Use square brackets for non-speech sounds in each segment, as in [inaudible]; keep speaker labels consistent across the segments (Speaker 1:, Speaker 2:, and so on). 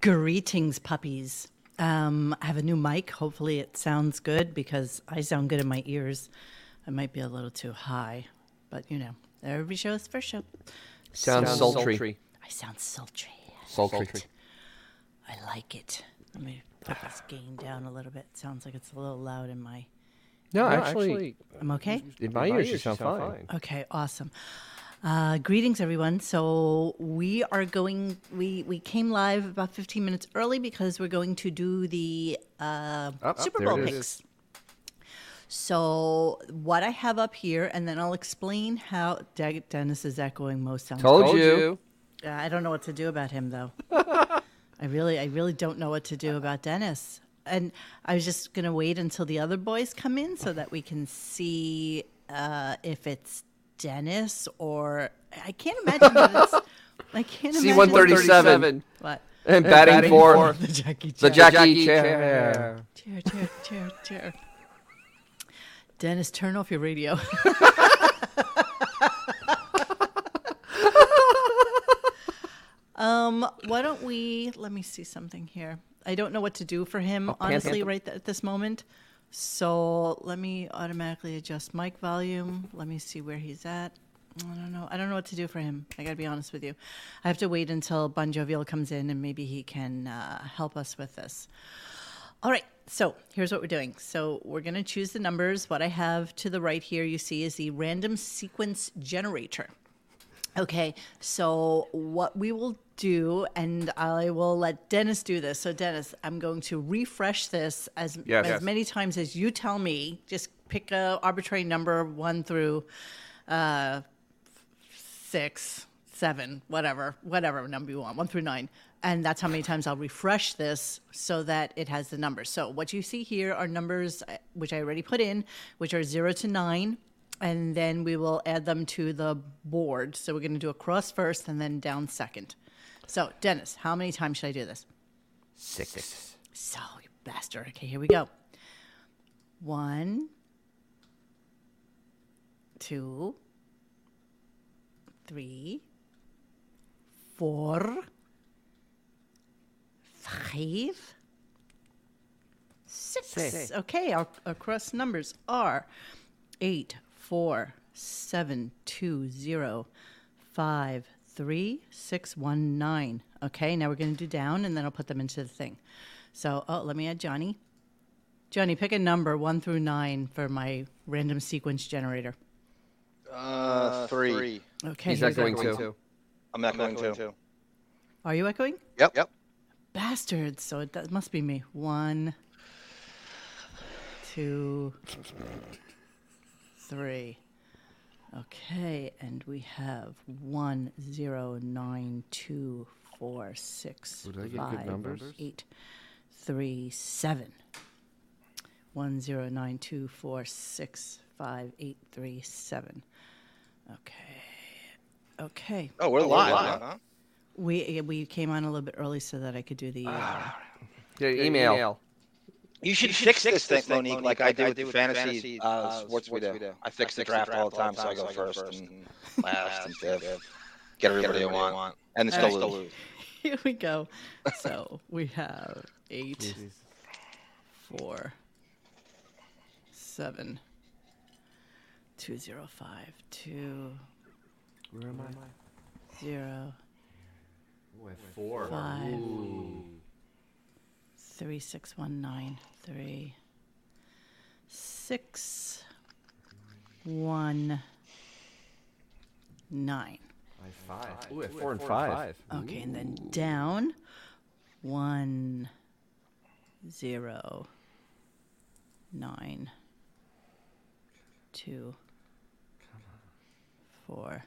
Speaker 1: Greetings, puppies. Um, I have a new mic. Hopefully, it sounds good because I sound good in my ears. I might be a little too high, but you know, every show is first show.
Speaker 2: Sounds
Speaker 1: So-
Speaker 2: sultry.
Speaker 1: I sound sultry.
Speaker 3: Sultry.
Speaker 1: I like it. Let me put this gain down a little bit. Sounds like it's a little loud in my.
Speaker 2: No,
Speaker 3: No,
Speaker 2: actually,
Speaker 3: actually,
Speaker 1: I'm okay.
Speaker 2: in my ears you sound fine.
Speaker 1: Okay, awesome. Uh, greetings, everyone. So we are going. We we came live about 15 minutes early because we're going to do the uh,
Speaker 2: Up, up,
Speaker 1: Super
Speaker 2: Oh, there
Speaker 1: Bowl
Speaker 2: it is.
Speaker 1: picks. So what I have up here, and then I'll explain how De- Dennis is echoing most sounds.
Speaker 2: Told,
Speaker 3: Told
Speaker 2: you.
Speaker 3: you.
Speaker 1: Uh, I don't know what to do about him though. I really, I really don't know what to do about Dennis. And I was just gonna wait until the other boys come in so that we can see uh, if it's Dennis or I can't imagine that it's. I can't
Speaker 2: [laughs] C
Speaker 1: imagine.
Speaker 2: one thirty seven
Speaker 1: What?
Speaker 2: and batting,
Speaker 3: batting
Speaker 2: for
Speaker 1: [laughs]
Speaker 3: fourth.
Speaker 1: The Jackie.
Speaker 2: the
Speaker 1: Chan.
Speaker 2: Jackie,
Speaker 3: Jackie
Speaker 2: chair.
Speaker 3: chair.
Speaker 1: Chair, chair, chair, chair. Dennis, turn off your radio. [laughs] um, why don't we? Let me see something here. I don't know what to do for him, honestly,
Speaker 2: panther.
Speaker 1: right th- at this moment. So let me automatically adjust mic volume. Let me see where he's at. I don't know. I don't know what to do for him. I got to be honest with you. I have to wait until Bon Jovial comes in and maybe he can uh, help us with this. All right. So here's what we're doing. So we're going to choose the numbers. What I have to the right here, you see, is the random sequence generator. Okay. So what we will do, and I will let Dennis do this. So, Dennis, I'm going to refresh this as,
Speaker 2: Yes.
Speaker 1: as
Speaker 2: Yes.
Speaker 1: many times as you tell me. Just pick a arbitrary number, one through uh, six, seven, whatever, whatever number you want, one through nine. And that's how many times I'll refresh this so that it has the numbers. So what you see here are numbers uh, which I already put in, which are zero to nine. And then we will add them to the board. So we're going to do across first and then down second. So, Dennis, how many times should I do this?
Speaker 2: Six.
Speaker 1: So, you bastard. Okay, here we go. One, two, three, four, five, six.
Speaker 2: Six.
Speaker 1: Okay, our, our cross numbers are eight, four, seven, two, zero, five, three, six, one, nine. Okay, now we're going to do down and then I'll put them into the thing. So, oh, let me add Johnny. Johnny, pick a number one through nine for my random sequence generator.
Speaker 4: Uh, three.
Speaker 1: Okay.
Speaker 2: He's
Speaker 1: here we
Speaker 2: not
Speaker 1: go.
Speaker 2: going to.
Speaker 4: I'm not going to.
Speaker 1: Are you echoing?
Speaker 4: Yep. Yep.
Speaker 1: Bastards. So it that must be me. One, two, three. Okay, and we have one zero nine two four six
Speaker 3: I get good
Speaker 1: five
Speaker 3: numbers?
Speaker 1: eight three seven. One zero nine two four six five eight three seven. Okay. Okay.
Speaker 4: Oh, we're live. huh?
Speaker 1: We we came on a little bit early so that I could do the.
Speaker 3: Ah.
Speaker 1: Uh,
Speaker 2: Get an
Speaker 3: Email.
Speaker 2: email.
Speaker 4: You should, fix, this thing, Monique, like, I do with the fantasy uh, sports, we do. I fix the draft all the time, so I go first and last and fifth. Get everybody I want, and it's still lose.
Speaker 1: [laughs] here we go. So we have eight, four, seven, two zero five two
Speaker 3: Where am I?
Speaker 1: zero
Speaker 3: Four.
Speaker 1: five three six one nine three six one nine.
Speaker 3: Five. Ooh, at four and five.
Speaker 1: Okay, and then down. One, zero, nine, two, four,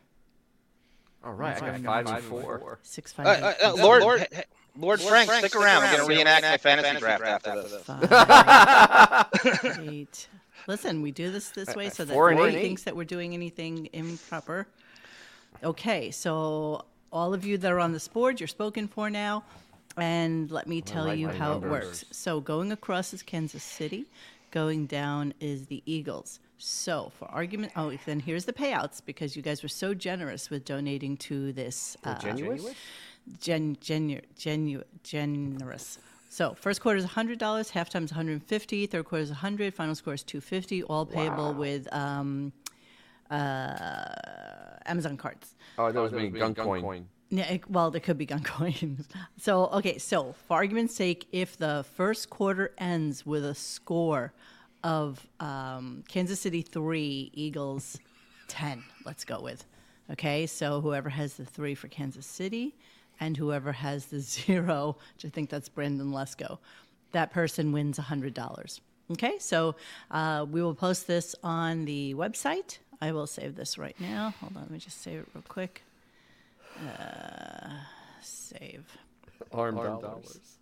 Speaker 3: All right, I got five and four.
Speaker 1: six,
Speaker 4: Uh,
Speaker 1: five,
Speaker 4: uh,
Speaker 1: eight,
Speaker 4: uh,
Speaker 1: eight,
Speaker 4: Lord, Lord, Lord Frank, stick around. We're going to reenact my fantasy draft after this.
Speaker 1: five,
Speaker 2: [laughs]
Speaker 1: eight. Listen, we do this this way so that
Speaker 2: Four and
Speaker 1: nobody
Speaker 2: eight.
Speaker 1: thinks that we're doing anything improper. Okay, so all of you that are on this board, you're spoken for now. And let me tell
Speaker 3: like
Speaker 1: you
Speaker 3: my
Speaker 1: how it
Speaker 3: numbers.
Speaker 1: works. So going across is Kansas City, going down is the Eagles. So for argument, oh, then here's the payouts because you guys were so generous with donating to this. uh,
Speaker 3: Genuous?
Speaker 1: gen, genu, genu, generous. So first quarter is hundred dollars, halftime is one hundred and fifty, third quarter is a hundred, final score is two fifty, all payable with um, uh, Amazon cards.
Speaker 2: Oh, that was being gunk coin.
Speaker 1: Yeah, it- well, there could be gun [laughs] coins. So, okay, so for argument's sake, if the first quarter ends with a score of um, Kansas City 3, Eagles 10, let's go with. Okay, so whoever has the 3 for Kansas City and whoever has the [laughs] 0, which I think that's Brandon Lesko, that person wins $100. Okay, so uh, we will post this on the website. I will save this right now. Hold on, let me just save it real quick. Save.
Speaker 2: Armed dollars. [laughs]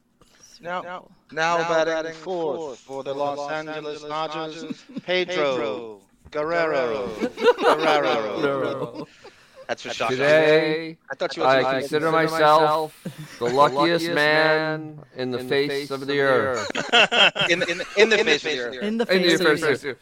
Speaker 4: Now, now, now batting, fourth, for the Los, Angeles, Dodgers, Pedro Guerrero. Guerrero.
Speaker 5: [laughs]
Speaker 4: That's for shot.
Speaker 2: Today,
Speaker 4: I thought you
Speaker 2: I
Speaker 4: were
Speaker 2: consider myself the luckiest man in the face of the earth.
Speaker 4: in, in, in the face of the earth.
Speaker 1: In the
Speaker 2: In
Speaker 1: face.
Speaker 2: the
Speaker 1: of the
Speaker 2: face of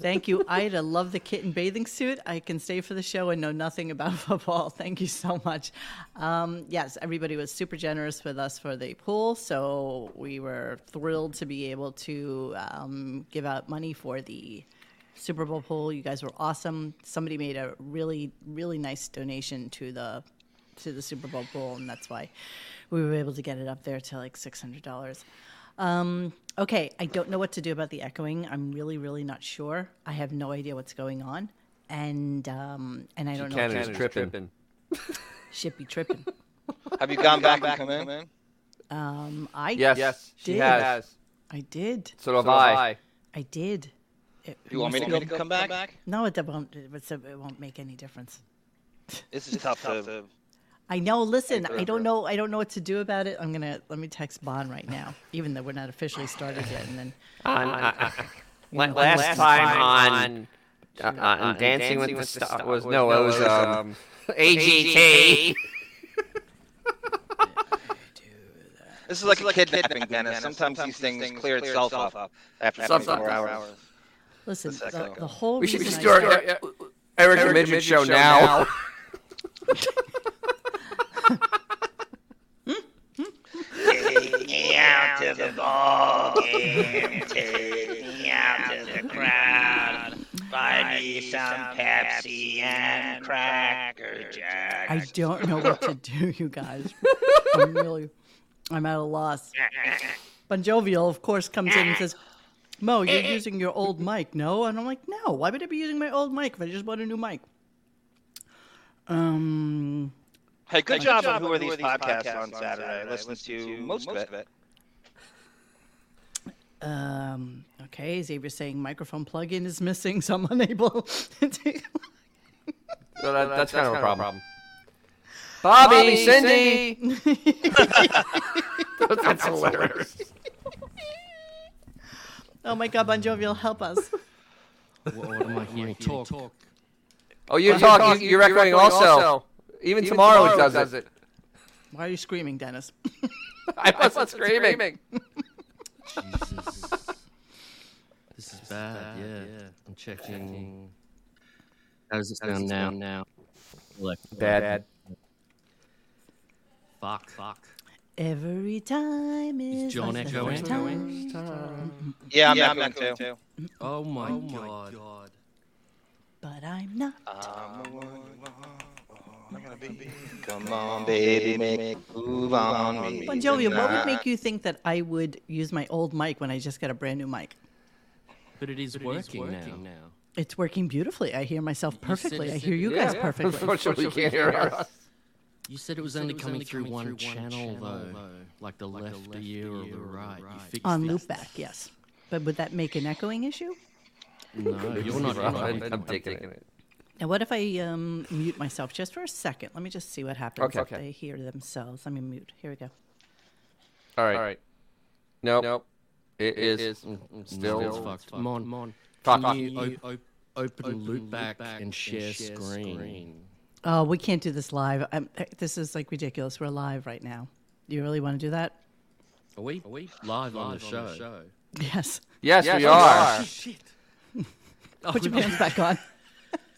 Speaker 1: Thank you, Ida. Love the kitten bathing suit. I can stay for the show and know nothing about [laughs] football. Thank you so much. Um, yes, everybody was super generous with us for the pool, so we were thrilled to be able to um, give out money for the Super Bowl pool. You guys were awesome. Somebody made a really, really nice donation to the to the Super Bowl pool, and that's why we were able to get it up there to like six hundred dollars. Um, okay, I don't know what to do about the echoing. I'm really, really not sure. I have no idea what's going on, and um, and I don't know.
Speaker 2: Canada's tripping.
Speaker 1: Should be tripping.
Speaker 4: Have you gone back and come in?
Speaker 1: Um, I
Speaker 2: Yes, yes, she
Speaker 1: Did.
Speaker 2: has.
Speaker 1: I did.
Speaker 2: So have I.
Speaker 1: I did. It
Speaker 4: You want me
Speaker 1: must
Speaker 4: to
Speaker 1: be-
Speaker 4: go, come back?
Speaker 1: No, it won't. It won't- it won't make any difference.
Speaker 4: This is tough to.
Speaker 1: I know. Listen, I don't know. I don't know what to do about it. I'm gonna let me text Bon right now, even though we're not officially started yet. And then
Speaker 6: last, time on, uh, on, Dancing, with, the Stars
Speaker 2: was no, it was um, [laughs]
Speaker 6: AGT.
Speaker 4: This is like a kidnapping, Dennis. Sometimes these things clear itself up after 24 hours.
Speaker 1: listen,
Speaker 4: That's
Speaker 1: the,
Speaker 4: echo.
Speaker 1: the whole
Speaker 2: we should
Speaker 1: reason I
Speaker 2: start
Speaker 1: started-
Speaker 2: Eric, Eric the Midget show [laughs] now.
Speaker 4: Take me out to the ball game. Take me out to the crowd. Buy me some Pepsi and Cracker Jack.
Speaker 1: I don't know what to do, you
Speaker 2: [laughs]
Speaker 1: guys. I'm really, I'm at a loss. Bon Jovial, of course, comes in and says, Mo,
Speaker 2: [laughs]
Speaker 1: you're using your old mic, no? And I'm like, no, why would I be using my old mic if I just bought a new mic? Um,
Speaker 4: Hey, good job on Who Are These Podcasts on Saturday. I listened to most of it.
Speaker 1: um, okay, Xavier's saying microphone plug-in is missing, so I'm [laughs] unable to.
Speaker 2: So that, that's, kind of a problem. Bobby, Cindy. [laughs] that's hilarious.
Speaker 1: oh my God, Bon Jovial, help us.
Speaker 5: talk.
Speaker 2: Oh, you're talking. You're, echoing also. Even, tomorrow, it does, it.
Speaker 1: Why are you screaming, Dennis?
Speaker 2: I wasn't [laughs] screaming.
Speaker 5: Jesus. this is bad. yeah. I'm checking. How's it sound now? Now. Look.
Speaker 2: Bad.
Speaker 5: Fuck. Fuck.
Speaker 1: Every time is,
Speaker 5: John
Speaker 1: like the
Speaker 5: echoing?
Speaker 1: first time.
Speaker 4: Yeah, I'm echoing too.
Speaker 5: Oh my god.
Speaker 1: but I'm not.
Speaker 4: Come on, baby, make a move on me.
Speaker 1: Bon Jovial, what would make you think that I would use my old mic when I just got a brand new mic?
Speaker 5: But it is, working, now.
Speaker 1: It's working beautifully. I hear myself
Speaker 5: You said
Speaker 1: perfectly. I
Speaker 5: it said
Speaker 1: hear
Speaker 5: it.
Speaker 1: you guys perfectly.
Speaker 2: Unfortunately, you can't hear us.
Speaker 5: You said it was only coming through one, channel, though, like the left, ear, or the right. You fixed
Speaker 1: On
Speaker 5: that.
Speaker 1: loopback, yes. But would that make an echoing issue?
Speaker 5: No, you're not.
Speaker 2: [laughs] I'm,
Speaker 5: right.
Speaker 2: I'm taking it.
Speaker 1: Now, what if I um, mute myself just for a second? Let me just see what happens
Speaker 2: Okay.
Speaker 1: if
Speaker 2: Okay.
Speaker 1: they hear themselves. Let me mute. Here we go.
Speaker 2: All right.
Speaker 6: All right.
Speaker 2: Nope. Nope. It is.
Speaker 5: Still,
Speaker 2: Still
Speaker 5: fucked. Mon, Mon,
Speaker 2: Fuck.
Speaker 5: can you op- open, loopback, and share, screen?
Speaker 1: Oh, we can't do this live. I'm, eh, this is like ridiculous. We're live right now. Do you really want to do that? [laughs]
Speaker 5: Are we? Are we live, on, the show? Oh,
Speaker 1: Yes.
Speaker 2: Yes, we are.
Speaker 5: Shit. Oh,
Speaker 1: Oh, Put your pants back on.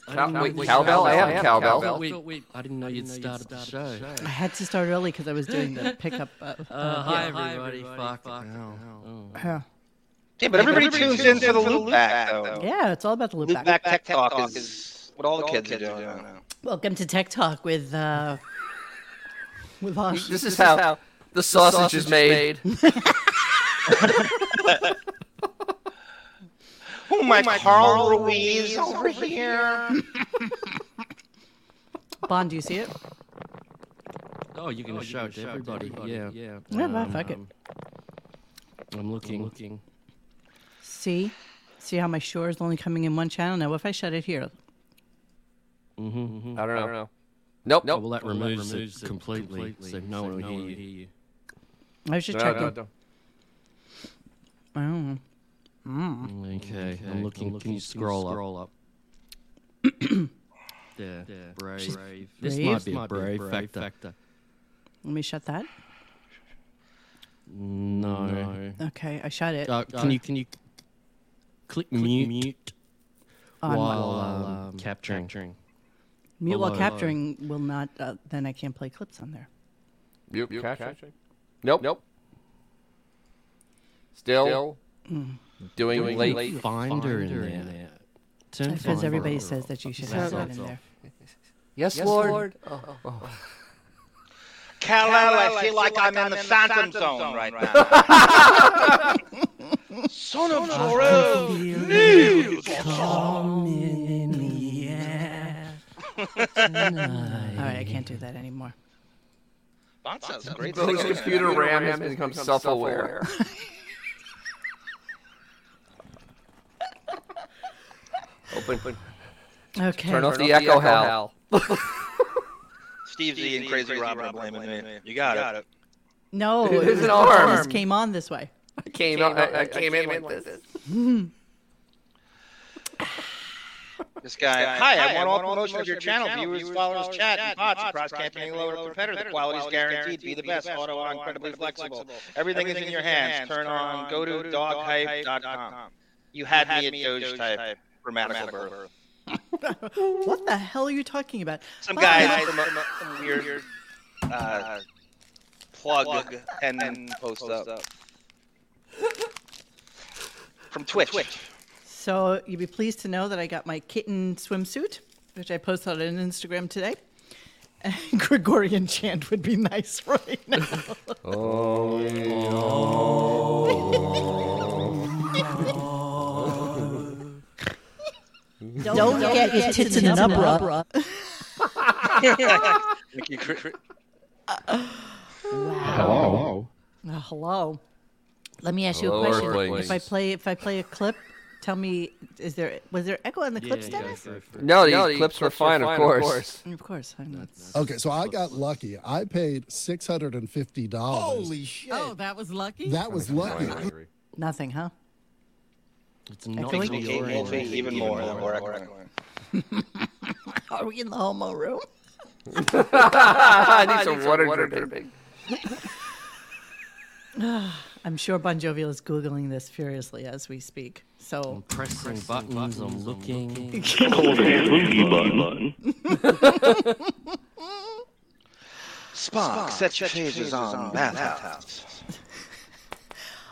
Speaker 5: I didn't
Speaker 2: wait,
Speaker 5: know-
Speaker 2: cowbell? I have cowbell.
Speaker 5: Wait, wait, wait, I didn't know you'd started the show.
Speaker 1: [laughs]
Speaker 5: [laughs]
Speaker 1: I had to start early because I was doing the pickup. Uh,
Speaker 5: Uh,
Speaker 1: uh,
Speaker 5: hi, everybody. Fuck. hell. Oh.
Speaker 1: yeah.
Speaker 4: Yeah, but everybody tunes in for the loop back, though.
Speaker 1: Yeah, it's all about the loop
Speaker 4: Loop
Speaker 1: back.
Speaker 4: back tech talk is what all the kids are doing. right now.
Speaker 1: Welcome to Tech Talk with uh, with Osh.
Speaker 2: This is how the sausage is made. [laughs]
Speaker 4: Oh my, Carl Ruiz over here.
Speaker 1: Bond, do you see it?
Speaker 5: Oh, you're gonna show it to everybody. Yeah, yeah.
Speaker 1: Yeah, well, fuck it.
Speaker 5: I'm looking. looking.
Speaker 1: See, see how my shore is only coming in one channel now. What if I shut it here?
Speaker 2: I don't know. I don't know. Nope,
Speaker 5: Oh,
Speaker 2: nope.
Speaker 5: well, that removes, it, completely, so no one will hear you.
Speaker 1: I was just
Speaker 2: No,
Speaker 1: checking.
Speaker 2: no, no.
Speaker 1: I don't know.
Speaker 5: Okay, I'm looking. Can you scroll, up? [coughs] there, brave. This
Speaker 1: Brave.
Speaker 5: might be a brave, factor.
Speaker 1: Let me shut that.
Speaker 5: No.
Speaker 1: Okay, I shut it.
Speaker 5: Uh, can you can you click mute,
Speaker 1: on my-
Speaker 5: while um, capturing?
Speaker 1: mute while
Speaker 5: below.
Speaker 1: capturing will not. Uh, then I can't play clips on there.
Speaker 2: Nope, nope. Nope, nope. Still doing, late.
Speaker 5: Finder, in there. Turn
Speaker 1: Because
Speaker 5: Finder
Speaker 1: everybody
Speaker 5: off.
Speaker 1: says that you should have that in there.
Speaker 2: Yes, Lord.
Speaker 4: Cal, I feel like I'm in the Phantom Zone right now. [laughs] Son of Zorro.
Speaker 1: All right, I can't do that anymore.
Speaker 4: That sounds great.
Speaker 2: His computer RAM has become self-aware. [laughs] Open.
Speaker 1: Okay.
Speaker 2: Turn off the echo hell.
Speaker 4: Steve Z and Crazy Robert are blaming me. You got it.
Speaker 2: [laughs]
Speaker 1: No,
Speaker 2: It
Speaker 1: it
Speaker 2: is
Speaker 1: was
Speaker 2: an
Speaker 1: the phone just
Speaker 2: arm.
Speaker 1: came on this way.
Speaker 2: Came out. I I came in like this.
Speaker 4: This guy. Hi, I want all promotion of your channel. Viewers, followers, chat, and pods across campaigning lower to competitor. The quality is guaranteed. Be the best. Auto on, incredibly flexible. Everything is in your hands. Turn on. Go to doghype.com. You had me at Doge type. Grammatical birth.
Speaker 1: What the hell are you talking about?
Speaker 4: Some
Speaker 1: Bye.
Speaker 4: guy from a, some weird uh, plug and then post up. From Twitch.
Speaker 1: So you'd be pleased to know that I got my kitten swimsuit, which I posted on Instagram today. [laughs] And Gregorian chant would be nice [laughs] right now. Don't, get, your tits in an
Speaker 2: [laughs]
Speaker 1: opera.
Speaker 3: Hello.
Speaker 1: Uh, hello. Let me ask you a
Speaker 2: Hello,
Speaker 1: question.
Speaker 2: Earthlings.
Speaker 1: If I play, if I play a clip, tell me, is there was there echo on the clip status?
Speaker 2: No, these clips were fine, of course. [laughs]
Speaker 1: Of course. I'm not.
Speaker 7: Okay, so I got lucky. I paid six hundred and fifty dollars. Holy
Speaker 8: Oh, that was lucky.
Speaker 7: That was lucky.
Speaker 1: Nothing, huh?
Speaker 5: It's not
Speaker 1: Echoing?
Speaker 5: the
Speaker 1: Okay,
Speaker 5: orange.
Speaker 4: even more than we're recommending.
Speaker 1: Are we in the homo room?
Speaker 2: I need some water dripping.
Speaker 1: I'm sure Bon Jovial is googling this furiously as we speak. So
Speaker 5: Pressing, buttons. I'm looking.
Speaker 4: Spock, set your phasers on Madhouse.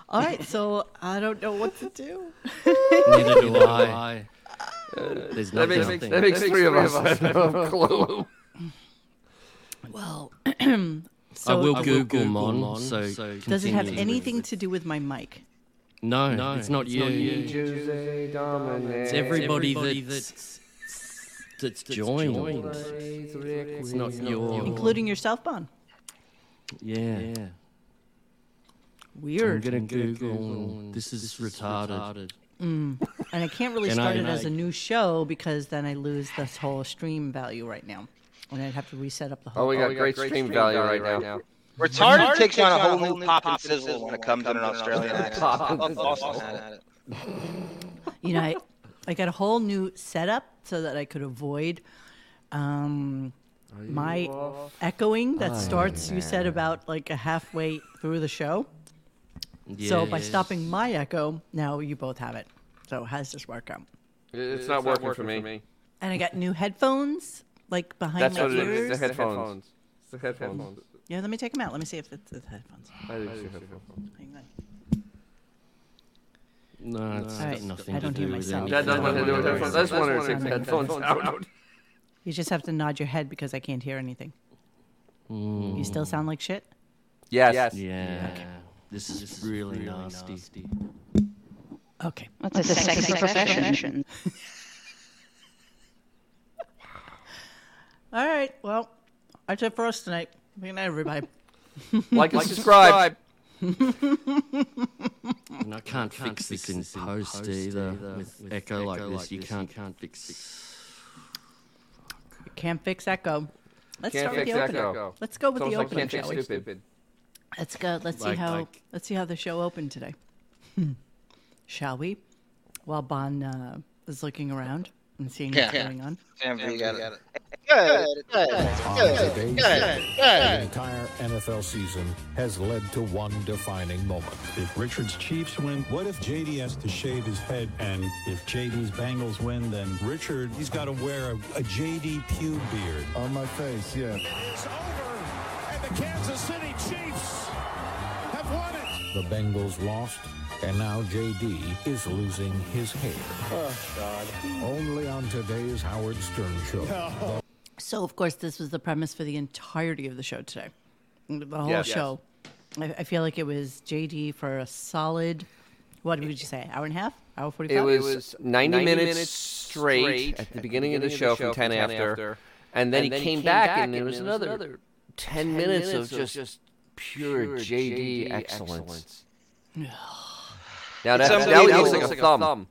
Speaker 1: All right, so I don't know what to
Speaker 5: [laughs]
Speaker 1: do.
Speaker 5: [laughs] Neither do I. There's
Speaker 2: That
Speaker 5: nothing.
Speaker 2: makes,
Speaker 5: nothing.
Speaker 2: that makes three of us. I have [laughs] no clue.
Speaker 1: Well, [clears throat]
Speaker 5: I
Speaker 1: so
Speaker 5: will Google Mon. so
Speaker 1: does it have
Speaker 5: continue.
Speaker 1: anything to do with my mic?
Speaker 5: No, no, it's not you. It's everybody, that's, that's joined. It's not your.
Speaker 1: Including yourself, Bon.
Speaker 5: Yeah. I'm
Speaker 1: Weird.
Speaker 5: gonna Google. and This is retarded.
Speaker 1: and I can't really
Speaker 5: And I-
Speaker 1: start it
Speaker 5: and
Speaker 1: as
Speaker 5: I-
Speaker 1: a new show because then I lose this whole stream value right now. And I'd have to reset up the
Speaker 2: Oh,
Speaker 1: whole
Speaker 2: we got great stream value right [laughs] now.
Speaker 4: Retarded takes on a whole new pop and sizzle when it comes in an Australian accent.
Speaker 2: Pop.
Speaker 4: Love Boston at it.
Speaker 1: you know, I, I got a whole new setup so that I could avoid um, my echoing that starts, you said, about like a halfway through the show. So by
Speaker 5: Yes.
Speaker 1: stopping my echo, now you both have it. So how does this work out?
Speaker 2: It's, not working, for me.
Speaker 1: And I got new headphones, like behind
Speaker 2: That's
Speaker 1: my
Speaker 2: what it
Speaker 1: ears.
Speaker 2: is. It's the headphones. It's the headphones.
Speaker 1: Yeah, let me take them out. Let me see if it's the headphones.
Speaker 2: I think it's the headphones.
Speaker 1: Hang on.
Speaker 5: No, it's
Speaker 1: All
Speaker 5: got
Speaker 1: right. I
Speaker 5: nothing to
Speaker 1: don't hear
Speaker 5: do with
Speaker 1: myself. Yeah,
Speaker 5: anything.
Speaker 2: That doesn't have to do with headphones. I just wanted to take the headphones out.
Speaker 1: You just have to nod your head because I can't hear anything. You still sound like shit.
Speaker 2: Yes.
Speaker 5: Yeah. This is really, nasty.
Speaker 1: Okay.
Speaker 8: What's a sexy profession?
Speaker 1: All right. Well, that's it for us tonight. Good night, everybody.
Speaker 2: Like and subscribe.
Speaker 5: And I can't, fix, this in post, either. With, echo, like this, you can't, can't fix.
Speaker 1: Can't fix echo. Let's
Speaker 2: Can't
Speaker 1: start with
Speaker 2: fix
Speaker 1: the opener.
Speaker 2: echo.
Speaker 1: Let's go with
Speaker 2: Someone's
Speaker 1: the
Speaker 2: like,
Speaker 1: opener,
Speaker 2: can't fix
Speaker 1: shall we?
Speaker 2: stupid.
Speaker 1: Let's go. Let's see
Speaker 5: Like-
Speaker 1: how.
Speaker 5: like-
Speaker 1: Let's see how the show opened today. [laughs] Hmm. Shall we? While Bon uh, is looking around and seeing what's
Speaker 4: Yeah.
Speaker 1: going on.
Speaker 4: Sam, you got it.
Speaker 9: Good, good,
Speaker 3: Today's
Speaker 9: good,
Speaker 3: The
Speaker 9: good.
Speaker 3: entire NFL season has led to one defining moment.
Speaker 10: If Richard's Chiefs win, what if JD has to shave his head? And if JD's Bengals win, then Richard, he's got to wear a, a JD Pew beard.
Speaker 7: On
Speaker 3: Um,
Speaker 7: my face, yeah.
Speaker 10: It's over, and the Kansas City Chiefs have won it.
Speaker 3: The Bengals lost, and now JD is losing his hair.
Speaker 9: Oh,
Speaker 3: Only on today's Howard Stern Show.
Speaker 9: Oh,
Speaker 1: So, of course, this was the premise for the entirety of the show today. The whole
Speaker 2: Yes.
Speaker 1: show. I, I feel like it was JD for a solid, what would you say, hour and a half? Hour 45?
Speaker 2: It was 90 minutes straight at the beginning of the show from 10 after. And then he came back and there was another 10 minutes of just pure JD excellence. Now that
Speaker 4: something
Speaker 2: now he
Speaker 4: that
Speaker 2: looks
Speaker 4: looks
Speaker 2: like a thumb.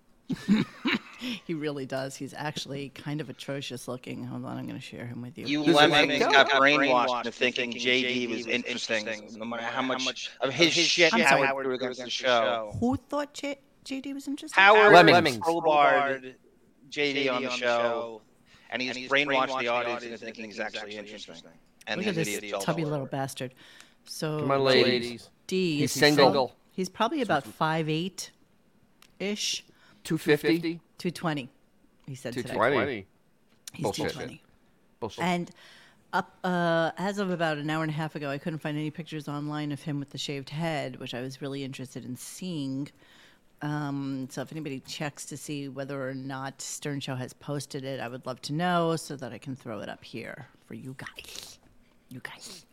Speaker 1: He really does. He's actually kind of atrocious looking. Hold on, I'm going to share him with you.
Speaker 4: You
Speaker 2: is
Speaker 4: lemmings
Speaker 2: like-
Speaker 4: got brainwashed into thinking JD was interesting, no matter how much of his shit
Speaker 1: I'm sorry.
Speaker 4: Howard threw against the show.
Speaker 1: Who thought J- JD was interesting?
Speaker 4: Howard
Speaker 2: Lemmings.
Speaker 4: Lemmings. crowbarred JD on the show, and he's brainwashed the audience into thinking he's actually interesting. And
Speaker 1: Look at
Speaker 4: the
Speaker 1: this
Speaker 4: idiot told
Speaker 1: tubby
Speaker 4: him.
Speaker 1: little bastard. So,
Speaker 2: Come on, ladies.
Speaker 1: JD,
Speaker 2: He's
Speaker 1: is
Speaker 2: single.
Speaker 1: prob- He's probably about 5'8 ish,
Speaker 2: 250?
Speaker 1: 220, he said today.
Speaker 2: 220.
Speaker 1: He's
Speaker 2: Bullshit.
Speaker 1: 220.
Speaker 2: Bullshit.
Speaker 1: And up uh, as of about an hour and a half ago, I couldn't find any pictures online of him with the shaved head, which I was really interested in seeing. Um, so if anybody checks to see whether or not Stern Show has posted it, I would love to know so that I can throw it up here for you guys. You guys.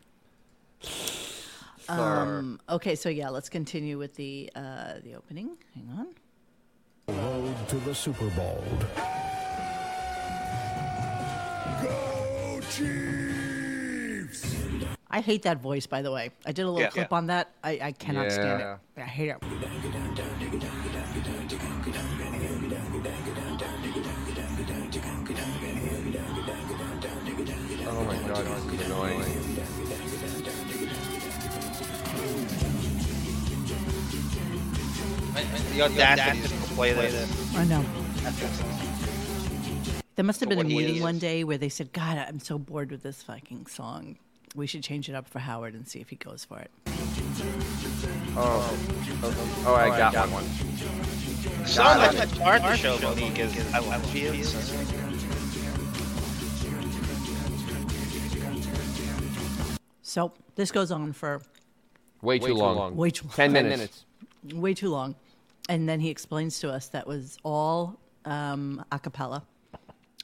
Speaker 1: Um, okay, so yeah, let's continue with the uh, the opening. Hang on.
Speaker 3: Road to the Super Bowl. Go Chiefs!
Speaker 1: I hate that voice, by the way. I did a little
Speaker 4: Yeah.
Speaker 1: clip on that. I, I cannot stand
Speaker 2: Yeah.
Speaker 1: it. I hate it.
Speaker 2: Oh my god, this is annoying.
Speaker 4: The audacity is to play this.
Speaker 1: I know. There must have been a
Speaker 4: what he
Speaker 1: meeting
Speaker 4: is.
Speaker 1: one day where they said, God, I'm so bored with this fucking song. We should change it up for Howard and see if he goes for it.
Speaker 2: Oh, I got, one.
Speaker 4: So much to start the show, Monique, is I love you.
Speaker 1: So this goes on for
Speaker 2: Way too long.
Speaker 1: way too long.
Speaker 2: 10 minutes.
Speaker 1: Way too long. And then he explains to us that was all um, a cappella.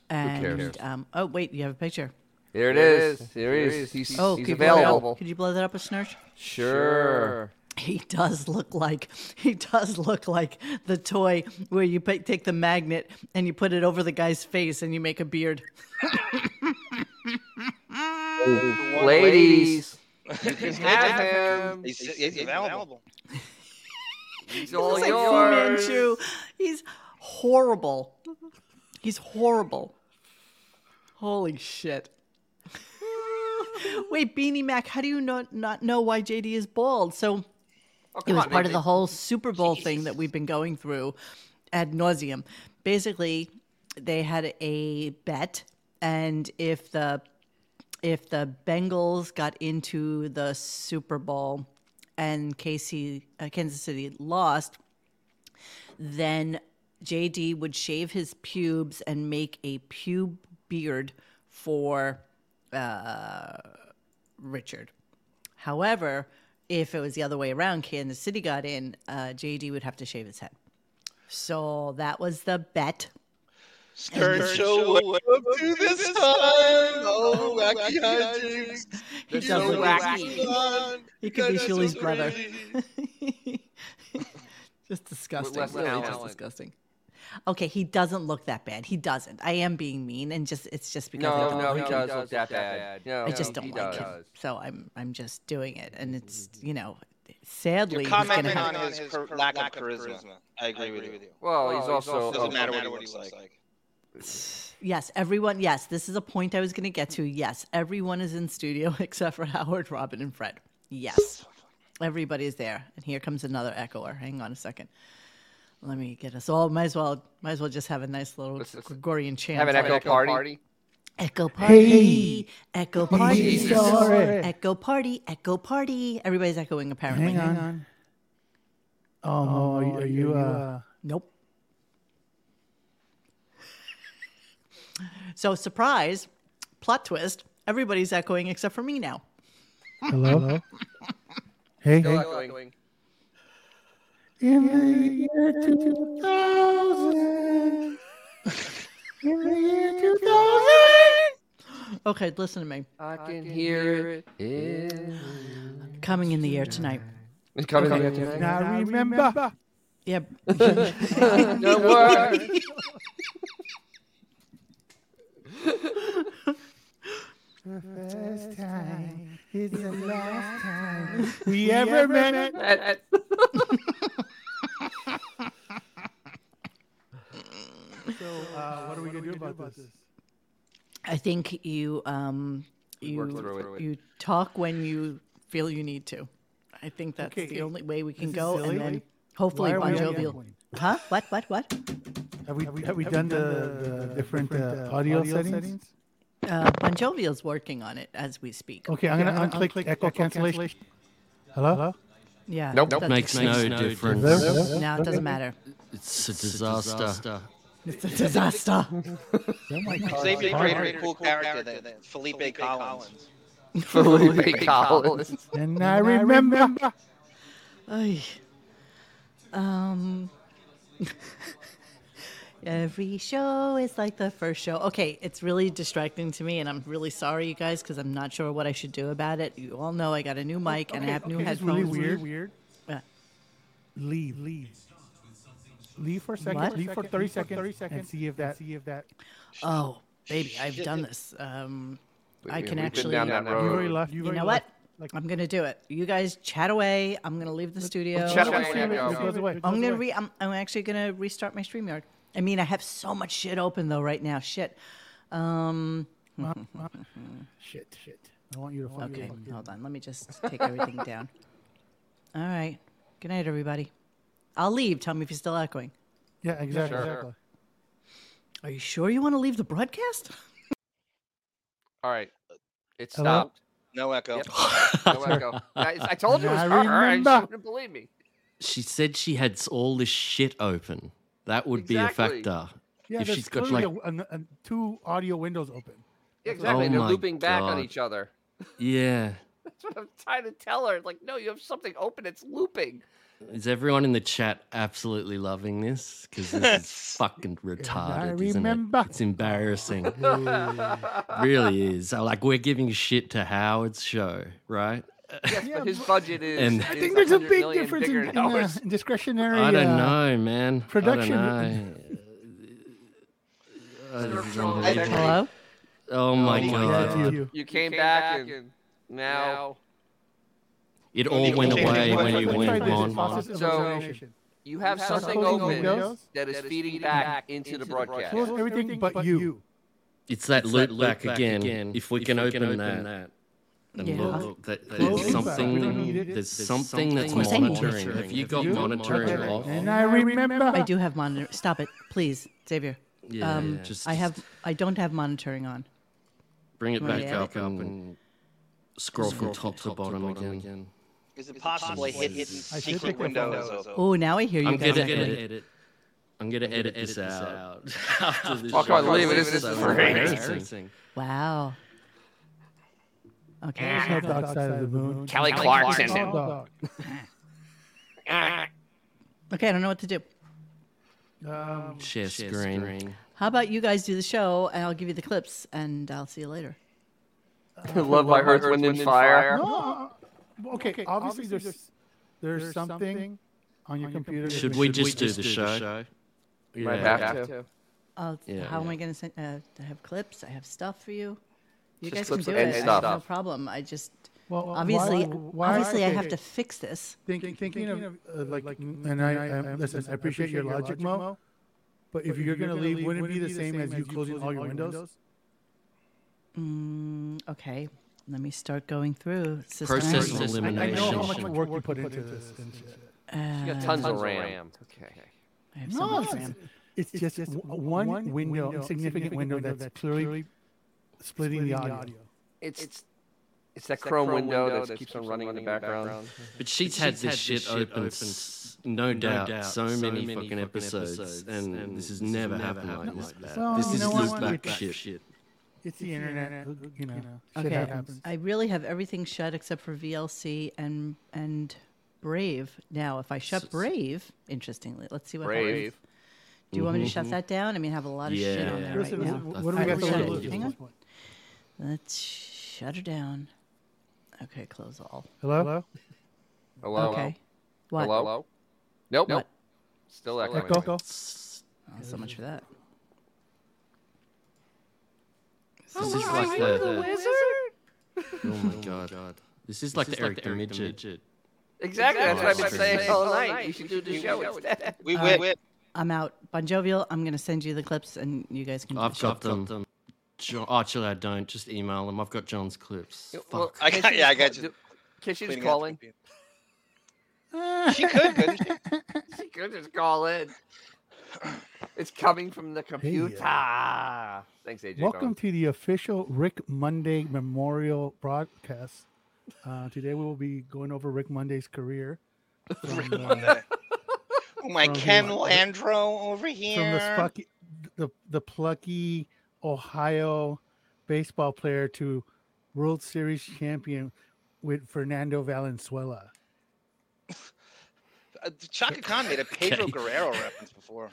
Speaker 1: And
Speaker 2: cares?
Speaker 1: Um, oh, wait, you have a picture.
Speaker 2: Here it is. Here he is. He's,
Speaker 1: Oh,
Speaker 2: he's
Speaker 1: could you blow that up-
Speaker 2: available.
Speaker 1: could you blow that up a snurch?
Speaker 2: Sure.
Speaker 1: He does look like he does look like the toy where you put, take the magnet and you put it over the guy's face and you make a beard.
Speaker 2: Ladies, [laughs] you can have him.
Speaker 4: He's, he's available.
Speaker 2: He's all
Speaker 1: It's like Fu
Speaker 2: yours.
Speaker 1: Manchu. He's horrible. He's horrible. Holy shit. Wait, Beanie Mac, how do you not, not know why JD is bald? So it was part of the whole Super Bowl thing that we've been going through ad nauseum. Basically, they had a bet, and if the if the Bengals got into the Super Bowl and KC, uh, Kansas City lost, then JD would shave his pubes and make a pube beard for uh, Richard. However, if it was the other way around, Kansas City got in, uh, JD would have to shave his head. So that was the bet.
Speaker 4: Stern show what up to this time. Oh, wacky high James.
Speaker 1: He does
Speaker 4: He's so
Speaker 1: look wacky.
Speaker 4: fun.
Speaker 1: He could be
Speaker 4: That's so
Speaker 1: Shuley's brother.
Speaker 4: crazy.
Speaker 1: [laughs] just disgusting.
Speaker 2: Wes
Speaker 1: Really
Speaker 2: Allen.
Speaker 1: just disgusting. Okay, he doesn't look that bad. He doesn't. I am being mean, and just it's just because I
Speaker 2: No,
Speaker 1: don't
Speaker 2: no,
Speaker 1: like him.
Speaker 2: he does look that bad. No,
Speaker 1: I just
Speaker 2: no,
Speaker 1: don't
Speaker 2: he
Speaker 1: like Mm-hmm. him.
Speaker 2: does.
Speaker 1: So I'm I'm just doing it, and it's you know, sadly, he's
Speaker 4: You're
Speaker 1: gonna
Speaker 4: commenting on
Speaker 1: have.
Speaker 4: his char- lack of charisma. I agree with you.
Speaker 2: Well, he's also.
Speaker 4: Doesn't matter what he looks like.
Speaker 1: Yes, everyone. Yes, this is a point I was going to get to. Yes, everyone is in studio [laughs] except for Howard, Robin, and Fred. Yes, everybody's there. And here comes another echoer. Hang on a second. Let me get us all. Might as well. Might as well just have a nice little
Speaker 2: Let's- let's
Speaker 1: Gregorian chant.
Speaker 2: Have an echo party.
Speaker 1: Echo party. Echo party.
Speaker 9: sorry.
Speaker 1: Echo party. Echo party. Everybody's echoing apparently.
Speaker 9: Hang on. Oh, no, are, you- are you, uh,
Speaker 1: Nope. so surprise, plot twist. Everybody's echoing except for me now.
Speaker 9: hello? Hey,
Speaker 2: Still
Speaker 9: hey.
Speaker 2: echoing.
Speaker 9: In the year Uh, 2000. In the year 2000.
Speaker 1: Okay, listen to me.
Speaker 2: I can hear it. in-
Speaker 1: Coming in the air tonight.
Speaker 2: It's coming out [laughs] tonight.
Speaker 9: Now remember.
Speaker 1: Yeah,
Speaker 2: No more.
Speaker 9: First time is the last time we ever met.
Speaker 2: [laughs]
Speaker 9: So, uh, what are we going to do about this?
Speaker 1: I think you um you
Speaker 2: work through it.
Speaker 1: you talk when you feel you need to. I think that's
Speaker 9: Okay,
Speaker 1: the only way we can
Speaker 9: is
Speaker 1: go,
Speaker 9: silly.
Speaker 1: and then hopefully
Speaker 9: Why are
Speaker 1: Bon
Speaker 9: we on
Speaker 1: Jovi. will-
Speaker 9: gambling?
Speaker 1: Huh? What? What? What?
Speaker 9: Have we, have we, done, the, the, different, uh, audio, settings?
Speaker 1: Uh, bon Jovial's working on it as we speak.
Speaker 9: Okay, I'm going to unclick echo, cancellation. Hello? Hello?
Speaker 1: Yeah.
Speaker 2: Nope.
Speaker 1: that's-
Speaker 5: Makes no difference.
Speaker 1: No, it
Speaker 9: [laughs]
Speaker 1: doesn't matter.
Speaker 5: It's a disaster.
Speaker 1: It's a disaster.
Speaker 4: Xavier created a cool character, there, there, Felipe Collins.
Speaker 2: Felipe Collins.
Speaker 9: And I remember.
Speaker 1: Ay. Um, [laughs] every show is like the first show. Okay, it's really distracting to me, and I'm really sorry, you guys, because I'm not sure what I should do about it. You all know I got a new mic and I have new
Speaker 9: it's really
Speaker 1: headphones.
Speaker 9: weird. weird.
Speaker 1: Yeah.
Speaker 9: Leave. Leave. Leave for a second.
Speaker 1: What?
Speaker 9: Leave for 30 seconds. 30 seconds. And see if that. See if that.
Speaker 1: Oh, baby, I've done this. Um, I can actually.
Speaker 2: Been down that
Speaker 9: You already
Speaker 2: road.
Speaker 9: left.
Speaker 1: You know what? I'm gonna do it. You guys chat away. I'm gonna leave the studio.
Speaker 2: Chat away.
Speaker 1: I'm gonna re. I'm, I'm actually gonna restart my Streamyard. I mean, I have so much shit open though right now. Shit. Um.
Speaker 9: Shit. Shit. I want you to fuck
Speaker 1: Okay, hold on. Let me just take [laughs] everything down. All right. Good night, everybody. I'll leave. Tell me if you're still echoing.
Speaker 9: Yeah, exactly.
Speaker 2: sure.
Speaker 9: exactly.
Speaker 1: Are you sure you want to leave the broadcast?
Speaker 2: All right. It
Speaker 9: Hello?
Speaker 2: stopped.
Speaker 4: No echo.
Speaker 2: Yep. No echo. I, I told you it was
Speaker 9: I
Speaker 2: her. and She
Speaker 9: remember.
Speaker 2: wouldn't believe me.
Speaker 5: She said she had s- all this shit open. That would
Speaker 2: Exactly.
Speaker 5: be a factor.
Speaker 9: Yeah,
Speaker 5: if
Speaker 9: there's
Speaker 5: she's got
Speaker 9: clearly
Speaker 5: like,
Speaker 9: a, an- an- two audio windows open.
Speaker 2: Exactly. They're
Speaker 5: my
Speaker 2: looping back on
Speaker 5: God.
Speaker 2: each other.
Speaker 5: yeah,
Speaker 2: That's what [laughs] I'm trying to tell her. Like, no, you have something open. It's looping.
Speaker 5: is everyone in the chat absolutely loving this? Because [laughs] this is fucking retarded, isn't
Speaker 9: remember.
Speaker 5: it?
Speaker 9: [laughs]
Speaker 5: It's embarrassing. really is. So, Like we're giving shit to Howard's show, right?
Speaker 2: Yes, but his budget is.
Speaker 5: And-
Speaker 2: is
Speaker 5: I
Speaker 9: I think there's a
Speaker 2: 100
Speaker 9: big
Speaker 2: million
Speaker 9: difference
Speaker 2: bigger
Speaker 9: in, in, uh,
Speaker 2: ours.
Speaker 9: discretionary.
Speaker 5: I don't
Speaker 9: uh,
Speaker 5: know, man.
Speaker 9: production-
Speaker 5: I don't know. Uh, this is unbelievable.
Speaker 1: Hello?
Speaker 5: Oh my
Speaker 9: Yeah, to
Speaker 5: god!
Speaker 9: you.
Speaker 2: [laughs] You came, back, and now
Speaker 5: It all went
Speaker 4: Let's
Speaker 5: away
Speaker 4: try
Speaker 5: when
Speaker 4: this.
Speaker 5: you
Speaker 4: Let's
Speaker 5: went
Speaker 4: try this.
Speaker 5: on.
Speaker 9: Process of
Speaker 2: So-
Speaker 9: elimination.
Speaker 2: you have
Speaker 9: have
Speaker 2: something
Speaker 9: something
Speaker 2: open
Speaker 9: open
Speaker 2: that is feeding back into the broadcast.
Speaker 9: Close everything but you.
Speaker 5: It's that loop, back, again. If we can open, that, then
Speaker 1: Yeah.
Speaker 5: look, look, that,
Speaker 9: Close
Speaker 5: there's
Speaker 9: it back.
Speaker 5: something,
Speaker 9: We don't need it.
Speaker 5: there's something that's
Speaker 1: We're saying-
Speaker 5: monitoring. Have you got monitoring
Speaker 9: Okay.
Speaker 5: off?
Speaker 9: And I remember.
Speaker 1: [laughs] I do have monitor. Stop it, please, Xavier.
Speaker 5: Yeah,
Speaker 1: um,
Speaker 5: yeah. Just-
Speaker 1: I have. I don't have monitoring on.
Speaker 5: Bring it back
Speaker 1: Yeah.
Speaker 5: up and scroll from top to bottom again.
Speaker 4: Is it possible I hit hidden
Speaker 9: I should take
Speaker 4: secret
Speaker 9: my phone
Speaker 4: windows?
Speaker 1: Oh, now I hear you
Speaker 5: I'm
Speaker 1: guys.
Speaker 5: gonna
Speaker 1: echoing.
Speaker 5: edit. I'm gonna edit, this, out. [laughs] after this
Speaker 2: Fuck, I
Speaker 5: show.
Speaker 2: leave it. This is
Speaker 5: So
Speaker 2: great.
Speaker 5: embarrassing.
Speaker 1: Wow. Okay.
Speaker 5: Ah.
Speaker 9: No dark side of the moon.
Speaker 6: Kelly
Speaker 9: No
Speaker 6: Clarkson.
Speaker 9: dark.
Speaker 1: Okay, I don't know what to do.
Speaker 9: Um,
Speaker 5: Shit, green.
Speaker 1: How about you guys do the show and I'll give you the clips and I'll see you later.
Speaker 2: Love by Earth, Wind, and Fire.
Speaker 9: no, uh, okay, obviously, there's, there's, something, on your computer. that
Speaker 5: Should
Speaker 9: we
Speaker 5: we
Speaker 9: should-
Speaker 5: just do the show?
Speaker 2: Might
Speaker 5: Yeah.
Speaker 2: have to.
Speaker 1: I'll,
Speaker 5: Yeah,
Speaker 1: how am
Speaker 5: yeah.
Speaker 1: I going to send? Uh, I have clips. I have stuff for you. You
Speaker 2: Just
Speaker 1: guys can
Speaker 2: clips
Speaker 1: do
Speaker 2: and
Speaker 1: it.
Speaker 2: stuff.
Speaker 1: I have no problem. I just
Speaker 9: Well, why-
Speaker 1: obviously,
Speaker 9: why-
Speaker 1: obviously, I
Speaker 9: okay,
Speaker 1: have to fix this.
Speaker 9: Think, thinking, of, uh, like, m- and I, I, I listen, I appreciate your logic, Mo. But if you're gonna leave, wouldn't it be the same as you closing all your windows?
Speaker 1: Mm, okay, let me start going through. System.
Speaker 5: Process of
Speaker 9: I
Speaker 1: Uh,
Speaker 9: I know how
Speaker 5: elimination.
Speaker 9: much work you put into this. and shit.
Speaker 2: You got tons of RAM. Okay.
Speaker 1: I have so
Speaker 9: No,
Speaker 1: much
Speaker 9: it's-
Speaker 1: RAM.
Speaker 9: it's just w- one window, significant window that's clearly splitting the audio.
Speaker 2: It's it's, that Chrome, window, that keeps on running in the background.
Speaker 5: But she's, had, this shit open, s- no, doubt, so, many, fucking episodes, and, this has never happened like this.
Speaker 9: Well,
Speaker 5: this
Speaker 9: you
Speaker 5: is
Speaker 9: know
Speaker 5: loop
Speaker 9: what?
Speaker 5: back
Speaker 9: It's-
Speaker 5: shit.
Speaker 9: It's the internet, you know, shit
Speaker 1: Okay,
Speaker 9: happens.
Speaker 1: I really have everything shut except for VLC and and Brave. Now, if I shut Brave, interestingly, let's see what
Speaker 2: Brave. Mm-hmm.
Speaker 1: happens. Do you want me to shut that down? I mean, I have a lot of shit on
Speaker 5: Yeah.
Speaker 1: there
Speaker 9: Listen,
Speaker 1: right now.
Speaker 9: listen, what do we
Speaker 1: I
Speaker 9: got to
Speaker 1: wish I
Speaker 9: lose?
Speaker 1: did.
Speaker 9: at
Speaker 1: Hang
Speaker 9: this
Speaker 1: on.
Speaker 9: point?
Speaker 1: Let's shut her down. Okay, close all.
Speaker 9: Hello?
Speaker 2: Hello.
Speaker 1: okay. What?
Speaker 2: Hello. Nope.
Speaker 1: What?
Speaker 2: Nope. Still echoing.
Speaker 9: Go, go.
Speaker 1: Oh, so much for that.
Speaker 5: This is like the, Oh my god. This is like the Eric the Midget.
Speaker 2: Exactly. That's what I've been
Speaker 5: Exactly.
Speaker 2: saying all night. You should do the show instead.
Speaker 4: We
Speaker 1: All
Speaker 4: win.
Speaker 1: right. I'm out. Bon Jovial, I'm going to send you the clips and you guys can do the
Speaker 5: I've
Speaker 1: show.
Speaker 5: got them. Jo- oh, actually, I don't. Just email them. I've got John's clips.
Speaker 2: Well,
Speaker 5: Fuck.
Speaker 4: I
Speaker 2: can
Speaker 4: got-
Speaker 2: she
Speaker 4: yeah, I
Speaker 2: just
Speaker 4: got
Speaker 2: call-
Speaker 4: you.
Speaker 2: do- Can she just
Speaker 4: Cleaning out
Speaker 2: call
Speaker 4: the
Speaker 2: in?
Speaker 4: computer. She could, couldn't
Speaker 9: [laughs]
Speaker 4: she?
Speaker 2: [laughs] She could just call in. It's coming from the computer. Thanks, AJ.
Speaker 9: Welcome to the official Rick Monday Memorial broadcast. Uh, today we will be going over Rick Monday's career [laughs] from, uh,
Speaker 4: Oh, my
Speaker 9: From who?
Speaker 4: Ken Landro over
Speaker 9: from the,
Speaker 4: here.
Speaker 9: spucky, the the plucky Ohio baseball player to World Series champion with Fernando Valenzuela.
Speaker 4: Uh, Chaka Khan
Speaker 9: [laughs]
Speaker 4: made a Pedro
Speaker 5: Okay.
Speaker 4: Guerrero reference before.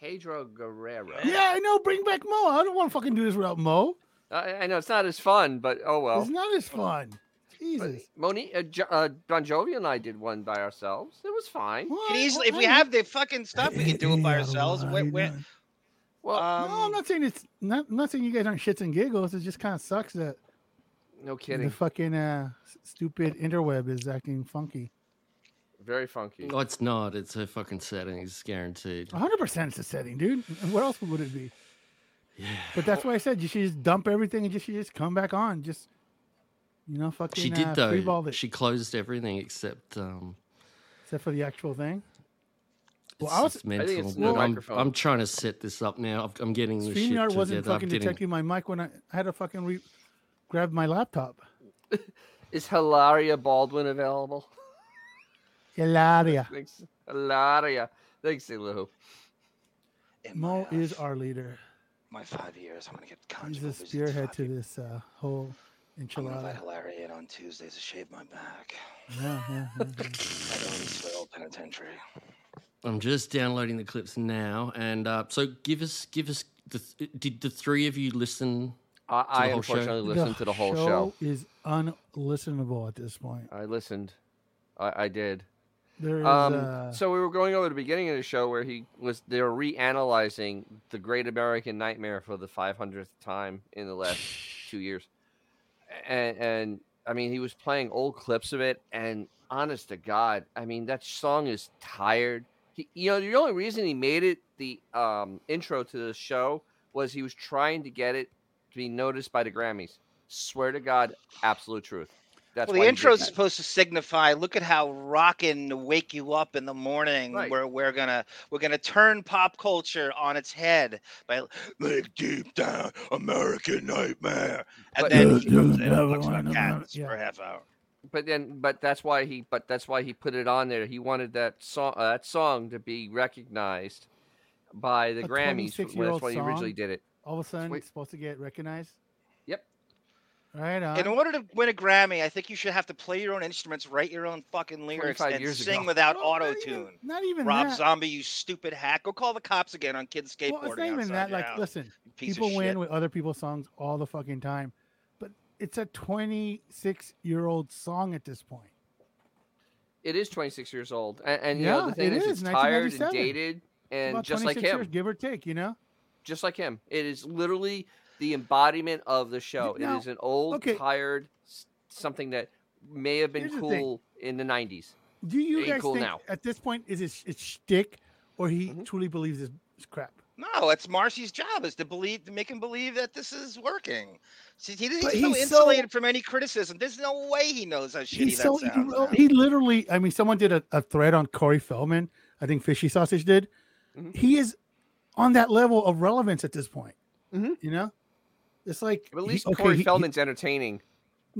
Speaker 2: Pedro Guerrero.
Speaker 9: Yeah, I know. Bring back Mo. I don't want to fucking do this without Mo.
Speaker 2: I, I know it's not as fun, but oh well.
Speaker 9: It's not as fun.
Speaker 2: But
Speaker 9: Jesus.
Speaker 2: Moni, uh, jo- uh, Bon Jovi and I did one by ourselves. It was fine.
Speaker 9: Why-
Speaker 4: Can easily, if we
Speaker 9: why- [laughs]
Speaker 4: have the fucking stuff, we can do it by
Speaker 9: Yeah,
Speaker 4: ourselves.
Speaker 9: why
Speaker 4: Where, where,
Speaker 9: not?
Speaker 2: Well,
Speaker 4: um,
Speaker 9: no, I'm not saying it's not. I'm not saying you guys aren't shits and giggles. It just kind of sucks that
Speaker 2: no
Speaker 9: the
Speaker 2: kidding.
Speaker 9: fucking uh, s- stupid interweb is acting funky.
Speaker 2: Very funky.
Speaker 5: Oh, it's not. It's her fucking settings, guaranteed.
Speaker 9: 100 percent it's the setting, dude. And What else would it be? Yeah. But that's why I said you should just dump everything and just you just come back on. Just you know, fucking.
Speaker 5: She did
Speaker 9: uh, free ball
Speaker 5: though.
Speaker 9: it,
Speaker 5: She closed everything except um.
Speaker 9: except for the actual thing.
Speaker 5: It's,
Speaker 9: Well, I was-
Speaker 5: it's mental.
Speaker 2: it's
Speaker 5: but
Speaker 2: the
Speaker 5: I'm,
Speaker 2: microphone.
Speaker 5: I'm trying to set this up now. I've- I'm getting this shit
Speaker 9: Streamyard
Speaker 5: together.
Speaker 9: wasn't fucking
Speaker 5: I'm getting,
Speaker 9: detecting my mic when I, I had to fucking re- grab my laptop.
Speaker 2: Is Hilaria Baldwin available? [laughs]
Speaker 9: Hilaria.
Speaker 2: Thanks, Hilaria. Thanks, Lou.
Speaker 4: in my,
Speaker 9: Mo
Speaker 4: uh,
Speaker 9: is our leader.
Speaker 4: my five years. I'm gonna get
Speaker 9: He's
Speaker 4: conjugal
Speaker 9: the
Speaker 4: visits
Speaker 9: spearhead
Speaker 4: five
Speaker 9: to
Speaker 4: years.
Speaker 9: this uh, whole
Speaker 4: I'm gonna invite
Speaker 9: enchilada.
Speaker 4: Hilaria in on Tuesdays to shave my back.
Speaker 9: Yeah, yeah,
Speaker 2: [laughs]
Speaker 9: yeah, yeah.
Speaker 4: I don't swell penitentiary.
Speaker 5: I'm just downloading the clips now, and uh, so give us, give us. The, th- did the three of you listen?
Speaker 2: I, I
Speaker 5: the whole show?
Speaker 2: unfortunately listened to the whole show.
Speaker 9: Is unlistenable at this point.
Speaker 2: I listened. I, I did.
Speaker 9: There is
Speaker 2: Um,
Speaker 9: uh,
Speaker 2: so we were going over the beginning of the show where he was. They were reanalyzing the Great American Nightmare for the 500th time in
Speaker 9: [sighs]
Speaker 2: the last two years, and, and I mean he was playing old clips of it. And honest to God, I mean that song is tired. He, you know, the only reason he made it the um, intro to the show was he was trying to get it to be noticed by the Grammys. Swear to God, absolute truth. That's
Speaker 4: well,
Speaker 2: why
Speaker 4: the
Speaker 2: he did
Speaker 4: intro is
Speaker 2: that.
Speaker 4: supposed to signify, look at how rockin' to wake you up in the morning.
Speaker 2: Right.
Speaker 4: Where we're gonna we're gonna turn pop culture on its head by like deep down American nightmare, and
Speaker 2: But-
Speaker 4: then
Speaker 9: Yeah,
Speaker 4: he goes
Speaker 9: yeah,
Speaker 4: in and
Speaker 9: another
Speaker 4: talks
Speaker 9: one,
Speaker 4: about
Speaker 9: another one,
Speaker 4: cats
Speaker 9: yeah.
Speaker 4: for a half hour.
Speaker 2: but then, but that's why he, but that's why he put it on there. He wanted that song, uh, that song, to be recognized by the
Speaker 9: A
Speaker 2: Grammys.
Speaker 9: 26-year-old
Speaker 2: That's why he
Speaker 9: song?
Speaker 2: originally did it.
Speaker 9: All of a sudden,
Speaker 2: Sweet.
Speaker 9: it's supposed to get recognized.
Speaker 2: Yep.
Speaker 9: Right on.
Speaker 4: In order to win a Grammy, I think you should have to play your own instruments, write your own fucking lyrics,
Speaker 2: 25
Speaker 4: and
Speaker 2: years ago.
Speaker 4: sing without auto tune.
Speaker 9: Not even
Speaker 4: Rob
Speaker 9: that.
Speaker 4: Zombie, you stupid hack! Go call the cops again on kids skateboarding.
Speaker 9: Well, it's not even
Speaker 4: outside
Speaker 9: that.
Speaker 4: your
Speaker 9: Like,
Speaker 4: house,
Speaker 9: listen,
Speaker 4: you piece of
Speaker 9: people win
Speaker 4: shit.
Speaker 9: with other people's songs all the fucking time, but it's a 26 year old song at this point.
Speaker 2: It is 26 years old, and, and you know
Speaker 9: Yeah,
Speaker 2: the thing
Speaker 9: it
Speaker 2: is,
Speaker 9: is,
Speaker 2: it's tired and
Speaker 9: 1997.
Speaker 2: dated, and
Speaker 9: About
Speaker 2: just like
Speaker 9: 26
Speaker 2: him,
Speaker 9: years, give or take, you know.
Speaker 2: just like him, it is literally the embodiment of the show.
Speaker 9: now-
Speaker 2: it is an old,
Speaker 9: okay.
Speaker 2: tired s- something that may have been
Speaker 9: Here's the thing.
Speaker 2: cool in the 90s.
Speaker 9: Do you
Speaker 2: Ain't
Speaker 9: guys
Speaker 2: cool
Speaker 9: think
Speaker 2: now. Mm-hmm.
Speaker 9: at this point is it it's shtick, or he truly believes this is crap?
Speaker 4: No, that's Marcy's job is to believe, to make him believe that this is working. See, he, he's,
Speaker 9: But
Speaker 4: so
Speaker 9: he's so-
Speaker 4: insulated from any criticism. There's no way he knows how shitty
Speaker 9: He's
Speaker 4: that
Speaker 9: so
Speaker 4: sounds.
Speaker 9: well, he literally. I mean, someone did a, a thread on Corey Feldman. I think Fishy Sausage did.
Speaker 2: Mm-hmm.
Speaker 9: He is on that level of relevance at this point. You know, it's like
Speaker 2: But Mm-hmm. at least
Speaker 9: he, okay,
Speaker 2: Corey
Speaker 9: he- he-
Speaker 2: Feldman's entertaining.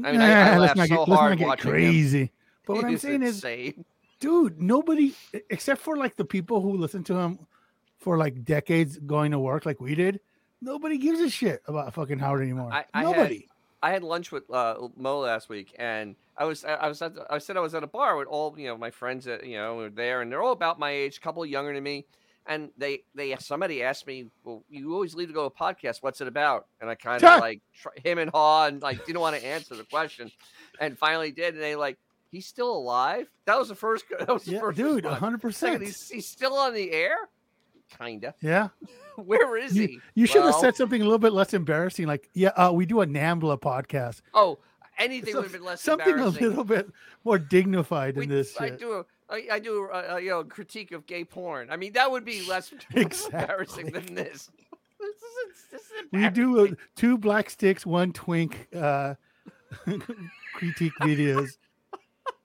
Speaker 2: I mean,
Speaker 9: nah, [laughs]
Speaker 2: I, I
Speaker 9: let's
Speaker 2: laughed
Speaker 9: not
Speaker 2: so
Speaker 9: get, let's
Speaker 2: hard
Speaker 9: not get
Speaker 2: watching him.
Speaker 9: crazy. But what
Speaker 2: It
Speaker 9: I'm saying is,
Speaker 2: insane.
Speaker 9: dude, nobody e- except for like the people who listen to him for like decades going to work, like we did. Nobody gives a shit about fucking Howard anymore.
Speaker 2: I, I
Speaker 9: nobody.
Speaker 2: Had, I had lunch with uh, Mo last week, and I was I, I was at, I said I was at a bar with all you know my friends that you know were there, and they're all about my age, a couple younger than me, and they they somebody asked me, well, you always leave to go to a podcast, what's it about? And I kind of like tr- him and haw and like didn't want to answer the question, and finally did, and they like. He's still alive. That was the first. [laughs] That was the
Speaker 9: Yeah,
Speaker 2: first
Speaker 9: dude,
Speaker 2: response.
Speaker 9: 100%.
Speaker 2: Second, He's, he's still on the air. Kinda.
Speaker 9: Yeah.
Speaker 2: Where is he?
Speaker 9: You, you should have
Speaker 2: Well-
Speaker 9: said something a little bit less embarrassing, like, yeah, uh, we do a Nambla podcast.
Speaker 2: Oh, anything
Speaker 9: Some-
Speaker 2: would have been less
Speaker 9: something a
Speaker 2: embarrassing.
Speaker 9: little bit more dignified than this
Speaker 2: I
Speaker 9: shit.
Speaker 2: do a, I, I do a, a, you know, critique of gay porn. I mean, that would be
Speaker 9: [laughs]
Speaker 2: less [laughs] embarrassing than this. [laughs] This is, this is
Speaker 9: We do a, two black sticks, one twink uh, [laughs] critique videos.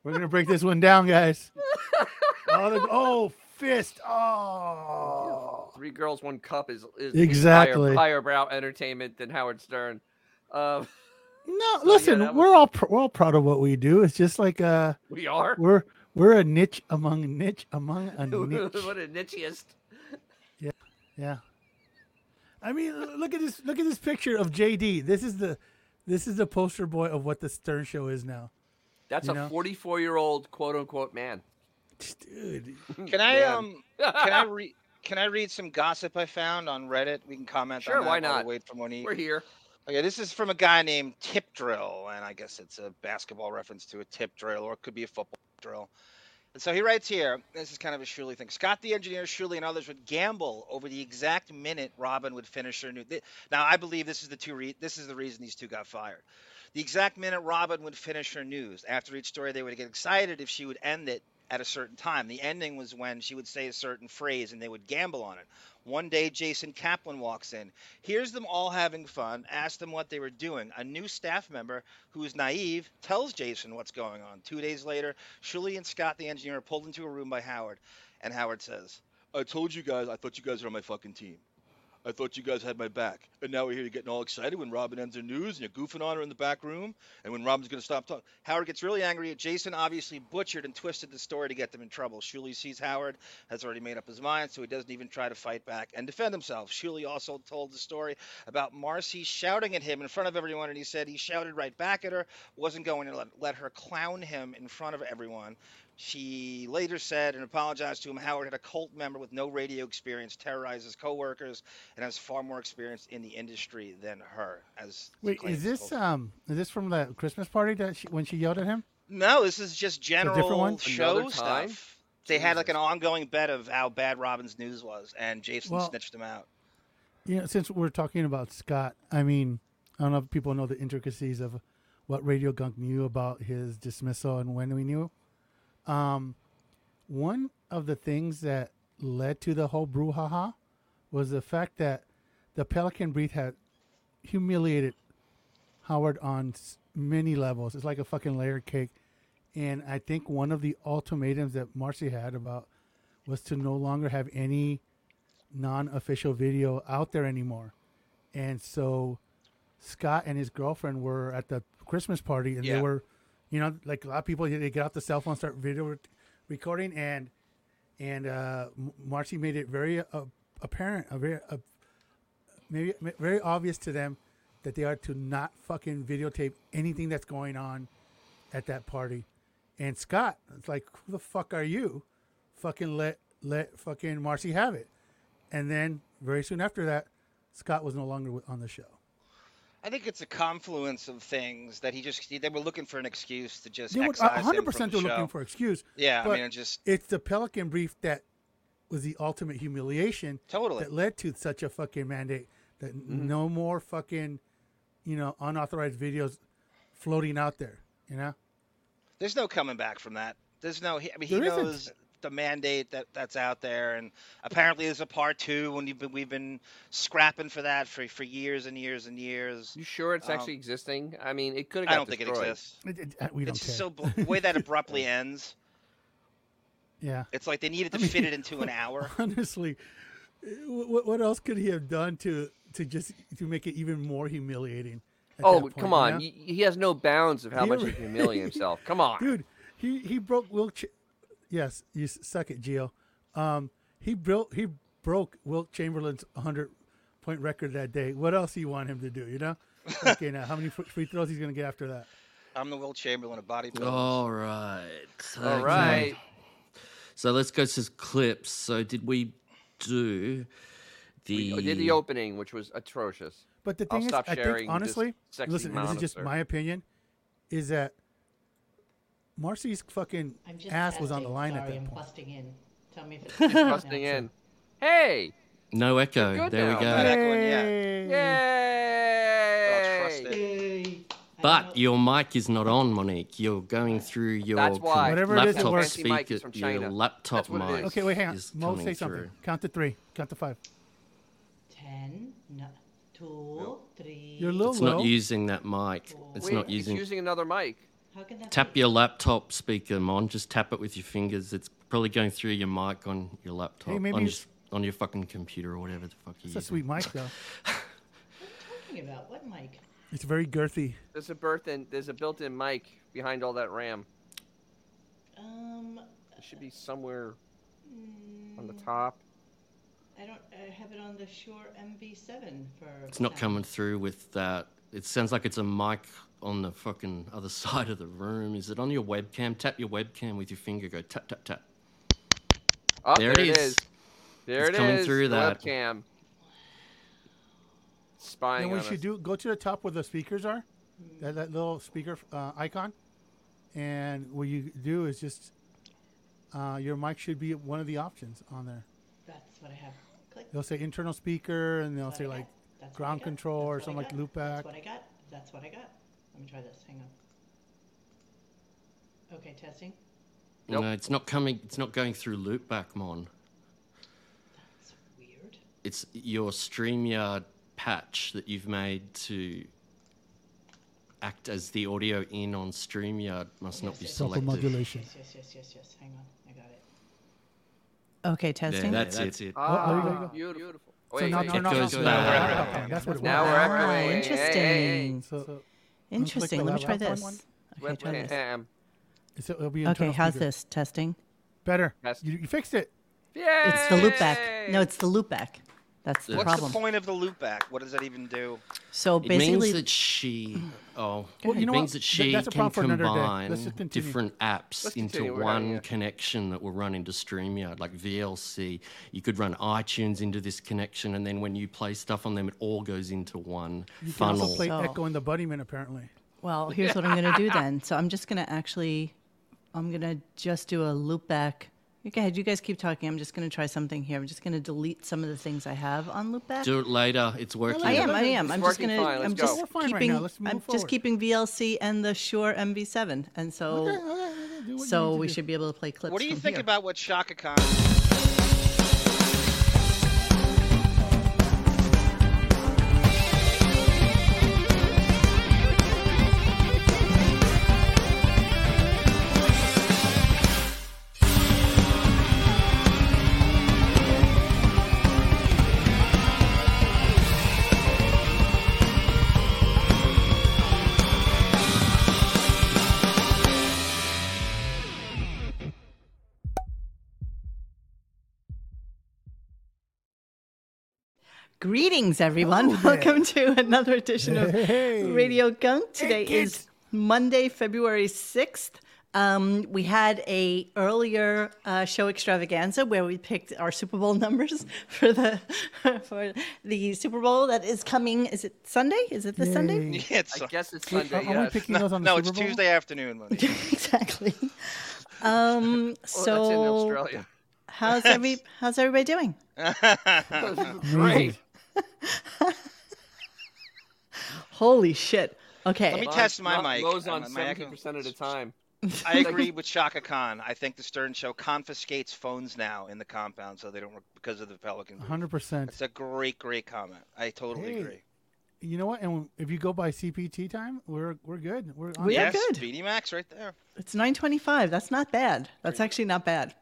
Speaker 9: We're gonna break this one down, guys. Oh, the- oh, fist! Oh,
Speaker 2: three girls, one cup is, is
Speaker 9: Exactly.
Speaker 2: higher, higher brow entertainment than Howard Stern. Um,
Speaker 9: no,
Speaker 2: yeah,
Speaker 9: listen,
Speaker 2: that
Speaker 9: we're all pr- we're all proud of what we do. It's just like uh,
Speaker 2: [laughs] We are.
Speaker 9: we're we're a niche among a niche among [laughs] a niche.
Speaker 2: [laughs] what a nichiest.
Speaker 9: Yeah, yeah. I mean, l- look at this. Look at this picture of JD. This is the, this is the poster boy of what the Stern Show is now.
Speaker 2: That's
Speaker 9: You
Speaker 2: a
Speaker 9: know?
Speaker 2: 44 year old quote unquote man.
Speaker 9: Dude.
Speaker 4: Can I
Speaker 2: Hmm, Man.
Speaker 4: um? Can
Speaker 2: [laughs]
Speaker 4: I read? Can I read some gossip I found on Reddit? We can comment
Speaker 2: Sure,
Speaker 4: on that.
Speaker 2: why
Speaker 4: while we
Speaker 2: not?
Speaker 4: Wait for Monique.
Speaker 2: We're here.
Speaker 4: Okay, this is from a guy named Tip Drill, and I guess it's a basketball reference to a tip drill, or it could be a football drill. And so he writes here, this is kind of a Shuley thing. Scott the engineer, Shuley, and others would gamble over the exact minute Robin would finish her new. thi- now I believe this is the two. Re- this is the reason these two got fired. The exact minute Robin would finish her news. After each story, they would get excited if she would end it at a certain time. The ending was when she would say a certain phrase, and they would gamble on it. One day, Jason Kaplan walks in. Hears them all having fun, asks them what they were doing. A new staff member who is naive tells Jason what's going on. Two days later, Shuley and Scott, the engineer, are pulled into a room by Howard, and Howard says, I told you guys, I thought you guys were on my fucking team. I thought you guys had my back. And now we're here getting all excited when Robin ends her news and you're goofing on her in the back room and when Robin's going to stop talking. Howard gets really angry at Jason, obviously butchered and twisted the story to get them in trouble. Shuley sees Howard has already made up his mind, so he doesn't even try to fight back and defend himself. Shuley also told the story about Marcy shouting at him in front of everyone, and he said he shouted right back at her, wasn't going to let, let her clown him in front of everyone. She later said and apologized to him. Howard had a cult member with no radio experience, terrorizes coworkers, and has far more experience in the industry than her. As he
Speaker 9: Wait,
Speaker 4: claims
Speaker 9: is
Speaker 4: in
Speaker 9: this
Speaker 4: both-
Speaker 9: um is this from the Christmas party that she, when she yelled at him?
Speaker 4: No, this is just
Speaker 9: different
Speaker 4: general
Speaker 9: one?
Speaker 4: show
Speaker 2: Another time?
Speaker 4: stuff. They had like an ongoing bet of how bad Robin's news was, and Jason
Speaker 9: Well-
Speaker 4: snitched him out.
Speaker 9: You know, since we're talking about Scott, I mean, I don't know if people know the intricacies of what Radio Gunk knew about his dismissal and when we knew. Um, one of the things that led to the whole brouhaha was the fact that the Pelican Breath had humiliated Howard on s- many levels. It's like a fucking layered cake. And I think one of the ultimatums that Marcy had about was to no longer have any non-official video out there anymore. And so Scott and his girlfriend were at the Christmas party and
Speaker 4: Yeah.
Speaker 9: they were You know, like a lot of people, they get out the cell phone, start video re- recording, and and uh, Marcy made it very uh, apparent, uh, very, uh, maybe very obvious to them that they are to not fucking videotape anything that's going on at that party. And Scott, it's like, who the fuck are you? Fucking let let fucking Marcy have it. And then very soon after that, Scott was no longer on the show.
Speaker 4: I think it's a confluence of things that he just they were looking for an excuse to just.
Speaker 9: They were
Speaker 4: excise
Speaker 9: hundred
Speaker 4: percent
Speaker 9: they were looking for excuse.
Speaker 4: Yeah, I mean, it just
Speaker 9: it's the Pelican brief that was the ultimate humiliation.
Speaker 4: Totally.
Speaker 9: That led to such a fucking mandate that mm-hmm. no more fucking, you know, unauthorized videos floating out there. You know.
Speaker 4: There's no coming back from that. There's no. I mean, he there knows. Isn't the mandate that that's out there, and apparently there's a part two, and been, we've been scrapping for that for, for years and years and years.
Speaker 2: You sure it's um, actually existing? I mean, it could.
Speaker 4: I don't
Speaker 2: destroyed.
Speaker 4: think it exists. It,
Speaker 9: it, we don't
Speaker 4: it's care. so the way that
Speaker 1: [laughs]
Speaker 4: abruptly ends.
Speaker 9: Yeah,
Speaker 4: it's like they needed to I mean, [laughs] fit it into an hour.
Speaker 9: [laughs] Honestly, what what else could he have done to to just to make it even more humiliating?
Speaker 2: Oh point, come on! You know? He has no bounds of how he much re- he can humiliate himself.
Speaker 9: [laughs]
Speaker 2: Come on,
Speaker 9: dude. He he broke Will. Ch- yes, you suck it, Gio. Um, he built he broke Wilt Chamberlain's 100 point record that day. What else do you want him to do? You know, okay, now how many free throws he's gonna get after that?
Speaker 4: I'm the Wilt Chamberlain of body
Speaker 5: builders.
Speaker 1: Oh,
Speaker 5: All right,
Speaker 2: all right.
Speaker 5: So let's go to clips. So did we do the?
Speaker 2: We did the opening, which was
Speaker 5: [laughs]
Speaker 2: atrocious.
Speaker 9: But the thing I'll is, I think honestly, this listen, this is just my opinion, is that Marcy's fucking ass testing. was on the line
Speaker 11: Sorry,
Speaker 9: at that
Speaker 11: I'm
Speaker 9: point.
Speaker 11: busting in. Tell me if it's
Speaker 2: busting in. Hey.
Speaker 5: No echo. There now. we go.
Speaker 4: Yay.
Speaker 5: Mm-hmm.
Speaker 2: Yay.
Speaker 5: Oh,
Speaker 4: Yay. Yay.
Speaker 5: But your mic is not on, Monique. You're going through your
Speaker 2: That's why.
Speaker 9: Whatever
Speaker 5: laptop
Speaker 9: it
Speaker 2: is, it works.
Speaker 5: speaker. Your laptop
Speaker 2: That's what it
Speaker 5: mic.
Speaker 2: is.
Speaker 9: Okay, wait, hang on.
Speaker 5: is
Speaker 9: Mo,
Speaker 5: coming
Speaker 9: say something.
Speaker 5: through.
Speaker 9: Count to three. Count to five.
Speaker 11: Ten, no, two, three.
Speaker 9: You're a little
Speaker 5: It's
Speaker 9: low.
Speaker 5: not using that mic. It's
Speaker 2: Wait,
Speaker 5: not
Speaker 2: he's
Speaker 5: using.
Speaker 2: using another mic.
Speaker 11: How can that
Speaker 5: Tap
Speaker 11: be?
Speaker 5: your laptop speaker, Mon. Just tap it with your fingers. It's probably going through your mic on your laptop.
Speaker 9: Hey, maybe
Speaker 5: on, your,
Speaker 9: it's-
Speaker 5: on your fucking computer or whatever the fuck you
Speaker 9: It's a sweet mic though.
Speaker 11: talking about? What mic?
Speaker 9: It's very girthy.
Speaker 2: There's a built-in. There's a built-in mic behind all that RAM.
Speaker 11: Um,
Speaker 2: It should be somewhere
Speaker 11: mm,
Speaker 2: on the top.
Speaker 11: I don't I have it on the Shure MV7 for.
Speaker 5: It's not
Speaker 11: sound.
Speaker 5: coming through with that. It sounds like it's a mic on the fucking other [laughs] side of the room. Is it on your webcam? Tap your webcam with your finger. Go tap, tap, tap.
Speaker 2: Oh,
Speaker 5: There
Speaker 2: there,
Speaker 5: it
Speaker 2: it
Speaker 5: is.
Speaker 2: is. There
Speaker 5: It's
Speaker 2: it
Speaker 5: coming
Speaker 2: is,
Speaker 5: through
Speaker 2: the
Speaker 5: that.
Speaker 2: webcam. Spying
Speaker 9: Then we
Speaker 2: on
Speaker 9: should
Speaker 2: us.
Speaker 9: do go to the top where the speakers are, that, that little speaker uh, icon, and what you do is just uh, your mic should be one of the options on there.
Speaker 11: That's what I have. Click.
Speaker 9: They'll say internal speaker, and they'll
Speaker 11: That's
Speaker 9: say
Speaker 11: what I
Speaker 9: like
Speaker 11: got. That's what
Speaker 9: ground
Speaker 11: I got.
Speaker 9: control or
Speaker 11: That's what I
Speaker 9: something like
Speaker 11: got.
Speaker 9: loopback.
Speaker 11: That's what I got. That's what I got. Let me try this. Hang on. Okay, testing.
Speaker 2: Nope.
Speaker 5: No, it's not coming. It's not going through loopback, Mon.
Speaker 11: That's weird.
Speaker 5: It's your StreamYard patch that you've made to act as the audio in on StreamYard must not be
Speaker 11: Yes, yes, yes,
Speaker 5: selected.
Speaker 9: Self-modulation.
Speaker 11: Yes, yes, yes, yes, yes. Hang on. I got it.
Speaker 1: Okay,
Speaker 5: There,
Speaker 1: testing.
Speaker 5: that's, it.
Speaker 9: Oh, there you
Speaker 2: Ah,
Speaker 9: go.
Speaker 2: beautiful.
Speaker 9: so
Speaker 2: Wait,
Speaker 9: now,
Speaker 2: wait,
Speaker 9: now,
Speaker 5: it
Speaker 9: now,
Speaker 5: goes
Speaker 9: now,
Speaker 5: back.
Speaker 9: now, now, that's what it
Speaker 2: Now we're
Speaker 9: was.
Speaker 2: echoing.
Speaker 1: Ah,
Speaker 2: Hey, hey, hey.
Speaker 1: interesting.
Speaker 9: So, so
Speaker 1: Interesting. Let me try
Speaker 9: Click the
Speaker 1: this.
Speaker 9: laptop
Speaker 1: Okay, try this.
Speaker 2: webcam.
Speaker 9: it's- it'll be
Speaker 1: Okay,
Speaker 9: internal
Speaker 1: how's
Speaker 9: speaker.
Speaker 1: this testing?
Speaker 9: Better.
Speaker 2: Test.
Speaker 9: You, you fixed it.
Speaker 2: Yay!
Speaker 1: It's the loopback. No, it's the loopback. That's the
Speaker 5: What's the
Speaker 4: What's the
Speaker 1: problem.
Speaker 4: point of the loop back? What does that even do?
Speaker 1: So
Speaker 5: It means
Speaker 1: basically,
Speaker 5: that she. Oh,
Speaker 9: Well, you
Speaker 5: it
Speaker 9: know what?
Speaker 5: means that
Speaker 9: Th-
Speaker 5: she
Speaker 9: that's a
Speaker 5: can
Speaker 9: problem for another day.
Speaker 5: combine
Speaker 9: Let's just continue.
Speaker 5: different apps
Speaker 2: Let's
Speaker 5: into
Speaker 2: continue, we're outta
Speaker 5: one
Speaker 2: here.
Speaker 5: connection that will run into StreamYard, like VLC. You could run iTunes into this connection, and then when you play stuff on them, it all goes into one
Speaker 9: You can
Speaker 5: funnel.
Speaker 9: also play
Speaker 1: So-
Speaker 9: Echo and the Bunnymen apparently.
Speaker 1: well, here's what I'm going to do then. So I'm just going to actually, I'm going to just do a loopback. Go ahead. You guys keep talking. I'm just going to try something here. I'm just going to delete some of the things I have on loopback.
Speaker 5: Do it later. It's working.
Speaker 1: I am.
Speaker 9: look
Speaker 1: I
Speaker 9: at
Speaker 1: am.
Speaker 2: this.
Speaker 1: I'm
Speaker 2: It's
Speaker 1: just
Speaker 2: working
Speaker 1: gonna.
Speaker 2: fine. Let's
Speaker 1: I'm
Speaker 2: go.
Speaker 1: just
Speaker 9: We're fine right
Speaker 1: keeping.
Speaker 9: now. Let's move
Speaker 1: I'm
Speaker 9: forward.
Speaker 1: just keeping VLC and the Shure MV7, and
Speaker 9: Do
Speaker 1: so
Speaker 9: what you
Speaker 1: so
Speaker 9: need to
Speaker 1: we
Speaker 9: do.
Speaker 1: should be able to play clips.
Speaker 4: What do you
Speaker 1: from
Speaker 4: think
Speaker 1: here.
Speaker 4: about what Shaka Khan? [laughs]
Speaker 1: Greetings,
Speaker 4: Oh,
Speaker 1: everyone. Welcome to another edition of
Speaker 12: Hey.
Speaker 1: Radio Gunk. Today
Speaker 12: Hey,
Speaker 1: is Monday, February 6th. Um, we had a earlier uh, show extravaganza where we picked our Super Bowl [laughs] numbers for the [laughs] for the Super Bowl that is coming. Is it Sunday? Is it this Sunday?
Speaker 4: Yeah, it's, I guess
Speaker 2: it's
Speaker 1: Are-
Speaker 4: Sunday.
Speaker 1: are we
Speaker 4: yes.
Speaker 1: picking those on the
Speaker 4: no,
Speaker 1: Super
Speaker 4: it's
Speaker 1: Bowl?
Speaker 4: Tuesday afternoon. Monday.
Speaker 1: [laughs] exactly. Um,
Speaker 4: Oh,
Speaker 2: Oh,
Speaker 4: that's
Speaker 1: so
Speaker 4: in Australia.
Speaker 1: how's
Speaker 4: [laughs]
Speaker 1: every how's everybody doing? [laughs]
Speaker 4: Great.
Speaker 1: Holy shit. Okay.
Speaker 4: Let me test my mic.
Speaker 2: Mo's
Speaker 4: Uh,
Speaker 2: on
Speaker 4: my echo-
Speaker 2: seventy
Speaker 4: [laughs]
Speaker 2: percent of the time.
Speaker 4: I agree with Shaka Khan. I think the Stern Show confiscates phones now in the compound so they don't work because of the Pelican. booth.
Speaker 9: 100%.
Speaker 4: That's a great, great comment. I totally agree.
Speaker 9: You know what? And if you go by CPT time, we're we're good. We're on
Speaker 1: We are
Speaker 9: track.
Speaker 1: good.
Speaker 4: BD Max right there.
Speaker 1: It's 925. That's not bad. That's actually not bad.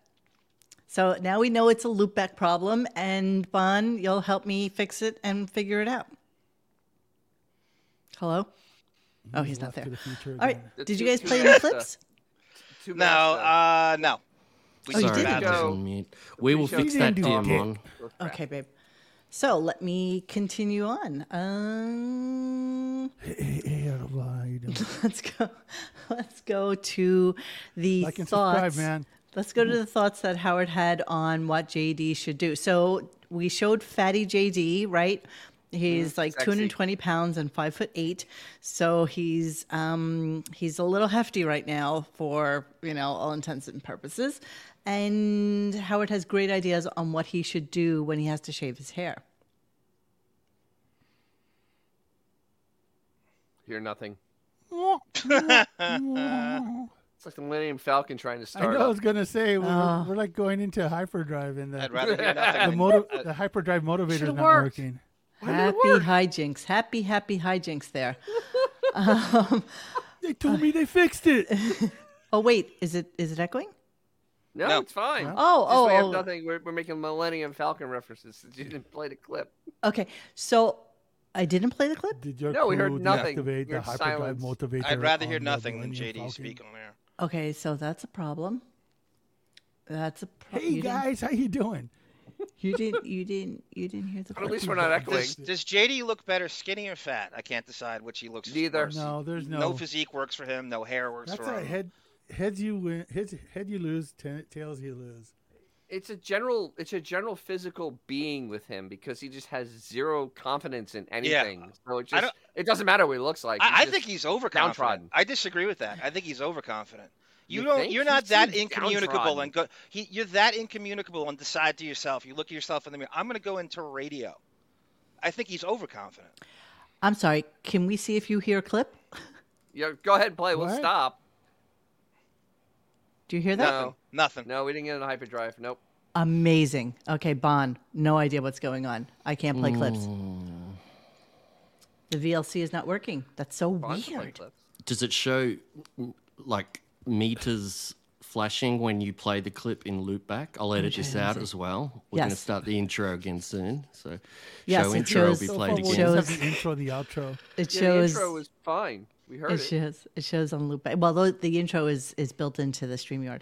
Speaker 1: So now we know it's a loopback problem, and Bon, you'll help me fix it and figure it out. Hello? Oh, he's not there. All right.
Speaker 4: The
Speaker 1: Did you
Speaker 4: two-
Speaker 1: guys
Speaker 4: two
Speaker 1: play any
Speaker 4: master.
Speaker 1: clips?
Speaker 4: No, uh, no.
Speaker 1: Oh, you
Speaker 5: Sorry,
Speaker 1: did?
Speaker 4: [laughs]
Speaker 5: that was on mute. We will fix
Speaker 1: You
Speaker 5: that,
Speaker 1: didn't
Speaker 5: dear
Speaker 1: do
Speaker 5: Mon.
Speaker 1: Okay, babe. So let me continue on. Um, [laughs]
Speaker 9: [laughs]
Speaker 1: let's go. Let's go to the
Speaker 9: Like and
Speaker 1: thoughts.
Speaker 9: subscribe, man.
Speaker 1: Let's go to the thoughts that Howard had on what JD should do. So we showed Fatty JD, right? He's
Speaker 12: Mhm.
Speaker 1: like
Speaker 12: Sexy.
Speaker 1: 220 pounds and five foot eight, so he's um, he's a little hefty right now for you know all intents and purposes. And Howard has great ideas on what he should do when he has to shave his hair.
Speaker 2: Hear nothing.
Speaker 9: I
Speaker 2: It's like the Millennium Falcon trying to start.
Speaker 9: know I
Speaker 2: up.
Speaker 9: was gonna say we're,
Speaker 2: Ah.
Speaker 9: we're like going into hyperdrive and the,
Speaker 2: I'd rather hear nothing.
Speaker 9: the, motiv- the hyperdrive motivator
Speaker 1: Should've
Speaker 9: not
Speaker 1: worked.
Speaker 9: working.
Speaker 1: Happy hijinks. Happy, happy hijinks there. um,
Speaker 9: they told me they fixed it.
Speaker 1: oh wait, is it is it echoing?
Speaker 2: No, it's fine.
Speaker 1: Oh,
Speaker 2: Just we
Speaker 1: oh,
Speaker 2: have
Speaker 1: oh.
Speaker 2: nothing. We're, we're making Millennium Falcon references. [laughs] since You didn't play the clip.
Speaker 1: Okay, so I didn't play the clip.
Speaker 9: [laughs] Did your
Speaker 2: No, we heard
Speaker 9: crew
Speaker 2: nothing.
Speaker 9: deactivate
Speaker 2: We heard
Speaker 9: the hyperdrive
Speaker 2: silence.
Speaker 9: motivator?
Speaker 4: I'd rather hear
Speaker 9: on the
Speaker 4: nothing than
Speaker 9: Millennium
Speaker 4: JD
Speaker 9: Falcon?
Speaker 4: speak on air.
Speaker 1: Okay, so that's a problem. That's a problem.
Speaker 9: Hey guys, how you doing?
Speaker 1: you
Speaker 2: [laughs]
Speaker 1: didn't you didn't you didn't hear the.
Speaker 2: But at least we're not echoing.
Speaker 4: Does, does JD look better skinny or fat? I can't decide which he looks.
Speaker 2: Neither.
Speaker 4: worse.
Speaker 9: No, there's
Speaker 4: No
Speaker 9: no-
Speaker 4: physique works for him. No hair works
Speaker 9: That's
Speaker 4: for
Speaker 9: a
Speaker 4: him.
Speaker 9: head. Heads you win. Heads, head you lose. ta- tails you lose.
Speaker 2: It's a general. It's a general physical being with him because he just has zero confidence in anything. So it
Speaker 4: I
Speaker 2: just it doesn't matter what he looks like.
Speaker 4: I, I
Speaker 2: He's just
Speaker 4: think he's overconfident.
Speaker 2: downtrodden.
Speaker 4: I disagree with that. I think he's overconfident. You,
Speaker 2: You
Speaker 4: don't.
Speaker 2: think?
Speaker 4: You're not
Speaker 2: He
Speaker 4: that
Speaker 2: seems
Speaker 4: incommunicable
Speaker 2: downtrodden.
Speaker 4: and go. He, you're that incommunicable and decide to yourself. You look at yourself in the mirror. I'm going to go into radio. I think he's overconfident.
Speaker 1: I'm sorry. Can we see if you hear a clip?
Speaker 2: Yeah, go ahead and play. We'll
Speaker 1: What?
Speaker 2: stop.
Speaker 1: Do you hear that?
Speaker 4: Nothing.
Speaker 2: No, we didn't get on hyperdrive. Nope.
Speaker 1: Amazing. Okay, Bon. No idea what's going on. I can't play clips. The VLC is not working. That's so weird.
Speaker 5: Does it show mm, like meters flashing when you play the clip in loopback? I'll edit
Speaker 1: Okay,
Speaker 5: this
Speaker 1: let me
Speaker 5: out
Speaker 1: see.
Speaker 5: as well. We're going to
Speaker 1: Yes.
Speaker 5: start the intro again soon. So
Speaker 1: Yes,
Speaker 5: show
Speaker 1: it
Speaker 5: intro
Speaker 1: shows-
Speaker 5: will be played
Speaker 1: it
Speaker 5: again.
Speaker 1: shows-
Speaker 9: The intro, the outro.
Speaker 1: It
Speaker 2: Yeah,
Speaker 1: shows.
Speaker 2: the intro was fine. We heard
Speaker 1: it,
Speaker 2: it.
Speaker 1: shows. It shows on loop. Well, the, the intro is is built into the Streamyard.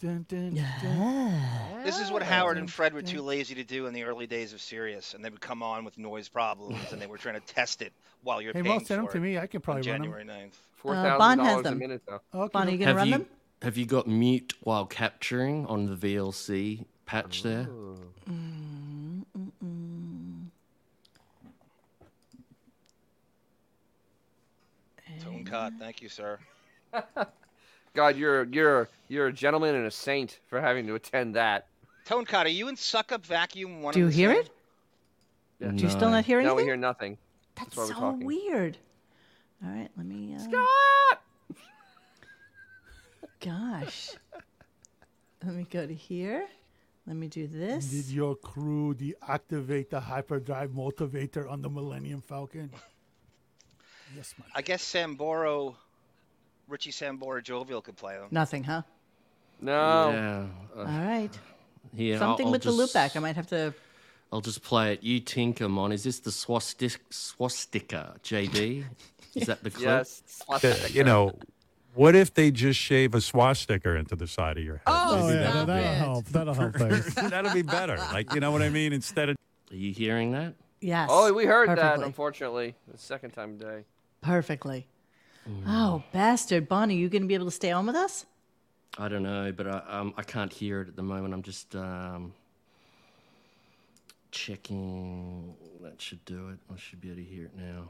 Speaker 9: Dun, dun,
Speaker 1: dun.
Speaker 4: This is what Howard and Fred were too lazy to do in the early days of Sirius, and they would come on with noise problems, and they were trying to test it while you're
Speaker 9: Hey,
Speaker 4: paying
Speaker 9: Mo, send 'em
Speaker 4: for
Speaker 9: to
Speaker 4: it
Speaker 9: me. I can
Speaker 4: on
Speaker 9: probably run 'em.
Speaker 4: January 9th.
Speaker 2: Four
Speaker 1: Uh,
Speaker 2: thousand
Speaker 1: Bon has
Speaker 2: dollars a
Speaker 1: them.
Speaker 2: minute though.
Speaker 9: Okay.
Speaker 1: Bon, are you gonna
Speaker 5: have
Speaker 1: run
Speaker 5: you,
Speaker 1: them?
Speaker 5: Have you got mute while capturing on the VLC patch there?
Speaker 4: Tone cut. Thank you, sir.
Speaker 2: God, you're you're you're a gentleman and a saint for having to attend that.
Speaker 4: Tone cut. Are you in suck up vacuum? One.
Speaker 1: Do you hear it?
Speaker 2: Yeah.
Speaker 1: Do you still not hear
Speaker 2: No, we
Speaker 1: anything?
Speaker 2: hear nothing.
Speaker 1: That's,
Speaker 2: why we're
Speaker 1: so
Speaker 2: talking.
Speaker 1: weird. All right, let me. Uh...
Speaker 2: Scott.
Speaker 1: Gosh. let me go to here. Let me do
Speaker 9: Did
Speaker 1: this.
Speaker 9: your crew deactivate the hyperdrive motivator on the Millennium Falcon? yes, my.
Speaker 4: I guess Samboro, Richie Sambora Jovial could play them.
Speaker 1: Nothing, huh?
Speaker 2: No.
Speaker 5: Yeah. uh,
Speaker 1: All right.
Speaker 5: Here, I'll-
Speaker 1: Something
Speaker 5: I'll
Speaker 1: with the
Speaker 5: just-
Speaker 1: loopback. I might have to.
Speaker 5: I'll just play it. You tinker, Mon. Is this the swastika, swastika JD? Is that the clip?
Speaker 2: Yes,
Speaker 13: Uh, you know, what if they just shave a swastika into the side of your head?
Speaker 12: Oh,
Speaker 13: Maybe
Speaker 12: yeah,
Speaker 13: that'll
Speaker 12: that'll
Speaker 13: be- [laughs]
Speaker 12: help. That'll help things.
Speaker 13: That'll be better. Like, you know what I mean? Instead of
Speaker 5: Are you hearing that?
Speaker 1: Yes.
Speaker 2: Oh, we heard that.
Speaker 1: perfectly.
Speaker 2: Unfortunately, the second time today.
Speaker 1: Perfectly.
Speaker 5: Mm.
Speaker 1: Oh, bastard. Bonnie, you going to be able to stay on with us?
Speaker 5: I don't know, but I um, I can't hear it at the moment. I'm just um, checking. That should do it. I should be able to hear it now.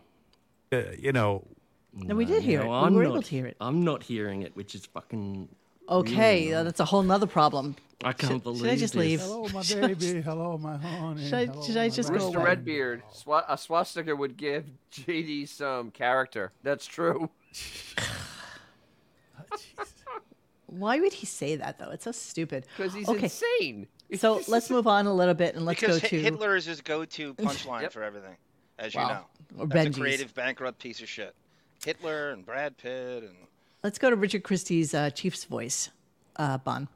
Speaker 5: Uh,
Speaker 13: Uh, you know.
Speaker 1: No, we did hear it. We were able to hear it.
Speaker 5: I'm not hearing it, which is fucking.
Speaker 1: Okay,
Speaker 5: really
Speaker 1: uh, that's a whole nother problem.
Speaker 5: I can't
Speaker 1: should,
Speaker 5: believe
Speaker 1: Should I just
Speaker 5: this.
Speaker 1: leave?
Speaker 9: Hello, Oh, my baby. Hello, my honey.
Speaker 1: Should I-
Speaker 9: hello,
Speaker 1: should
Speaker 9: my
Speaker 1: I just
Speaker 9: love.
Speaker 1: go
Speaker 2: Mr.
Speaker 1: away.
Speaker 2: Redbeard, swa- a swastika would give JD some character. That's true. [laughs]
Speaker 1: Why would he say that, though? It's so stupid.
Speaker 2: Because he's
Speaker 1: okay.
Speaker 2: insane. [laughs]
Speaker 1: So let's move on a little bit and let's
Speaker 4: because
Speaker 1: go
Speaker 4: Hi-
Speaker 1: to.
Speaker 4: Hitler is
Speaker 1: [laughs]
Speaker 4: his go-to punchline for everything, as you
Speaker 1: Wow.
Speaker 4: know.
Speaker 1: Or
Speaker 4: That's
Speaker 1: Benji's.
Speaker 4: a creative bankrupt piece of shit. Hitler and Brad Pitt and
Speaker 1: Let's go to Richard Christie's uh, Chief's Voice, uh, Bon,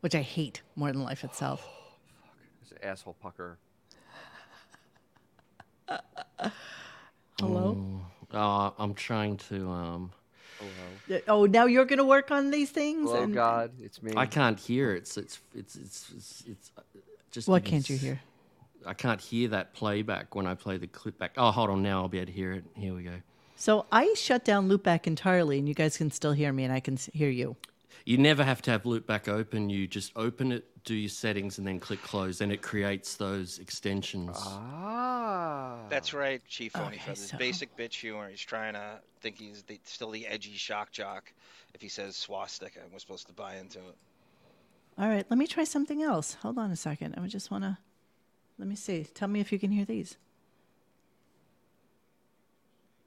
Speaker 1: which I hate more than life itself.
Speaker 2: This asshole pucker.
Speaker 1: Hello?
Speaker 5: Oh, I'm trying to. Um,
Speaker 1: Yeah, Oh, now you're going to work on these things?
Speaker 2: Hello,
Speaker 1: And-
Speaker 2: God. It's me.
Speaker 5: I can't hear it. So it's it's it's it's, it's uh, just.
Speaker 1: What
Speaker 5: even
Speaker 1: can't you
Speaker 5: s-
Speaker 1: hear?
Speaker 5: I can't hear that playback when I play the clip back. Oh, hold on. Now I'll be able to hear it. Here we go.
Speaker 1: So I shut down Loopback entirely, and you guys can still hear me, and I can s- hear you.
Speaker 5: You never have to have loop back open. You just open it, do your settings, and then click close, and it creates those extensions.
Speaker 2: Ah.
Speaker 4: That's right, Chief Phony Feathers.
Speaker 1: Oh. so-
Speaker 4: Basic bitch humor. He's trying to think he's the, still the edgy shock jock. If he says swastika, and we're supposed to buy into it.
Speaker 1: All right, let me try something else. Hold on a second. I just want to. Let me see. Tell me if you can hear these.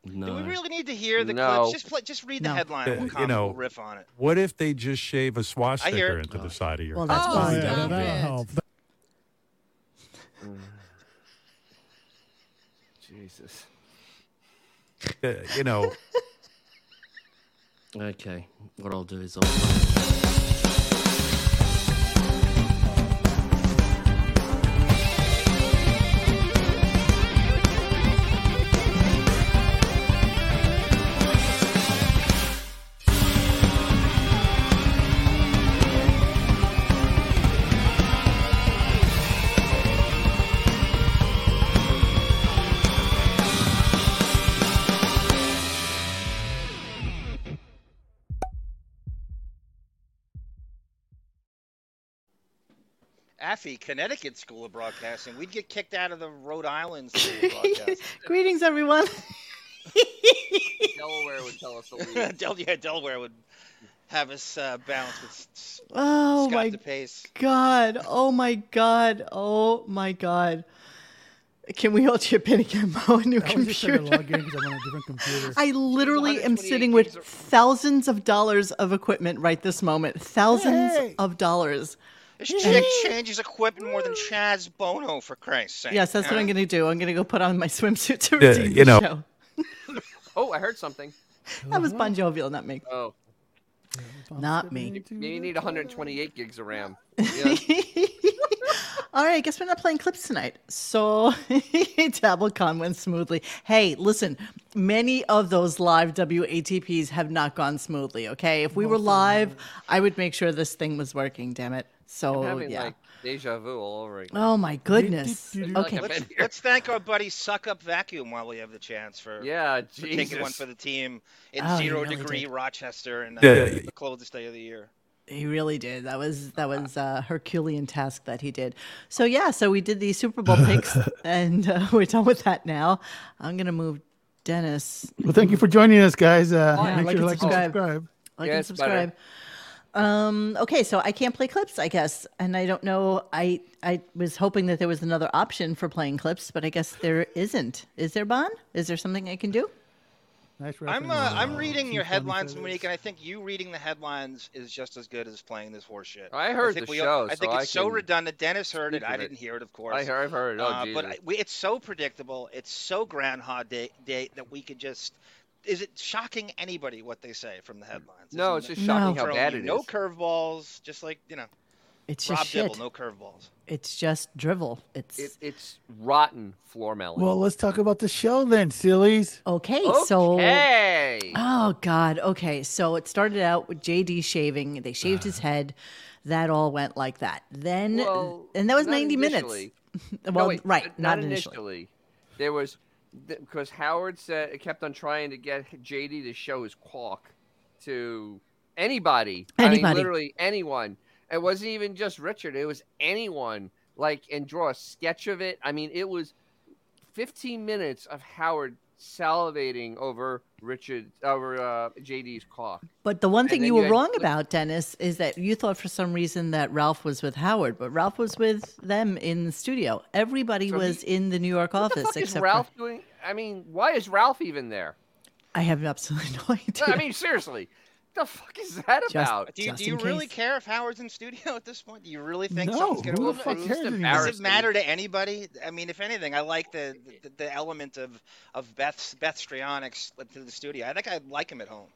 Speaker 4: Do
Speaker 5: no.
Speaker 4: we really need to hear the
Speaker 2: No.
Speaker 4: clips? Just play, just read
Speaker 1: No.
Speaker 4: the headline.
Speaker 13: Uh,
Speaker 4: and we'll
Speaker 13: you
Speaker 4: comment,
Speaker 13: know.
Speaker 4: we'll riff on it.
Speaker 13: What if they just shave a swastika into the side of your?
Speaker 1: Well,
Speaker 13: car?
Speaker 1: that's
Speaker 9: Oh,
Speaker 1: Bon.
Speaker 9: yeah, that'll help.
Speaker 1: [laughs]
Speaker 2: Jesus.
Speaker 1: Oh.
Speaker 13: Uh, you know.
Speaker 5: Okay. What I'll do is I'll. [laughs]
Speaker 4: Affy, Connecticut School of Broadcasting. We'd get kicked out of the Rhode Island School
Speaker 1: [laughs]
Speaker 4: of Broadcasting.
Speaker 1: [laughs] Greetings, everyone.
Speaker 2: Delaware would tell us
Speaker 1: [laughs]
Speaker 2: to
Speaker 4: [laughs]
Speaker 2: leave.
Speaker 4: Del- yeah, Delaware would have us uh, balance with S-
Speaker 1: Oh
Speaker 4: Scott
Speaker 1: my
Speaker 4: DePace.
Speaker 1: God. Oh my God. Oh my God. Can we all chip in again, Mo? A new
Speaker 9: I was just trying to
Speaker 1: computer.
Speaker 9: log in because I'm on a different computer.
Speaker 1: I literally am
Speaker 2: 128
Speaker 1: sitting with
Speaker 2: gigs of-
Speaker 1: thousands of dollars of equipment right this moment. Thousands
Speaker 9: Hey.
Speaker 1: of dollars.
Speaker 4: This chick changes equipment more than Chaz Bono, for Christ's sake.
Speaker 1: Yes, that's what I'm going to do. I'm going to go put on my swimsuit to
Speaker 13: Yeah,
Speaker 1: redeem
Speaker 13: you
Speaker 1: the
Speaker 13: know.
Speaker 1: show.
Speaker 2: Oh, I heard something.
Speaker 1: That was Bon Jovial, not me.
Speaker 2: Oh,
Speaker 1: Not me.
Speaker 2: you need 128 gigs
Speaker 1: [laughs]
Speaker 2: of RAM.
Speaker 1: All right, I guess we're not playing clips tonight. So [laughs] DabbleCon went smoothly. Hey, listen, many of those live WATPs have not gone smoothly, okay? If we were live, I would make sure this thing was working, damn it.
Speaker 2: I'm
Speaker 1: So,
Speaker 2: having
Speaker 1: yeah.
Speaker 2: like deja vu all over again.
Speaker 1: oh my goodness. Okay.
Speaker 2: I've been here.
Speaker 4: Let's thank our buddy Suck Up Vacuum while we have the chance for,
Speaker 2: Yeah,
Speaker 4: for taking one
Speaker 2: Jesus.
Speaker 4: for the team in
Speaker 1: Oh,
Speaker 4: zero
Speaker 1: he really
Speaker 4: degree
Speaker 1: did.
Speaker 4: Rochester and uh,
Speaker 13: Yeah.
Speaker 4: the coldest day of the year.
Speaker 1: He really did. That was that was a Herculean task that he did. So yeah, so we did the Super Bowl picks, and uh, we're done with that now. I'm gonna move Dennis.
Speaker 9: Well, thank you for joining us, guys. Uh,
Speaker 1: yeah,
Speaker 9: make sure
Speaker 1: like and
Speaker 9: to like and
Speaker 1: subscribe.
Speaker 9: subscribe.
Speaker 1: Like and
Speaker 2: Yes,
Speaker 1: subscribe.
Speaker 2: butter.
Speaker 1: Um, okay, so I can't play clips, I guess, and I don't know. I I was hoping that there was another option for playing clips, but I guess there isn't. Is there, Bon? Is there something I can do?
Speaker 9: Nice
Speaker 4: I'm
Speaker 9: wrapping,
Speaker 4: uh, I'm reading
Speaker 9: Chief
Speaker 4: your
Speaker 9: Bonnie
Speaker 4: headlines,
Speaker 9: Feathers.
Speaker 4: Monique, and I think you reading the headlines is just as good as playing this horse shit.
Speaker 2: I heard
Speaker 4: think
Speaker 2: the
Speaker 4: we all-
Speaker 2: show,
Speaker 4: I think
Speaker 2: so I
Speaker 4: it's so
Speaker 2: can
Speaker 4: redundant. Dennis heard it.
Speaker 2: speak
Speaker 4: I
Speaker 2: of it.
Speaker 4: didn't hear it, of course.
Speaker 2: I heard, I've heard it. Oh,
Speaker 4: Uh, but
Speaker 2: Jesus.
Speaker 4: I, we, it's so predictable. It's so Groundhog Day, day that we could just. Is it shocking anybody what they say from the headlines?
Speaker 2: No, it's
Speaker 4: Isn't
Speaker 2: just
Speaker 4: it
Speaker 2: shocking
Speaker 1: No.
Speaker 2: how
Speaker 4: throwing
Speaker 2: bad
Speaker 4: you
Speaker 2: it is.
Speaker 4: no curveballs, just like you know,
Speaker 1: It's
Speaker 4: Rob
Speaker 1: just shit.
Speaker 4: Dibble, no curveballs.
Speaker 1: It's just drivel. It's
Speaker 2: It, it's rotten floor melon.
Speaker 9: Well, let's talk about the show then, sillies.
Speaker 1: okay. So
Speaker 2: okay.
Speaker 1: Oh God. Okay. So it started out with JD
Speaker 2: [sighs]
Speaker 1: shaving. They shaved his head. That all went like that. Then
Speaker 2: Well,
Speaker 1: and that was
Speaker 2: not
Speaker 1: ninety minutes.
Speaker 2: initially.
Speaker 1: well,
Speaker 2: no, wait,
Speaker 1: right,
Speaker 2: uh,
Speaker 1: not,
Speaker 2: not initially. There was because Howard said kept on trying to get JD to show his quark to anybody. I mean,
Speaker 1: Anybody.
Speaker 2: literally anyone. It wasn't even just Richard. It was anyone. Like and draw a sketch of it. I mean, it was 15 minutes of Howard salivating over Richard over uh, JD's quark.
Speaker 1: But the one
Speaker 2: And
Speaker 1: thing
Speaker 2: then
Speaker 1: you were
Speaker 2: had-
Speaker 1: wrong about, Dennis, is that you thought for some reason that Ralph was with Howard, but Ralph was with them in the studio. Everybody
Speaker 2: So
Speaker 1: was
Speaker 2: he-
Speaker 1: in the New York
Speaker 2: What the
Speaker 1: office
Speaker 2: fuck is
Speaker 1: except for-
Speaker 2: Ralph doing? I mean, why is Ralph even there?
Speaker 1: I have absolutely [laughs] no idea.
Speaker 2: I mean,
Speaker 1: [laughs]
Speaker 2: seriously, the fuck is that
Speaker 1: Just-
Speaker 2: about?
Speaker 4: Do you,
Speaker 1: Just
Speaker 4: do you
Speaker 1: in
Speaker 4: really
Speaker 1: case.
Speaker 4: care if Howard's in studio [laughs] at this point? Do you really think
Speaker 1: No,
Speaker 4: something's going
Speaker 1: who
Speaker 4: to
Speaker 1: the fuck cares anymore?
Speaker 4: Does it
Speaker 1: Embarrassing.
Speaker 4: matter to anybody? I mean, if anything, I like the the, the element of of Beth's Beth Strionics to the studio. I think I like him at home.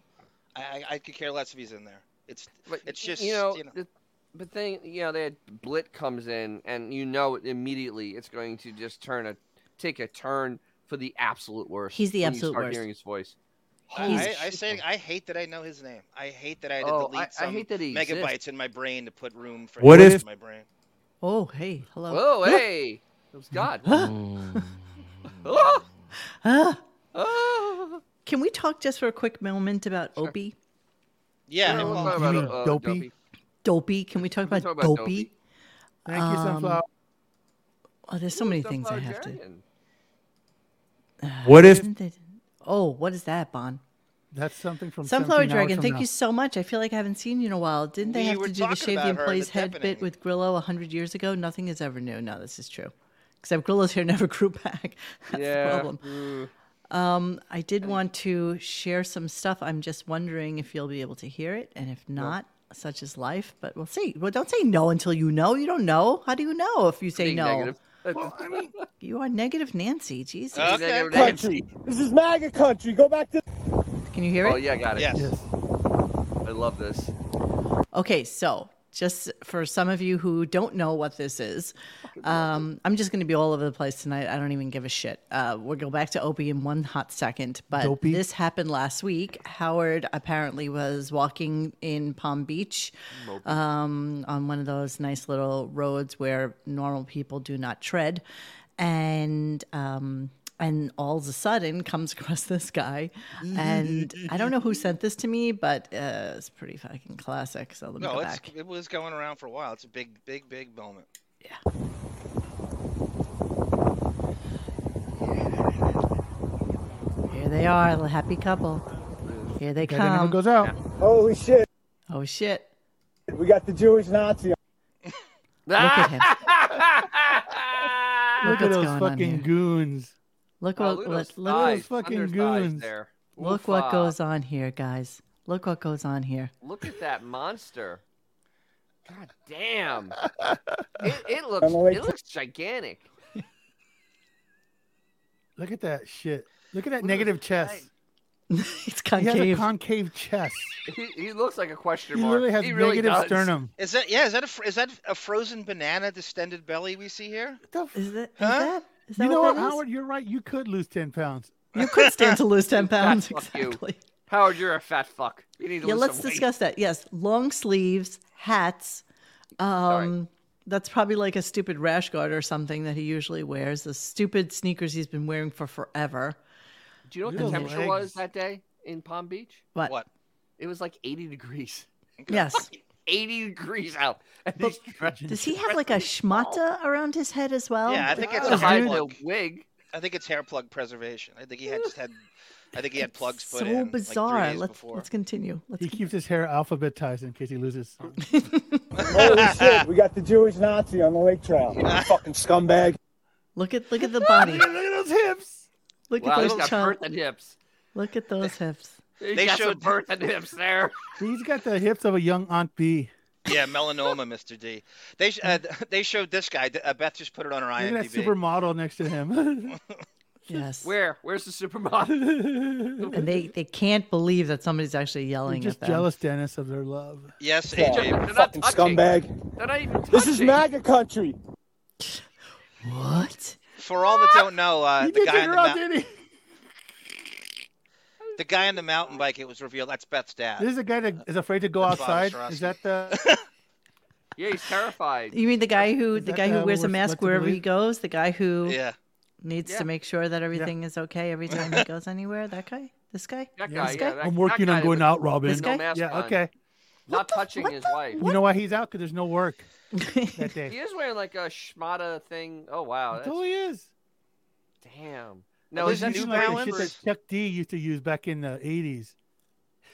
Speaker 4: I, I, I could care less if he's in there. It's
Speaker 2: But
Speaker 4: it's
Speaker 2: y-
Speaker 4: just
Speaker 2: you know, The, the thing you know, that Blit comes in, and you know immediately it's going to just turn a take a turn for the absolute worst.
Speaker 1: He's the
Speaker 2: when
Speaker 1: absolute
Speaker 2: you start
Speaker 1: worst.
Speaker 2: Hearing his voice.
Speaker 4: I,
Speaker 2: Holy
Speaker 4: I, I
Speaker 2: shit.
Speaker 4: say I hate that I know his name. I hate that I had to
Speaker 2: Oh, I-
Speaker 4: delete
Speaker 2: I
Speaker 4: some
Speaker 2: hate that he
Speaker 4: megabytes
Speaker 2: exists.
Speaker 4: in my brain to put room for
Speaker 13: What
Speaker 4: him
Speaker 13: if-
Speaker 4: in my brain.
Speaker 1: Oh, hey, hello.
Speaker 2: Whoa, hey, it was God. [laughs] Ah!
Speaker 1: Ah.
Speaker 2: Ah.
Speaker 1: Can we talk just for a quick moment about Opie?
Speaker 4: Yeah,
Speaker 2: we'll
Speaker 4: well,
Speaker 2: talk
Speaker 9: You
Speaker 2: about,
Speaker 9: mean
Speaker 2: uh,
Speaker 9: dopey?
Speaker 1: Dopey? Can we talk
Speaker 2: Can we
Speaker 1: about,
Speaker 2: talk about
Speaker 1: Dopey?
Speaker 2: Dopey?
Speaker 9: Thank you,
Speaker 1: Um,
Speaker 9: Sunflower.
Speaker 1: Oh, there's so many things I
Speaker 2: Sunflower
Speaker 1: have to.
Speaker 2: Dragon.
Speaker 13: What if
Speaker 1: Didn't they- Oh, what is that, Bon?
Speaker 9: That's something from
Speaker 1: Sunflower
Speaker 9: 17 hours
Speaker 1: Dragon,
Speaker 9: from
Speaker 1: thank
Speaker 9: now.
Speaker 1: you so much. I feel like I haven't seen you in a while. Didn't they
Speaker 4: We
Speaker 1: have
Speaker 4: were
Speaker 1: to do the
Speaker 4: talking
Speaker 1: shave
Speaker 4: about
Speaker 1: the
Speaker 4: her at
Speaker 1: employee's
Speaker 4: the
Speaker 1: head
Speaker 4: happening.
Speaker 1: bit with Grillo 100 years ago? Nothing is ever new. No, this is true. Except Grillo's hair [laughs] never grew back. That's the
Speaker 2: Yeah.
Speaker 1: problem.
Speaker 2: mm.
Speaker 1: Um, I did want to share some stuff. I'm just wondering if you'll be able to hear it, and if not, such is life. But we'll see. Well, don't say no until you know. You don't know. How do you know if you say
Speaker 2: Being
Speaker 1: no?
Speaker 2: negative.
Speaker 9: I mean,
Speaker 1: You are negative, Nancy. Jesus.
Speaker 4: Okay.
Speaker 2: Negative Nancy.
Speaker 12: Country. This is MAGA country. Go back to.
Speaker 1: Can you hear
Speaker 2: Oh
Speaker 1: it?
Speaker 2: yeah, I got it.
Speaker 4: Yes.
Speaker 9: yes.
Speaker 2: I love this.
Speaker 1: Okay, so just for some of you who don't know what this is, um, I'm just going to be all over the place tonight. I don't even give a shit. Uh, we'll go back to Opie in one hot second, but
Speaker 9: Dopey?
Speaker 1: this happened last week. Howard apparently was walking in Palm Beach um, on one of those nice little roads where normal people do not tread, and um, and all of a sudden comes [laughs] across this guy, and I don't know who sent this to me, but uh, it's pretty fucking classic. So let me
Speaker 4: No,
Speaker 1: go
Speaker 4: it's,
Speaker 1: back.
Speaker 4: it was going around for a while. It's a big, big, big moment.
Speaker 1: Here they are, the happy couple. Here they
Speaker 9: That never
Speaker 1: come.
Speaker 9: goes out.
Speaker 12: Holy shit.
Speaker 1: oh shit!
Speaker 12: We got the Jewish Nazi.
Speaker 1: Look at him.
Speaker 9: [laughs] Look at those
Speaker 1: what's going on
Speaker 9: fucking
Speaker 1: here.
Speaker 9: goons.
Speaker 1: Look
Speaker 2: Wow,
Speaker 1: what
Speaker 2: look at
Speaker 1: look,
Speaker 2: those
Speaker 1: look,
Speaker 9: at those
Speaker 2: thighs,
Speaker 9: fucking
Speaker 2: Thunder's thighs
Speaker 9: goons.
Speaker 2: there.
Speaker 1: look
Speaker 2: Oof,
Speaker 1: what
Speaker 2: ah.
Speaker 1: goes on here, guys. Look what goes on here. [laughs]
Speaker 2: Look at that monster. God
Speaker 1: [laughs]
Speaker 2: damn. It, it looks
Speaker 12: Emily,
Speaker 2: it looks gigantic.
Speaker 9: Look at that shit. Look at that
Speaker 2: Look at
Speaker 9: negative
Speaker 2: his
Speaker 9: chest.
Speaker 2: eye.
Speaker 1: it's
Speaker 9: He has a
Speaker 1: concave.
Speaker 9: concave chest.
Speaker 2: He, he looks like a question
Speaker 9: He
Speaker 2: mark.
Speaker 9: literally has negative
Speaker 2: does.
Speaker 9: sternum.
Speaker 4: Is that yeah? Is that a fr- is that a frozen banana distended belly we see here?
Speaker 9: What the f-
Speaker 1: is that? Is
Speaker 4: Huh?
Speaker 1: that? Is that
Speaker 9: you know what,
Speaker 1: that is?
Speaker 9: Howard? You're right. You could lose ten pounds.
Speaker 1: You could stand to lose ten pounds.
Speaker 2: fuck you.
Speaker 1: Exactly.
Speaker 2: Howard, you're a fat fuck. You need to
Speaker 1: Yeah,
Speaker 2: lose
Speaker 1: let's
Speaker 2: some weight.
Speaker 1: discuss that. Yes, long sleeves, hats. Um, That's probably like a stupid rash guard or something that he usually wears. The stupid sneakers he's been wearing for forever.
Speaker 2: Do you know what
Speaker 9: Little
Speaker 2: the temperature
Speaker 9: legs.
Speaker 2: was that day in Palm Beach?
Speaker 1: But
Speaker 4: What?
Speaker 2: It was like 80 degrees.
Speaker 1: yes,
Speaker 2: 80 degrees out. And
Speaker 1: But
Speaker 2: he's
Speaker 4: [laughs]
Speaker 2: dressed-
Speaker 1: does he have like a schmata around his head as well?
Speaker 4: Yeah, I think it's
Speaker 2: to
Speaker 4: a hair
Speaker 2: hide the
Speaker 4: plug.
Speaker 2: wig.
Speaker 4: I think it's hair plug preservation. I think he had just had. I think he
Speaker 1: [laughs]
Speaker 4: had plugs
Speaker 1: so
Speaker 4: put in. like, three
Speaker 1: bizarre.
Speaker 4: days
Speaker 1: let's
Speaker 4: before.
Speaker 1: let's continue. Let's
Speaker 9: He keeps his hair alphabetized in case he loses.
Speaker 12: Holy shit. We got the Jewish Nazi on the lake trail. Fucking scumbag.
Speaker 1: look at look at
Speaker 4: [laughs]
Speaker 1: the body.
Speaker 9: Look at those hips.
Speaker 1: Look
Speaker 2: Wow,
Speaker 1: at
Speaker 2: he's
Speaker 1: those
Speaker 2: got
Speaker 1: chun-
Speaker 2: birth and hips.
Speaker 1: Look at
Speaker 4: [laughs]
Speaker 1: those hips.
Speaker 2: He's
Speaker 4: They
Speaker 2: got some
Speaker 4: showed-
Speaker 2: birth and hips there.
Speaker 9: He's got the hips of a young Aunt B.
Speaker 4: Yeah, melanoma, Mr. D. They sh- uh, they showed this guy. Uh, Beth just put it on her
Speaker 9: Look at that
Speaker 4: IMDb.
Speaker 9: supermodel next to him.
Speaker 1: Yes.
Speaker 2: Where? Where's the
Speaker 12: [laughs]
Speaker 2: supermodel?
Speaker 9: [laughs]
Speaker 1: and they they can't believe that somebody's actually
Speaker 9: They're
Speaker 1: yelling
Speaker 9: just
Speaker 1: at them.
Speaker 9: jealous, Dennis, of their love.
Speaker 4: Yes,
Speaker 12: Yeah.
Speaker 4: AJ.
Speaker 2: They're not
Speaker 12: Fucking
Speaker 2: touching.
Speaker 12: scumbag.
Speaker 2: They're not even
Speaker 12: This is
Speaker 2: touching.
Speaker 12: MAGA country.
Speaker 1: What?
Speaker 4: For all that don't know, uh,
Speaker 9: he
Speaker 4: the
Speaker 9: did
Speaker 4: guy on
Speaker 9: figure
Speaker 4: the
Speaker 9: out,
Speaker 4: mou-
Speaker 9: didn't he?
Speaker 4: the guy on the mountain bike. It was revealed that's Beth's dad.
Speaker 9: This is a guy that is afraid to go
Speaker 4: uh, That's Bob
Speaker 9: outside. Is
Speaker 4: Ostrowski.
Speaker 9: that the?
Speaker 2: Yeah, he's terrified.
Speaker 1: You mean the guy who the
Speaker 2: that
Speaker 1: guy
Speaker 2: the
Speaker 1: who wears a
Speaker 2: worst
Speaker 1: mask
Speaker 2: left to
Speaker 1: wherever he
Speaker 2: believe?
Speaker 1: goes? The guy who
Speaker 2: Yeah.
Speaker 1: needs
Speaker 2: Yeah.
Speaker 1: to make sure that everything is okay every time he goes anywhere. That guy? This
Speaker 2: [laughs]
Speaker 1: guy? [laughs]
Speaker 2: That
Speaker 1: This
Speaker 2: guy, yeah,
Speaker 1: guy?
Speaker 2: that-
Speaker 9: I'm working on going out, Robin.
Speaker 1: This guy?
Speaker 9: yeah, okay.
Speaker 2: Not touching his wife.
Speaker 9: You know why he's out? Because there's no work that day.
Speaker 2: He is wearing like a schmata thing. Oh wow, that's
Speaker 9: That's all he is.
Speaker 2: damn. No, is that
Speaker 9: He's
Speaker 2: New
Speaker 9: like the
Speaker 2: Balance?
Speaker 9: Shit that Chuck D used to use back in the 80s.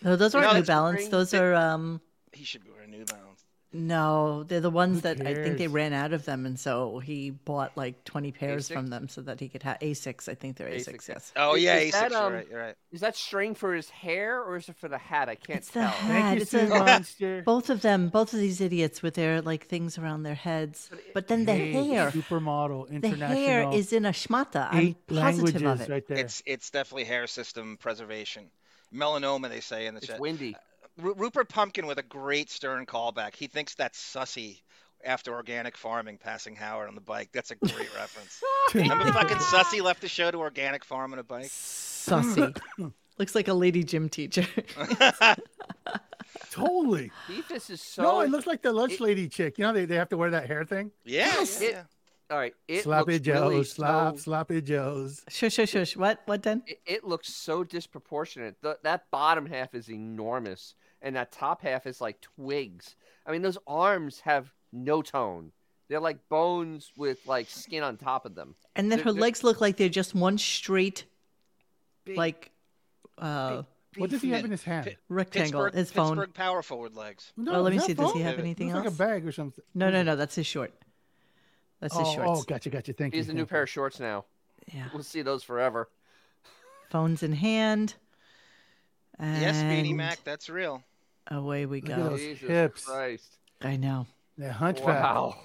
Speaker 1: No, those
Speaker 9: You
Speaker 1: aren't
Speaker 9: know,
Speaker 1: New
Speaker 9: it's
Speaker 1: Balance.
Speaker 9: green-
Speaker 1: Those are um
Speaker 4: He should be wearing New Balance.
Speaker 1: no, they're the ones that I think they
Speaker 4: cares?
Speaker 1: ran out of them, and so he bought like twenty pairs
Speaker 2: ASICs?
Speaker 1: from them so that he could have A6. I think they're A6. yes.
Speaker 4: Oh yeah,
Speaker 2: Is
Speaker 4: he's
Speaker 2: that,
Speaker 4: six.
Speaker 2: um,
Speaker 4: you're right. You're right.
Speaker 2: Is that string for his hair or is it for the hat? I can't
Speaker 1: It's the
Speaker 2: tell.
Speaker 1: hat. it's a- both of them, both of these idiots with their like things around their heads, but then the
Speaker 9: Hey,
Speaker 1: hair.
Speaker 9: Supermodel,
Speaker 1: The
Speaker 9: international.
Speaker 1: hair is in a schmata. I'm
Speaker 9: eight
Speaker 1: positive of
Speaker 9: languages
Speaker 1: it.
Speaker 9: right there.
Speaker 4: It's it's definitely hair system preservation. Melanoma, they say in the chat.
Speaker 2: windy.
Speaker 4: Ru- Rupert Pumpkin with a great stern callback. He thinks that's sussy after organic farming, passing Howard on the bike. That's a great reference. [laughs] Remember
Speaker 1: [laughs]
Speaker 4: fucking sussy left the show to organic farm on a bike? [laughs]
Speaker 1: Sussy.
Speaker 9: [laughs]
Speaker 1: Looks like a lady gym teacher. [laughs]
Speaker 9: totally.
Speaker 2: Beefus is so.
Speaker 9: no, it looks like the lunch lady chick. You know, they, they have to wear that hair thing.
Speaker 4: Yes.
Speaker 2: It- all right. It
Speaker 9: sloppy
Speaker 2: looks
Speaker 9: Joe's,
Speaker 2: really
Speaker 9: slop,
Speaker 2: so-
Speaker 9: sloppy Joe's.
Speaker 1: Shush, shush, shush. What? What then?
Speaker 2: It, it looks so disproportionate. Th that bottom half is enormous, and that top half is like twigs. I mean, those arms have no tone. They're like bones with like skin on top of them.
Speaker 1: And then
Speaker 2: They're-
Speaker 1: her
Speaker 2: they're
Speaker 1: legs look like they're just one straight,
Speaker 2: big.
Speaker 1: like, uh,
Speaker 9: What does he have in his hand?
Speaker 1: rectangle.
Speaker 4: Pittsburgh,
Speaker 1: His phone.
Speaker 4: Pittsburgh power forward legs.
Speaker 1: No, Oh, let me is that see, does he phone? have
Speaker 4: Yeah.
Speaker 1: anything
Speaker 9: Looks like a
Speaker 1: else?
Speaker 9: bag or something.
Speaker 1: No, no, no. That's his short. That's his
Speaker 9: oh,
Speaker 1: shorts.
Speaker 9: Oh, gotcha, gotcha. Thank
Speaker 2: He
Speaker 9: you.
Speaker 2: has a new
Speaker 9: thank
Speaker 2: pair of shorts now.
Speaker 1: Yeah.
Speaker 2: We'll see those forever.
Speaker 1: Phones in hand. And
Speaker 4: Yes, Beanie Mac, that's real.
Speaker 1: Away we
Speaker 9: Look at
Speaker 1: go.
Speaker 9: those hips.
Speaker 2: Christ.
Speaker 1: I know.
Speaker 9: you. That hunchback.
Speaker 2: Wow.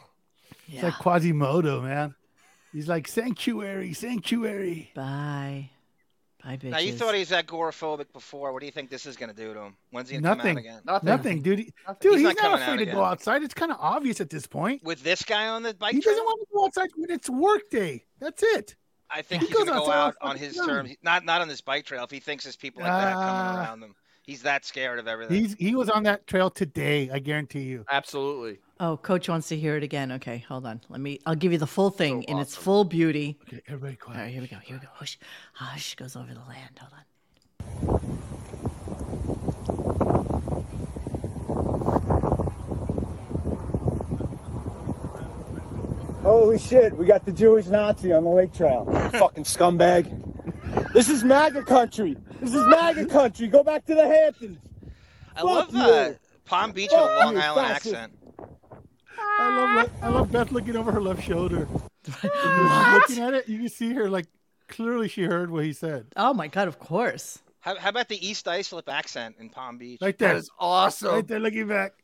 Speaker 9: It's like Quasimodo, man. He's like sanctuary, sanctuary.
Speaker 1: Bye. Bye, bitches.
Speaker 4: Now you thought he was agoraphobic before. What do you think this is going to do to him? When's he going to come
Speaker 9: Nothing.
Speaker 4: out again?
Speaker 1: uh,
Speaker 9: Nothing. dude. He-
Speaker 4: Nothing.
Speaker 9: Dude,
Speaker 4: He's
Speaker 9: he's,
Speaker 4: not
Speaker 9: not,
Speaker 4: coming out
Speaker 9: afraid to
Speaker 4: again.
Speaker 9: go outside. It's kind of obvious at this point.
Speaker 4: With this guy on the bike
Speaker 9: He
Speaker 4: trail?
Speaker 9: doesn't want to go outside when it's work day. That's it.
Speaker 4: I think
Speaker 9: He
Speaker 4: he's going to
Speaker 9: goes
Speaker 4: go
Speaker 9: outside all
Speaker 4: out on
Speaker 9: fucking
Speaker 4: his
Speaker 9: time.
Speaker 4: terms. Not not on this bike trail. If he thinks there's people like that coming
Speaker 9: Ah.
Speaker 4: around him, he's that scared of everything.
Speaker 9: He's he was on that trail today. I guarantee you.
Speaker 2: Absolutely.
Speaker 1: Oh, coach wants to hear it again. Okay, hold on. Let me. I'll give you the full thing in its full beauty.
Speaker 9: Okay, everybody quiet.
Speaker 1: All right, here we go. Here we go. Hush, hush. Goes over the land. Hold on.
Speaker 12: Holy shit, we got the Jewish Nazi on the lake trail. Fucking scumbag. This is MAGA country. This is MAGA country. Go back to the Hamptons.
Speaker 4: I love
Speaker 12: you.
Speaker 4: the Palm Beach with a
Speaker 12: Fuck
Speaker 4: Long
Speaker 12: you,
Speaker 4: Island
Speaker 12: bastard.
Speaker 4: accent.
Speaker 9: I love I love Beth looking over her left shoulder. Looking at it, you can see her like clearly she heard what he said.
Speaker 1: Oh my god! Of course.
Speaker 4: How, how about the East Islip accent in Palm Beach?
Speaker 9: Right there.
Speaker 2: That is awesome.
Speaker 9: Right there, looking back.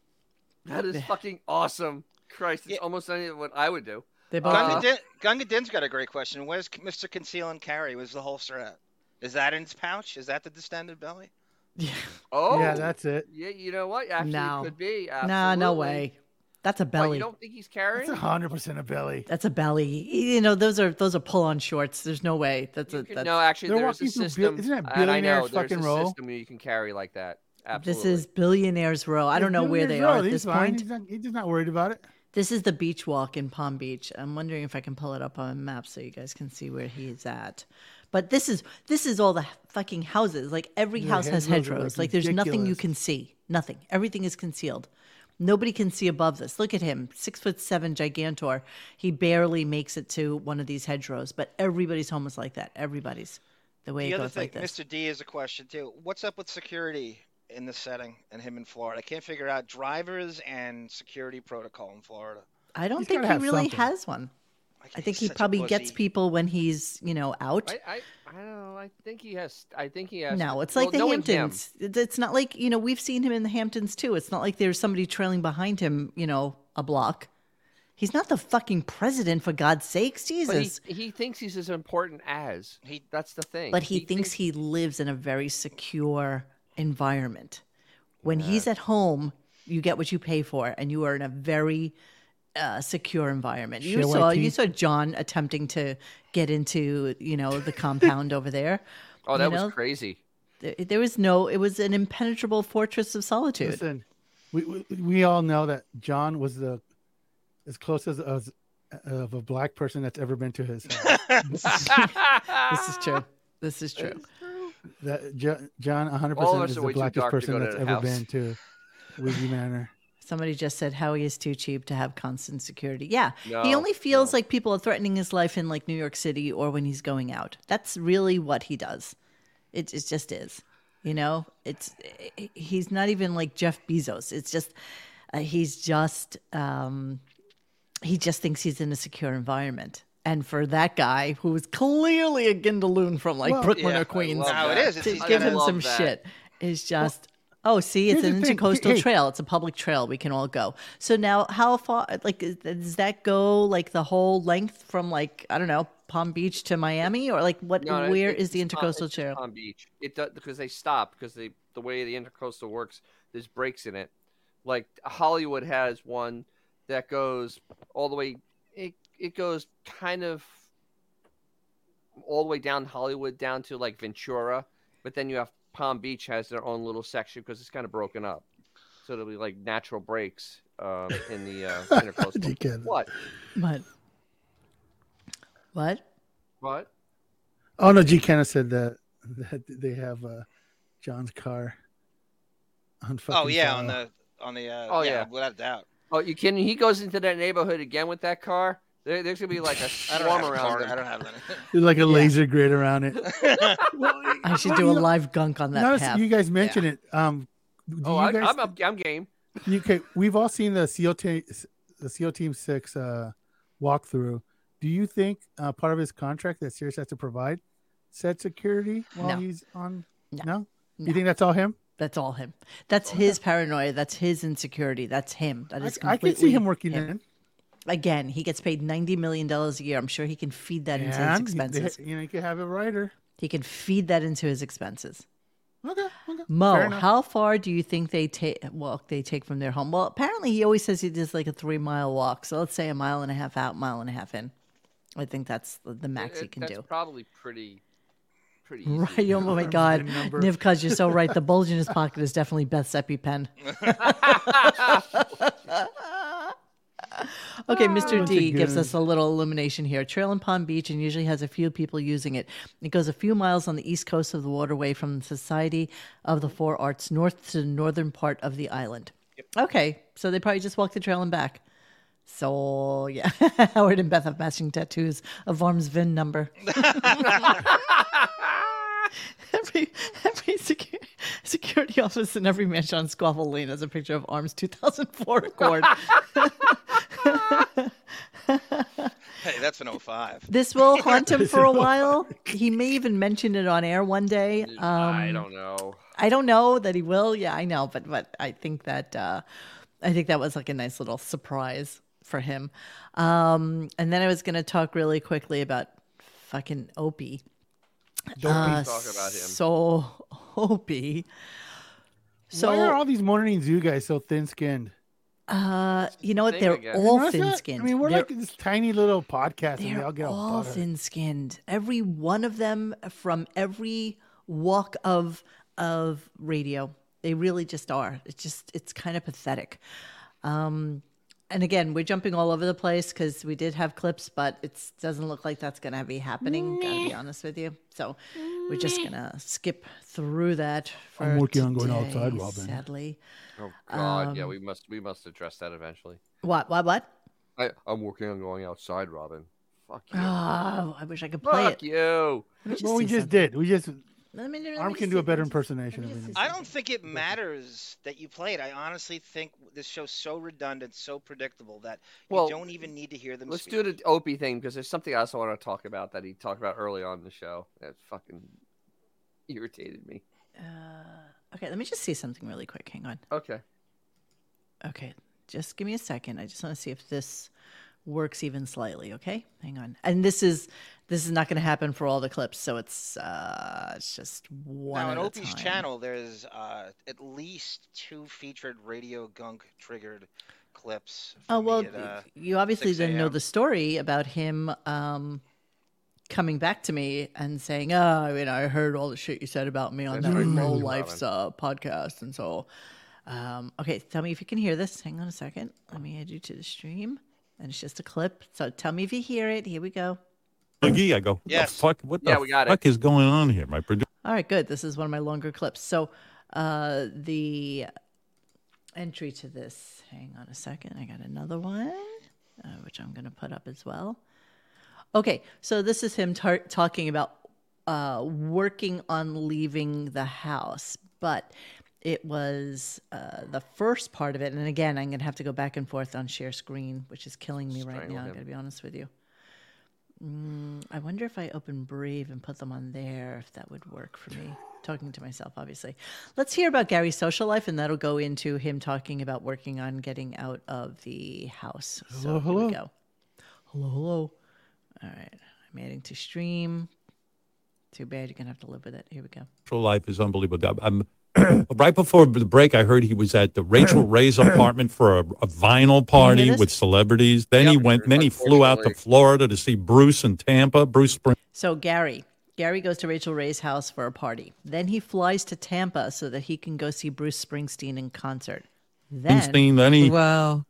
Speaker 2: That is fucking awesome. Christ, it's almost any of what I would do.
Speaker 1: They both.
Speaker 4: Gunga,
Speaker 9: uh,
Speaker 4: Din, Gunga Din's got a great question. Where's C- Mr. Conceal and Carry? Where's the holster at? Is that in its pouch? Is that the distended belly?
Speaker 2: Oh,
Speaker 9: Yeah, that's it.
Speaker 2: Yeah, you know what? Actually,
Speaker 1: No.
Speaker 2: it could be.
Speaker 1: Nah, no
Speaker 2: absolutely.
Speaker 1: way. That's a
Speaker 2: What,
Speaker 1: belly.
Speaker 2: you don't think he's carrying?
Speaker 9: It's hundred percent a belly.
Speaker 1: That's a belly. You know, those are those are pull-on shorts. There's no way. That's a
Speaker 2: You could-
Speaker 1: that's,
Speaker 2: no, actually,
Speaker 9: They're
Speaker 2: there's a
Speaker 9: walking through Bill-
Speaker 2: system.
Speaker 9: isn't that
Speaker 2: and I know
Speaker 9: billionaire's
Speaker 2: there's
Speaker 9: fucking
Speaker 2: a
Speaker 9: row?
Speaker 2: system where you can carry like that.
Speaker 1: this
Speaker 2: Absolutely.
Speaker 1: is billionaires row. I don't know where they are at this point.
Speaker 9: He's not, he's just not worried about it.
Speaker 1: This is the beach walk in Palm Beach. I'm wondering if I can pull it up on a map so you guys can see where he is at. But this is this is all the fucking houses. Like every
Speaker 9: Yeah,
Speaker 1: house has
Speaker 9: hedgerows are,
Speaker 1: hedgerows.
Speaker 9: like,
Speaker 1: Like there's nothing you
Speaker 9: ridiculous.
Speaker 1: can see. Nothing. Everything is concealed. Nobody can see above this. Look at him, six foot seven, gigantor. He barely makes it to one of these hedgerows. But everybody's home is like that. Everybody's the way
Speaker 4: the
Speaker 1: it
Speaker 4: other
Speaker 1: goes
Speaker 4: thing,
Speaker 1: like this.
Speaker 4: Mr. D is a question too. What's up with security in this setting and him in Florida? I can't figure out drivers and security protocol in Florida.
Speaker 1: I don't
Speaker 9: He's
Speaker 1: think
Speaker 9: gotta
Speaker 1: he
Speaker 9: have
Speaker 1: really
Speaker 9: something.
Speaker 1: has one. I think he
Speaker 4: such a
Speaker 1: probably gets
Speaker 4: [laughs] pussy.
Speaker 1: people when he's, you know, out.
Speaker 2: I, I, I don't know. I think he has. I think he has.
Speaker 1: No, it's like
Speaker 2: well,
Speaker 1: the
Speaker 2: knowing him,
Speaker 1: Hamptons. It- It's not like, you know, we've seen him in the Hamptons too. It's not like there's somebody trailing behind him, you know, a block. He's not the fucking president, for God's sakes,
Speaker 2: but
Speaker 1: Jesus.
Speaker 2: he, he thinks he's as important as he. That's the thing.
Speaker 1: But he, thinks he lives in a very secure environment. When he's at home, you get what you pay for, and you are in a very uh, secure environment. You saw
Speaker 9: JYT.
Speaker 1: you saw John attempting to get into you know the compound over there.
Speaker 2: Oh, that
Speaker 1: you know?
Speaker 2: was crazy.
Speaker 1: There, there was no. It was an impenetrable fortress of solitude.
Speaker 9: Listen, we, we we all know that John was the as close as, as of a black person that's ever been to his
Speaker 1: [laughs]
Speaker 9: house.
Speaker 1: [laughs] this is
Speaker 2: [laughs]
Speaker 1: true. This is true.
Speaker 9: that Jo- John 100
Speaker 1: All of
Speaker 9: percent
Speaker 1: us
Speaker 9: is
Speaker 1: are
Speaker 9: the
Speaker 1: way too
Speaker 9: blackest
Speaker 1: dark to
Speaker 9: person
Speaker 1: go to
Speaker 9: that's
Speaker 1: the
Speaker 9: ever
Speaker 1: house.
Speaker 9: been to Ouija
Speaker 1: [laughs]
Speaker 9: Manor.
Speaker 1: Somebody just said Howie is too cheap to have constant security. Yeah. he
Speaker 2: Oh,
Speaker 9: No,
Speaker 1: only feels like people are threatening his life in like New York City or when he's going out. That's really what he does. It, it just is. You know, it's he's not even like Jeff Bezos. It's just uh, he's just um, he just thinks he's in a secure environment. And for that guy who is clearly a Gindaloon from like
Speaker 9: Well-
Speaker 1: Brooklyn
Speaker 9: Yeah, I
Speaker 1: or Queens,
Speaker 9: love No, it that. is. It's-
Speaker 1: to
Speaker 9: he's
Speaker 1: give
Speaker 9: gonna
Speaker 1: him
Speaker 9: love
Speaker 1: some
Speaker 9: that.
Speaker 1: shit is just oh see it's
Speaker 9: here's
Speaker 1: an
Speaker 9: the thing.
Speaker 1: intercoastal
Speaker 9: Hey, hey.
Speaker 1: trail it's a public trail we can all go so now how far like is- does that go like the whole length from like i don't know palm beach to miami or like what
Speaker 2: No, no,
Speaker 1: where
Speaker 2: it's-
Speaker 1: is the
Speaker 2: it's Palm- it's
Speaker 1: intercoastal
Speaker 2: just
Speaker 1: trail
Speaker 2: Palm Beach. It does because they stop because they the way the intercoastal works, there's breaks in it. Like Hollywood has one that goes all the way. It it goes kind of all the way down Hollywood down to like Ventura, but then you have Palm Beach has their own little section because it's kind of broken up. So there'll be like natural breaks um, in the
Speaker 1: [laughs]
Speaker 2: uh, intercoastal.
Speaker 9: Dickhead.
Speaker 2: what?
Speaker 1: what what
Speaker 2: What?
Speaker 9: Oh no, G Kenna said that that they have uh, John's car on fucking
Speaker 4: Oh yeah,
Speaker 9: file.
Speaker 4: on the on the. Uh,
Speaker 2: Oh,
Speaker 4: yeah,
Speaker 2: yeah.
Speaker 4: without a doubt.
Speaker 2: Oh, you kidding? He goes into that neighborhood again with that car. There, there's gonna be like a
Speaker 4: I don't have
Speaker 2: storm
Speaker 4: a
Speaker 2: around.
Speaker 4: car.
Speaker 2: him.
Speaker 4: I don't have any.
Speaker 9: There's like a laser grid around it.
Speaker 2: [laughs]
Speaker 1: i should
Speaker 9: well,
Speaker 1: do
Speaker 9: you
Speaker 1: a
Speaker 9: know-
Speaker 1: live gunk on that
Speaker 9: Notice
Speaker 1: path
Speaker 9: you guys mentioned it. Um, do
Speaker 2: Oh,
Speaker 9: you
Speaker 2: I,
Speaker 9: guys
Speaker 2: I'm, up, I'm game.
Speaker 9: You- okay, we've all seen the SEAL team, the SEAL Team Six uh, walkthrough. Do you think uh, part of his contract that Sirius has to provide said security while
Speaker 1: No.
Speaker 9: he's on?
Speaker 1: No.
Speaker 9: you think that's all him?
Speaker 1: that's all him that's his paranoia that's his insecurity that's him that
Speaker 9: I-
Speaker 1: is
Speaker 9: I
Speaker 1: completely
Speaker 9: can see him working in.
Speaker 1: again he gets paid 90 million dollars a year i'm sure he can feed that into his
Speaker 9: And he- they-
Speaker 1: expenses
Speaker 9: you know, you could have a writer.
Speaker 1: he can feed that into his expenses
Speaker 9: Okay, okay. fair
Speaker 1: Mo,
Speaker 9: enough.
Speaker 1: how far do you think they take walk they take from their home? Well, apparently he always says he does like a three mile walk. So let's say a mile and a half out, mile and a half in. I think that's the, the max he
Speaker 2: It-
Speaker 1: can
Speaker 2: that's
Speaker 1: do. [laughs]
Speaker 2: probably pretty, pretty. Easy.
Speaker 1: Right. Oh my God. Nivkaz, you're so right. The bulge in his pocket is definitely Beth's EpiPen. Okay, Mr.
Speaker 9: Once
Speaker 1: D gives
Speaker 9: again.
Speaker 1: us a little illumination here. Trail in Palm Beach and usually has a few people using it. It goes a few miles on the east coast of the waterway from the Society of the Four Arts north to the northern part of the island. Okay, so they probably just walk the trail and back. So, yeah, [laughs] Howard and Beth have matching tattoos of Arm's VIN number. [laughs] every every secu- security office in every mansion on Squabble Lane has a picture of Arm's 2004 Accord.
Speaker 4: [laughs] Hey, that's an 05.
Speaker 1: This will haunt him for a while. He may even mention it on air one day. Um,
Speaker 2: I don't know.
Speaker 1: I don't know that he will. Yeah, I know, but but I think that uh, I think that was like a nice little surprise for him. Um, and then I was going to talk really quickly about fucking Opie. Uh,
Speaker 9: Don't we
Speaker 2: talk about him.
Speaker 1: So [laughs] Opie. So
Speaker 9: Why are all these morning zoo guys so thin-skinned?
Speaker 1: uh, you know what?
Speaker 9: Thing,
Speaker 1: They're
Speaker 9: I guess. You
Speaker 1: all
Speaker 9: notice that?
Speaker 1: thin skinned.
Speaker 9: I mean, we're
Speaker 1: They're
Speaker 9: like this tiny little podcast, and
Speaker 1: They're
Speaker 9: we all get all,
Speaker 1: all
Speaker 9: buttered.
Speaker 1: thin skinned. Every one of them from every walk of of radio. They really just are. It's just it's kind of pathetic. Um and again, we're jumping all over the place because we did have clips, but it doesn't look like that's going to be happening. Gotta be honest with you. So we're just going to skip through that. For
Speaker 9: I'm working on going
Speaker 1: today,
Speaker 9: outside, Robin.
Speaker 1: Sadly,
Speaker 2: Oh God, yeah,
Speaker 1: Um,
Speaker 2: we must we must address that eventually.
Speaker 1: what? What? What?
Speaker 2: I, I'm working on going outside, Robin. Fuck you.
Speaker 1: Oh, I wish I could play it.
Speaker 2: Fuck you.
Speaker 1: Let me just
Speaker 9: well, we
Speaker 1: see
Speaker 9: just did. We just
Speaker 1: Let me- let
Speaker 9: Arm
Speaker 1: me
Speaker 9: can
Speaker 1: see-
Speaker 9: do a
Speaker 1: let
Speaker 9: better
Speaker 1: me
Speaker 9: impersonation. Of
Speaker 4: I don't think it matters that you play it. I honestly think this show's so redundant, so predictable that you
Speaker 2: Well,
Speaker 4: don't even need to hear them
Speaker 2: Let's
Speaker 4: speak.
Speaker 2: do the Opie thing because there's something I also want to talk about that he talked about early on in the show that fucking irritated me.
Speaker 1: Uh, Okay, let me just see something really quick. Hang on.
Speaker 2: Okay.
Speaker 1: Okay, just give me a second. I just want to see if this works even slightly. Okay, hang on. And this is this is not going to happen for all the clips, so it's uh it's just one.
Speaker 4: now
Speaker 1: at
Speaker 4: on
Speaker 1: a
Speaker 4: Opie's
Speaker 1: time.
Speaker 4: channel, there's uh, at least two featured radio gunk triggered clips.
Speaker 1: Oh
Speaker 4: from me
Speaker 1: well,
Speaker 4: at, uh,
Speaker 1: you obviously
Speaker 4: 6
Speaker 1: didn't know
Speaker 4: a.m..
Speaker 1: the story about him um coming back to me and saying, "Oh, you know, I heard all the shit you said about me on
Speaker 2: That's
Speaker 1: that
Speaker 2: right,
Speaker 1: low
Speaker 2: Christopher
Speaker 1: life's uh, podcast," and so Um, okay, tell me if you can hear this. Hang on a second. Let me add you to the stream. And it's just a clip. So tell me if you hear it. Here we go.
Speaker 13: McGee, I go, what
Speaker 1: Yes.
Speaker 13: the fuck, what the
Speaker 1: Yeah, we got it.
Speaker 13: fuck is going on here? My producer.
Speaker 1: All right, good. This is one of my longer clips. So uh, the entry to this, hang on a second. I got another one, uh, which I'm going to put up as well. Okay, so this is him tar- talking about uh, working on leaving the house, but it was uh, the first part of it. And again, I'm going to have to go back and forth on share screen, which is killing me right
Speaker 6: Strangle
Speaker 1: now.
Speaker 6: him.
Speaker 1: I got to be honest with you. Mm, I wonder if I open Brave and put them on there, if that would work for me. talking to myself, obviously. Let's hear about Gary's social life, and that'll go into him talking about working on getting out of the house.
Speaker 9: Hello,
Speaker 1: so Here
Speaker 9: hello.
Speaker 1: we go. Hello, hello. All right, I'm adding to stream. Too bad you're gonna have to live with it. Here we go.
Speaker 13: Actual life is unbelievable. I'm, [clears throat] right before the break, I heard he was at
Speaker 7: [clears throat]
Speaker 13: the Rachel Ray's apartment for a, a vinyl party with celebrities. Then he went. Then he flew out to Florida to see Bruce in Tampa. Bruce Spring.
Speaker 1: So Gary, Gary goes to Rachel Ray's house for a party. Then he flies to Tampa so that he can go see Bruce Springsteen in concert. Then
Speaker 13: Springsteen. Then he wow.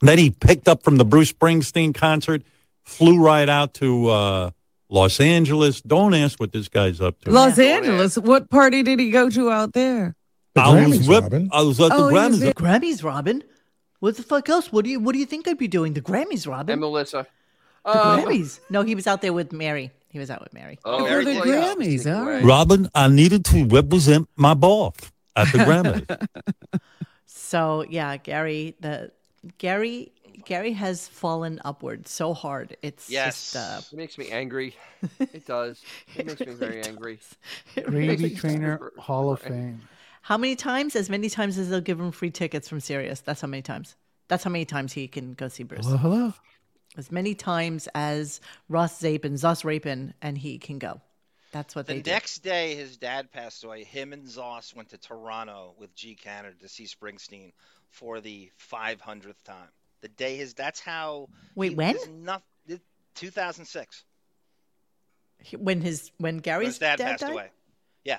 Speaker 13: Then he picked up from the Bruce Springsteen concert, flew right out to uh, Los Angeles. Don't ask what this guy's up to.
Speaker 14: Los Angeles. What party did he go to out there?
Speaker 13: I was, whip- I was at the
Speaker 14: Oh, he was
Speaker 13: Grammys.
Speaker 1: The Grammys, Robin. What the fuck else? What do you What do you think I'd be doing? The Grammys, Robin. And
Speaker 2: Melissa.
Speaker 1: The
Speaker 2: Um,
Speaker 1: Grammys. No, he was out there with Mary. He was out with Mary.
Speaker 2: Oh,
Speaker 14: For the Grammys. All right.
Speaker 13: Robin, I needed to represent my boss at the Grammys.
Speaker 1: So yeah, Gary. The Gary. Gary has fallen upward so hard. It's
Speaker 2: Yes.
Speaker 1: just uh,
Speaker 2: it makes me angry. It does.
Speaker 1: [laughs]
Speaker 2: It makes me very angry.
Speaker 9: Brady Trainer Hall of Fame.
Speaker 1: How many times? As many times as they'll give him free tickets from Sirius. That's how many times. That's how many times he can go see Bruce.
Speaker 9: Hello, hello.
Speaker 1: As many times as Ross Zapin, Zoss Rapin, and he can go. That's what
Speaker 4: The
Speaker 1: they do.
Speaker 4: next day, his dad passed away. Him and Zoss went to Toronto with G Canada to see Springsteen for the 500th time. The day his that's how.
Speaker 1: Wait,
Speaker 4: he-
Speaker 1: when?
Speaker 4: there's noth- it- 2006.
Speaker 1: He- When Oh, his when
Speaker 4: when
Speaker 1: Gary's
Speaker 4: his dad, passed
Speaker 1: died,
Speaker 4: away. Yeah,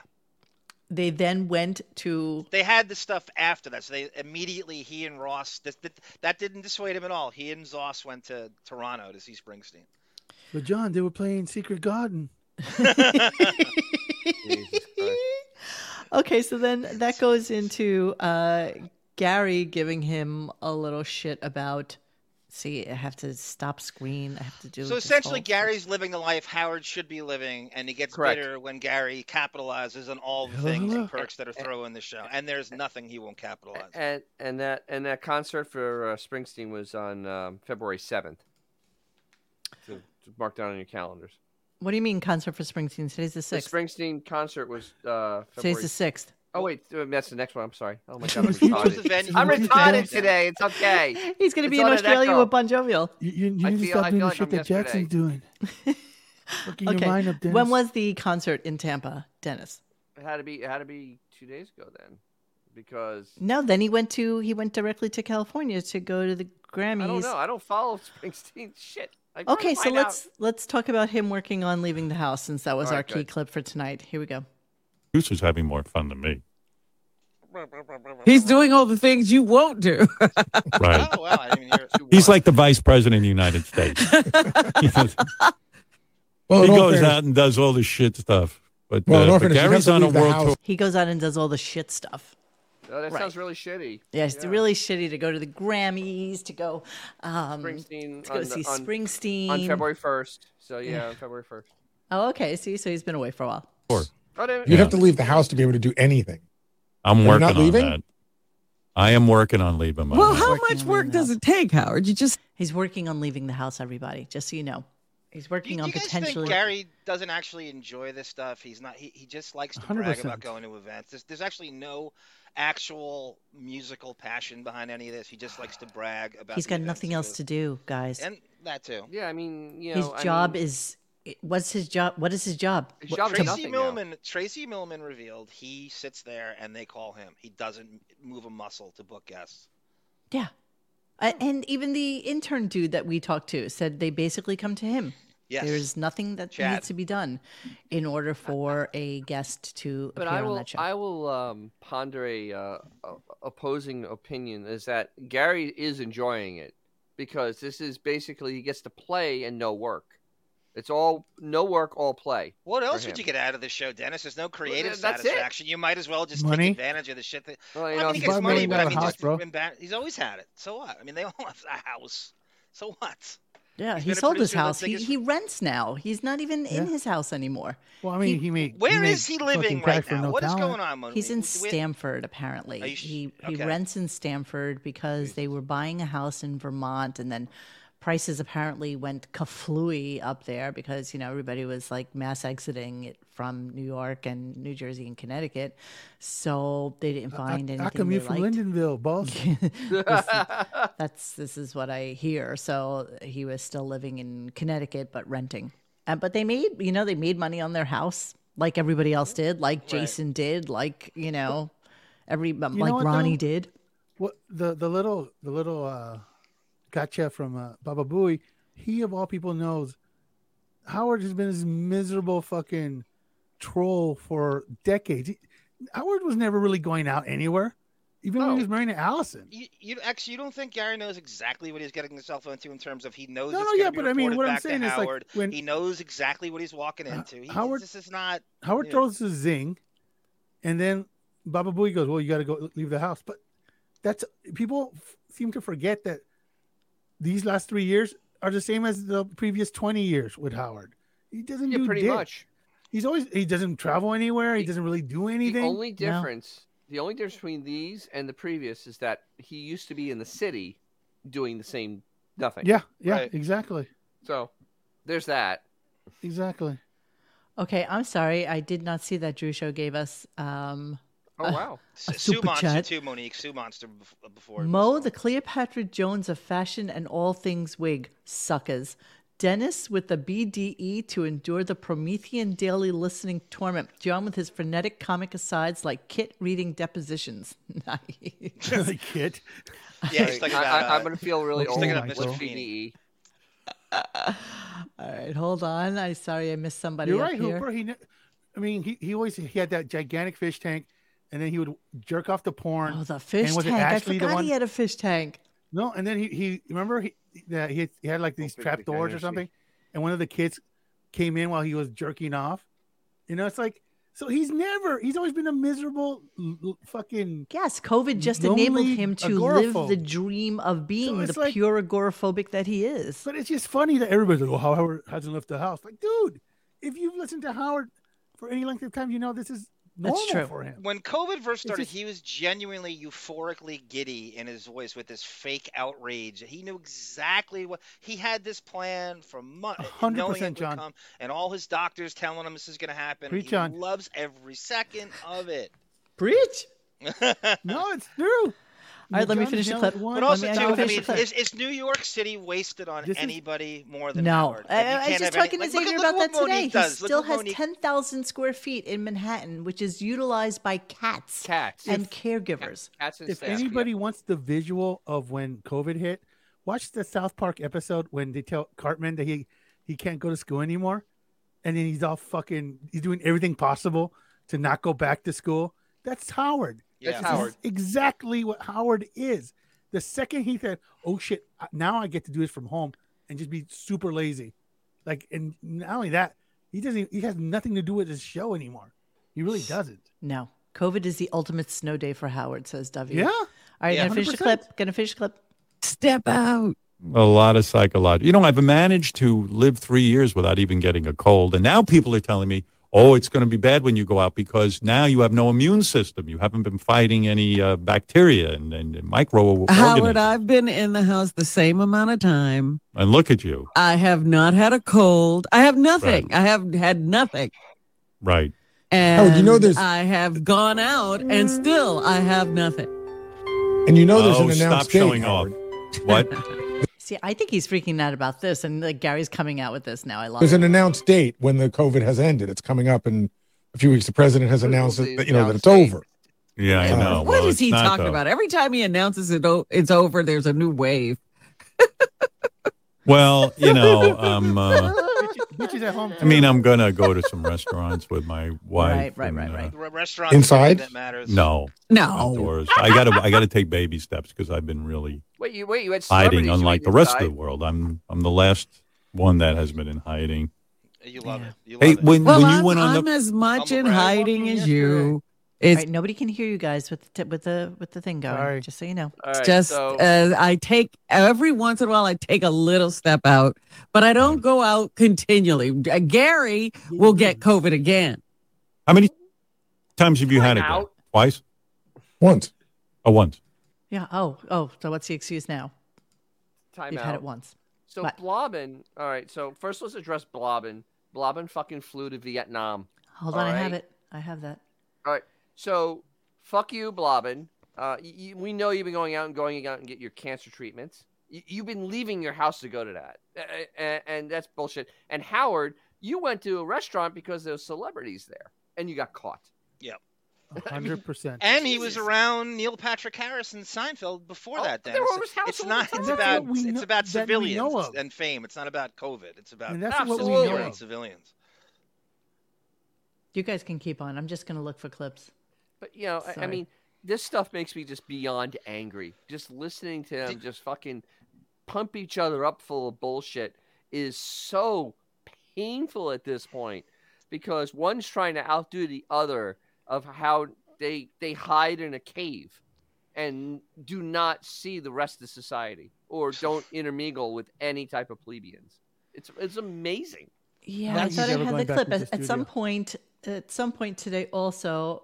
Speaker 1: they then went to
Speaker 4: they had the stuff after that, so they immediately he and Ross. This, that, that didn't dissuade him at all. He and Zoss went to Toronto to see Springsteen.
Speaker 9: [laughs] But John, they were playing Secret Garden.
Speaker 1: [laughs] Okay, so then that goes into uh, Gary giving him a little shit about. See, I have to stop screen. I have to do.
Speaker 4: So
Speaker 1: this
Speaker 4: essentially,
Speaker 1: whole-
Speaker 4: Gary's living the life Howard should be living, and he gets
Speaker 1: Correct.
Speaker 4: bitter when Gary capitalizes on all the things and perks that are thrown in the show. And there's nothing he won't capitalize.
Speaker 2: And and that and that concert for uh, Springsteen was on um, February seventh. So just mark down on your calendars.
Speaker 1: What do you mean concert for Springsteen? Today's the
Speaker 2: The
Speaker 1: sixth.
Speaker 2: Springsteen concert was uh,
Speaker 1: Today's
Speaker 2: February
Speaker 1: the sixth.
Speaker 2: Oh wait, uh, that's the next one. I'm sorry.
Speaker 1: [laughs]
Speaker 2: Oh my god, I'm
Speaker 1: What was
Speaker 2: retarded.
Speaker 1: the venue?
Speaker 2: I'm
Speaker 1: What was the
Speaker 2: retarded
Speaker 1: venue?
Speaker 2: today. It's okay.
Speaker 1: He's going to be
Speaker 2: It's
Speaker 1: in
Speaker 2: on an
Speaker 1: Australia
Speaker 2: echo.
Speaker 1: with Bon Jovial.
Speaker 9: You, you need
Speaker 2: I
Speaker 9: to
Speaker 2: feel-
Speaker 9: stop
Speaker 2: I
Speaker 9: doing
Speaker 2: feel
Speaker 9: the
Speaker 2: like
Speaker 9: shit
Speaker 2: I'm
Speaker 9: that Jackson's
Speaker 1: [laughs]
Speaker 9: doing. Fucking your mind up, Dennis.
Speaker 1: When was the concert in Tampa, Dennis?
Speaker 2: It had to be. It had to be two days ago then, because
Speaker 1: No, then he went to he went directly to California to go to the Grammys.
Speaker 2: I don't know. I don't follow [laughs] Springsteen shit. I gotta
Speaker 1: Okay, so
Speaker 2: find
Speaker 1: let's
Speaker 2: out.
Speaker 1: let's talk about him working on leaving the house since that was
Speaker 13: All right,
Speaker 1: our key
Speaker 13: good.
Speaker 1: clip for tonight. Here we go.
Speaker 13: Bruce was having more fun than me.
Speaker 14: He's doing all the things you won't do.
Speaker 13: Right.
Speaker 4: Oh, wow. I didn't even hear it.
Speaker 13: [laughs] He's like the vice president of the United States. he goes,
Speaker 1: Well,
Speaker 13: he
Speaker 1: in all
Speaker 13: goes
Speaker 1: fairness-
Speaker 13: out and does all the shit stuff. But,
Speaker 1: Well, in
Speaker 13: uh,
Speaker 1: all
Speaker 13: but
Speaker 1: fairness, you have
Speaker 13: Gary's
Speaker 1: to
Speaker 13: on a
Speaker 1: leave the
Speaker 13: world
Speaker 1: house.
Speaker 13: tour.
Speaker 1: [laughs] He goes out and does all the shit stuff.
Speaker 2: Oh, that
Speaker 1: Right.
Speaker 2: sounds really shitty.
Speaker 1: Yeah, it's really shitty to go to the Grammys, to go um,
Speaker 2: Springsteen
Speaker 1: to go
Speaker 2: on
Speaker 1: see
Speaker 2: the- on-
Speaker 1: Springsteen
Speaker 2: on February first. So yeah,
Speaker 1: Yeah.
Speaker 2: on February first.
Speaker 1: Oh, okay. See, so he's been away for a while.
Speaker 2: Oh, no,
Speaker 15: You'd have to leave the house to be able to do anything.
Speaker 13: I'm
Speaker 15: You're
Speaker 13: working
Speaker 15: not
Speaker 13: on
Speaker 15: leaving?
Speaker 13: that. I am working on leaving my
Speaker 14: well, how much work does it take, Howard? You just
Speaker 1: He's working on leaving the house. Everybody, just so you know, he's working on
Speaker 4: You guys
Speaker 1: potentially.
Speaker 4: think Gary doesn't actually enjoy this stuff? He's not. He, he just likes to brag
Speaker 1: 100%.
Speaker 4: about going to events. There's, there's actually no actual musical passion behind any of this. He just likes to brag about.
Speaker 1: he's
Speaker 4: the
Speaker 1: got
Speaker 4: events
Speaker 1: nothing
Speaker 4: he
Speaker 1: else
Speaker 4: goes
Speaker 1: to do, guys.
Speaker 4: And that too.
Speaker 2: Yeah, I mean, you
Speaker 1: his
Speaker 2: know, I
Speaker 1: job
Speaker 2: mean-
Speaker 1: is what's his job? What is his job?
Speaker 2: His
Speaker 1: What-
Speaker 2: job is
Speaker 1: come-
Speaker 4: Tracy Millman. Tracy Millman revealed he sits there and they call him. He doesn't move a muscle to book guests.
Speaker 1: Yeah. A- Uh, and even the intern dude that we talked to said they basically come to him.
Speaker 4: Yes.
Speaker 1: There's nothing that
Speaker 2: Chad.
Speaker 1: needs to be done in order for a guest to
Speaker 2: But
Speaker 1: appear
Speaker 2: I
Speaker 1: on
Speaker 2: will.
Speaker 1: that show.
Speaker 2: I will um, ponder a, uh, a, opposing opinion is that Gary is enjoying it because this is basically he gets to play and no work. It's all no work, all play.
Speaker 4: What
Speaker 2: for
Speaker 4: else
Speaker 2: him.
Speaker 4: would you get out of the show, Dennis? There's no creative
Speaker 2: Well, that's it.
Speaker 4: satisfaction. You might as well just
Speaker 9: Money?
Speaker 4: take advantage of the shit that.
Speaker 2: Well, you
Speaker 4: I
Speaker 2: know,
Speaker 4: mean, he
Speaker 2: it's
Speaker 4: gets
Speaker 9: five
Speaker 4: money,
Speaker 9: million
Speaker 4: but I
Speaker 9: dollar
Speaker 4: mean, just
Speaker 9: house, bro.
Speaker 4: been bad- he's always had it. So what? I mean, they [laughs] all have a house. So what?
Speaker 1: Yeah,
Speaker 4: He's
Speaker 1: he
Speaker 4: been a
Speaker 1: sold his
Speaker 4: producer of the
Speaker 1: house. He,
Speaker 4: biggest-
Speaker 1: he rents now. He's not even in his house anymore.
Speaker 9: Well, I mean, he, made.
Speaker 4: Where
Speaker 9: made
Speaker 4: is he living
Speaker 9: fucking crack
Speaker 4: right
Speaker 9: for
Speaker 4: now?
Speaker 9: No
Speaker 4: What is
Speaker 9: talent.
Speaker 4: going on, Monique?
Speaker 1: He's in
Speaker 4: Where-
Speaker 1: Stamford, apparently.
Speaker 4: Are you sh-
Speaker 1: he
Speaker 4: okay.
Speaker 1: he rents in Stamford because they were buying a house in Vermont, and then prices apparently went kaflooey up there because you know everybody was like mass exiting it from New York and New Jersey and Connecticut, so they didn't find anything.
Speaker 9: How come
Speaker 1: they
Speaker 9: you from
Speaker 1: liked. [laughs]
Speaker 4: [laughs]
Speaker 9: Lindenville, boss?
Speaker 1: This-
Speaker 2: [laughs]
Speaker 1: that's this is what I hear. So he was still living in Connecticut but renting. Uh, but they made you know they made money on their house like everybody else did, like Jason did, like you know every
Speaker 9: You
Speaker 1: like
Speaker 9: know what,
Speaker 1: Ronnie
Speaker 9: though?
Speaker 1: did.
Speaker 9: What the the little the little uh, gotcha from uh, Baba Booey? He of all people knows Howard has been this miserable fucking troll for decades. He- Howard was never really going out anywhere, even when he was married to Allison.
Speaker 4: You, you actually, you don't think Gary knows exactly what he's getting himself into in terms of he knows.
Speaker 9: No,
Speaker 4: it's
Speaker 9: no,
Speaker 4: gonna
Speaker 9: yeah,
Speaker 4: be
Speaker 9: but I mean,
Speaker 4: reported
Speaker 9: what I'm
Speaker 4: back to
Speaker 9: saying is, like,
Speaker 4: Howard.
Speaker 9: when-
Speaker 4: he knows exactly what he's walking into. He,
Speaker 9: Howard-
Speaker 4: this is not
Speaker 9: Howard
Speaker 4: new.
Speaker 9: throws his zing, and then Baba Booey goes, "Well, you got to go leave the house." But that's people f- seem to forget that these last three years are the same as the previous twenty years with Howard. He doesn't
Speaker 2: Yeah,
Speaker 9: do
Speaker 2: pretty
Speaker 9: dick.
Speaker 2: much.
Speaker 9: He's always he doesn't travel anywhere. He doesn't really do anything.
Speaker 2: The only
Speaker 9: No.
Speaker 2: difference, the only difference between these and the previous is that he used to be in the city, doing the same nothing.
Speaker 9: Yeah, yeah,
Speaker 2: Right.
Speaker 9: exactly,
Speaker 2: So there's that.
Speaker 9: exactly.
Speaker 1: Okay, I'm sorry, I did not see that Drew Show gave us. Um,
Speaker 2: Oh
Speaker 1: a-
Speaker 2: wow.
Speaker 1: a
Speaker 4: Sue
Speaker 1: super
Speaker 4: Monster
Speaker 1: chat.
Speaker 4: too, Monique. Sue Monster bef- before.
Speaker 1: Mo, the Cleopatra Jones of fashion and all things wig, suckers. Dennis with the BDE to endure the Promethean daily listening torment. John with his frenetic comic asides like Kit reading depositions. [laughs] Nice. [laughs]
Speaker 9: like Kit.
Speaker 4: Yeah, he's
Speaker 2: Like,
Speaker 4: thinking
Speaker 2: I,
Speaker 4: about,
Speaker 2: I, am
Speaker 4: uh,
Speaker 2: gonna feel really
Speaker 4: he's
Speaker 2: old.
Speaker 4: thinking about
Speaker 2: with
Speaker 4: Mr.
Speaker 2: E. BDE.
Speaker 1: All right, hold on. I'm sorry I missed somebody
Speaker 9: You're
Speaker 1: up
Speaker 9: right,
Speaker 1: here.
Speaker 9: Hooper. He, ne- I mean, he, he always he had that gigantic fish tank, and then he would jerk off the porn.
Speaker 1: Oh, the fish
Speaker 9: and was
Speaker 1: tank.
Speaker 9: It Ashley,
Speaker 1: I
Speaker 9: the
Speaker 1: forgot
Speaker 9: one?
Speaker 1: he had a fish tank.
Speaker 9: No, and then he, he remember he that he, had, he had like these
Speaker 1: big
Speaker 9: trap
Speaker 1: big
Speaker 9: doors
Speaker 1: guy,
Speaker 9: or
Speaker 1: I see.
Speaker 9: something, and one of the kids came in while he was jerking off. You know, it's like so he's never he's always been a miserable l- l- fucking
Speaker 1: Yes, COVID just
Speaker 9: lonely
Speaker 1: enabled him to live the
Speaker 9: agoraphobe.
Speaker 1: dream of being
Speaker 9: it's
Speaker 1: the
Speaker 9: like-
Speaker 1: pure agoraphobic that he is.
Speaker 9: But it's just funny that everybody's like, "Oh, Howard hasn't left the house." Like, dude, if you've listened to Howard for any length of time, you know this is normal for him.
Speaker 4: When COVID first started,
Speaker 9: just-
Speaker 4: he was genuinely euphorically giddy in his voice with this fake outrage. He knew exactly what he had this plan for months, knowing it
Speaker 9: 100%,
Speaker 4: would
Speaker 9: John.
Speaker 4: come, and all his doctors telling him this is going to happen.
Speaker 9: Preach,
Speaker 4: he
Speaker 9: John.
Speaker 4: loves every second of it. [laughs]
Speaker 1: Preach.
Speaker 9: no, it's true.
Speaker 1: All right, let me
Speaker 9: John
Speaker 1: finish the
Speaker 9: Dillon
Speaker 1: clip.
Speaker 9: won.
Speaker 1: Let
Speaker 4: But also,
Speaker 1: me-
Speaker 4: too,
Speaker 1: I gotta
Speaker 4: I
Speaker 1: finish
Speaker 4: mean,
Speaker 1: the clip.
Speaker 4: is, is New York City wasted on
Speaker 9: This is-
Speaker 4: anybody more than
Speaker 1: No,
Speaker 4: Howard? Like,
Speaker 1: I,
Speaker 4: you
Speaker 1: I was
Speaker 4: can't
Speaker 1: just
Speaker 4: have
Speaker 1: talking
Speaker 4: anything-
Speaker 1: to Xavier
Speaker 4: look,
Speaker 1: about
Speaker 4: look
Speaker 1: that
Speaker 4: what
Speaker 1: today.
Speaker 4: Monique
Speaker 1: He
Speaker 4: does. Look
Speaker 1: still
Speaker 4: what
Speaker 1: has
Speaker 4: Monique-
Speaker 1: 10,000 square feet in Manhattan, which is utilized by cats,
Speaker 2: cats.
Speaker 1: and
Speaker 2: If-
Speaker 1: caregivers.
Speaker 2: Cats and
Speaker 9: if
Speaker 2: staff, yeah.
Speaker 9: anybody wants the visual of when COVID hit, watch the South Park episode when they tell Cartman that he he can't go to school anymore, and then he's all fucking he's doing everything possible to not go back to school. That's Howard.
Speaker 2: Yeah. That's
Speaker 9: This is
Speaker 2: Howard.
Speaker 9: exactly what Howard is. The second he said, "Oh shit, I- now I get to do this from home and just be super lazy," like, and not only that, he doesn't. He has nothing to do with his show anymore. He really doesn't.
Speaker 2: [laughs]
Speaker 1: No, COVID is the ultimate snow day for Howard, says W.
Speaker 9: Yeah.
Speaker 1: All right,
Speaker 9: Yeah.
Speaker 1: gonna finish the clip. Gonna finish the clip. Step
Speaker 9: out.
Speaker 13: A lot of psychological. You know, I've managed to live three years without even getting a cold. And now people are telling me, oh, it's going to be bad when you go out because now you have no immune system. You haven't been fighting any uh, bacteria and, and microorganisms.
Speaker 14: Howard, I've been in the house the same amount of time.
Speaker 13: and look at you.
Speaker 14: I have not had a cold. I have nothing. I have had nothing.
Speaker 13: Right.
Speaker 14: And
Speaker 15: Howard, Oh, you know there's-
Speaker 14: I have gone out and still I have nothing.
Speaker 15: And you know there's
Speaker 13: oh,
Speaker 15: an
Speaker 13: stop
Speaker 15: announced
Speaker 13: showing
Speaker 15: date,
Speaker 13: off. What?
Speaker 1: See, I think he's freaking out about this, and like Gary's coming out with this now. I love
Speaker 15: There's
Speaker 1: it.
Speaker 15: an announced date when the COVID has ended. It's coming up in a few weeks. The president has announced
Speaker 2: the
Speaker 15: it, that you know that
Speaker 2: announced
Speaker 15: it's over.
Speaker 13: Yeah, I know.
Speaker 14: [laughs] What is
Speaker 13: Well, it's
Speaker 14: he
Speaker 13: not,
Speaker 14: talking
Speaker 13: though.
Speaker 14: about? Every time he announces it, o- it's over, there's a new wave.
Speaker 13: Well, you know, um, uh,
Speaker 9: Which is at home.
Speaker 13: I mean, I'm gonna go to some restaurants with my wife.
Speaker 1: Right, right,
Speaker 13: and, uh,
Speaker 1: right, right.
Speaker 4: Re- restaurants
Speaker 15: Inside?
Speaker 4: that matters.
Speaker 13: No,
Speaker 9: Oh.
Speaker 14: No.
Speaker 13: outdoors. I gotta, I gotta take baby steps because I've been really
Speaker 2: Wait, you wait, you had
Speaker 13: hiding.
Speaker 2: celebrities
Speaker 13: Unlike
Speaker 2: waiting
Speaker 13: the rest of
Speaker 2: inside.
Speaker 13: the world, I'm, I'm the last one that has been in hiding.
Speaker 4: You love it. You love
Speaker 13: Hey,
Speaker 4: it.
Speaker 13: when,
Speaker 14: Well,
Speaker 13: when you
Speaker 14: I'm,
Speaker 13: went on
Speaker 14: I'm
Speaker 13: the
Speaker 14: as much
Speaker 4: I'm
Speaker 14: in
Speaker 4: a rat
Speaker 14: hiding
Speaker 4: walking
Speaker 14: as you. It's
Speaker 1: All right, nobody can hear you guys with the tip, with the with the thing going.
Speaker 9: Sorry.
Speaker 1: Just so you know.
Speaker 2: All right,
Speaker 14: just
Speaker 2: so-
Speaker 14: uh, I take every once in a while I take a little step out, but I don't go out continually. Uh, Gary will get COVID again.
Speaker 13: how many times have you had it?
Speaker 2: Going
Speaker 13: Glenn?
Speaker 2: out.
Speaker 13: Twice?
Speaker 15: Once.
Speaker 13: Oh, once.
Speaker 1: Yeah. Oh. Oh. So what's the excuse now?
Speaker 2: Time
Speaker 1: You've
Speaker 2: out.
Speaker 1: had it once.
Speaker 2: So
Speaker 1: What?
Speaker 2: Blobbin, all right. So first, let's address Blobbin. Blobbin fucking flew to Vietnam.
Speaker 1: Hold
Speaker 2: All
Speaker 1: on. I have
Speaker 2: right.
Speaker 1: it. I have that.
Speaker 2: All right. So fuck you, Blobbin. Uh, y- y- we know you've been going out and going out and get your cancer treatments. Y- you've been leaving your house to go to that, A- a- and that's bullshit. And Howard, you went to a restaurant because there was celebrities there, and you got caught.
Speaker 9: Hundred percent.
Speaker 4: And he was
Speaker 2: Jesus.
Speaker 4: around Neil Patrick Harris and Seinfeld before
Speaker 2: Oh,
Speaker 4: that.
Speaker 2: they
Speaker 4: Dennis.
Speaker 2: were over his house
Speaker 4: it's
Speaker 2: all
Speaker 4: not.
Speaker 2: the
Speaker 4: It's
Speaker 9: time. That's
Speaker 4: about.
Speaker 9: what we
Speaker 4: it's
Speaker 9: kno-
Speaker 4: about
Speaker 9: that we know
Speaker 4: civilians
Speaker 9: of.
Speaker 4: and fame. It's not about COVID. It's about
Speaker 9: And that's what we
Speaker 2: Absolutely.
Speaker 9: know.
Speaker 4: destroying
Speaker 9: of.
Speaker 4: civilians.
Speaker 1: You guys can keep on. I'm just gonna look for clips.
Speaker 2: But you know, I- I,
Speaker 1: Sorry.
Speaker 2: mean, this stuff makes me just beyond angry. Just listening to them just fucking pump each other up full of bullshit is so painful at this point because one's trying to outdo the other of how they they hide in a cave and do not see the rest of society
Speaker 4: [laughs]
Speaker 2: or don't intermingle with any type of plebeians. It's it's amazing.
Speaker 1: Yeah.
Speaker 9: Glad
Speaker 1: I
Speaker 9: he's
Speaker 1: thought
Speaker 9: ever
Speaker 1: I had the
Speaker 9: going back
Speaker 1: clip
Speaker 9: into
Speaker 1: at,
Speaker 9: the
Speaker 1: at some
Speaker 9: studio.
Speaker 1: point. At some point today, also.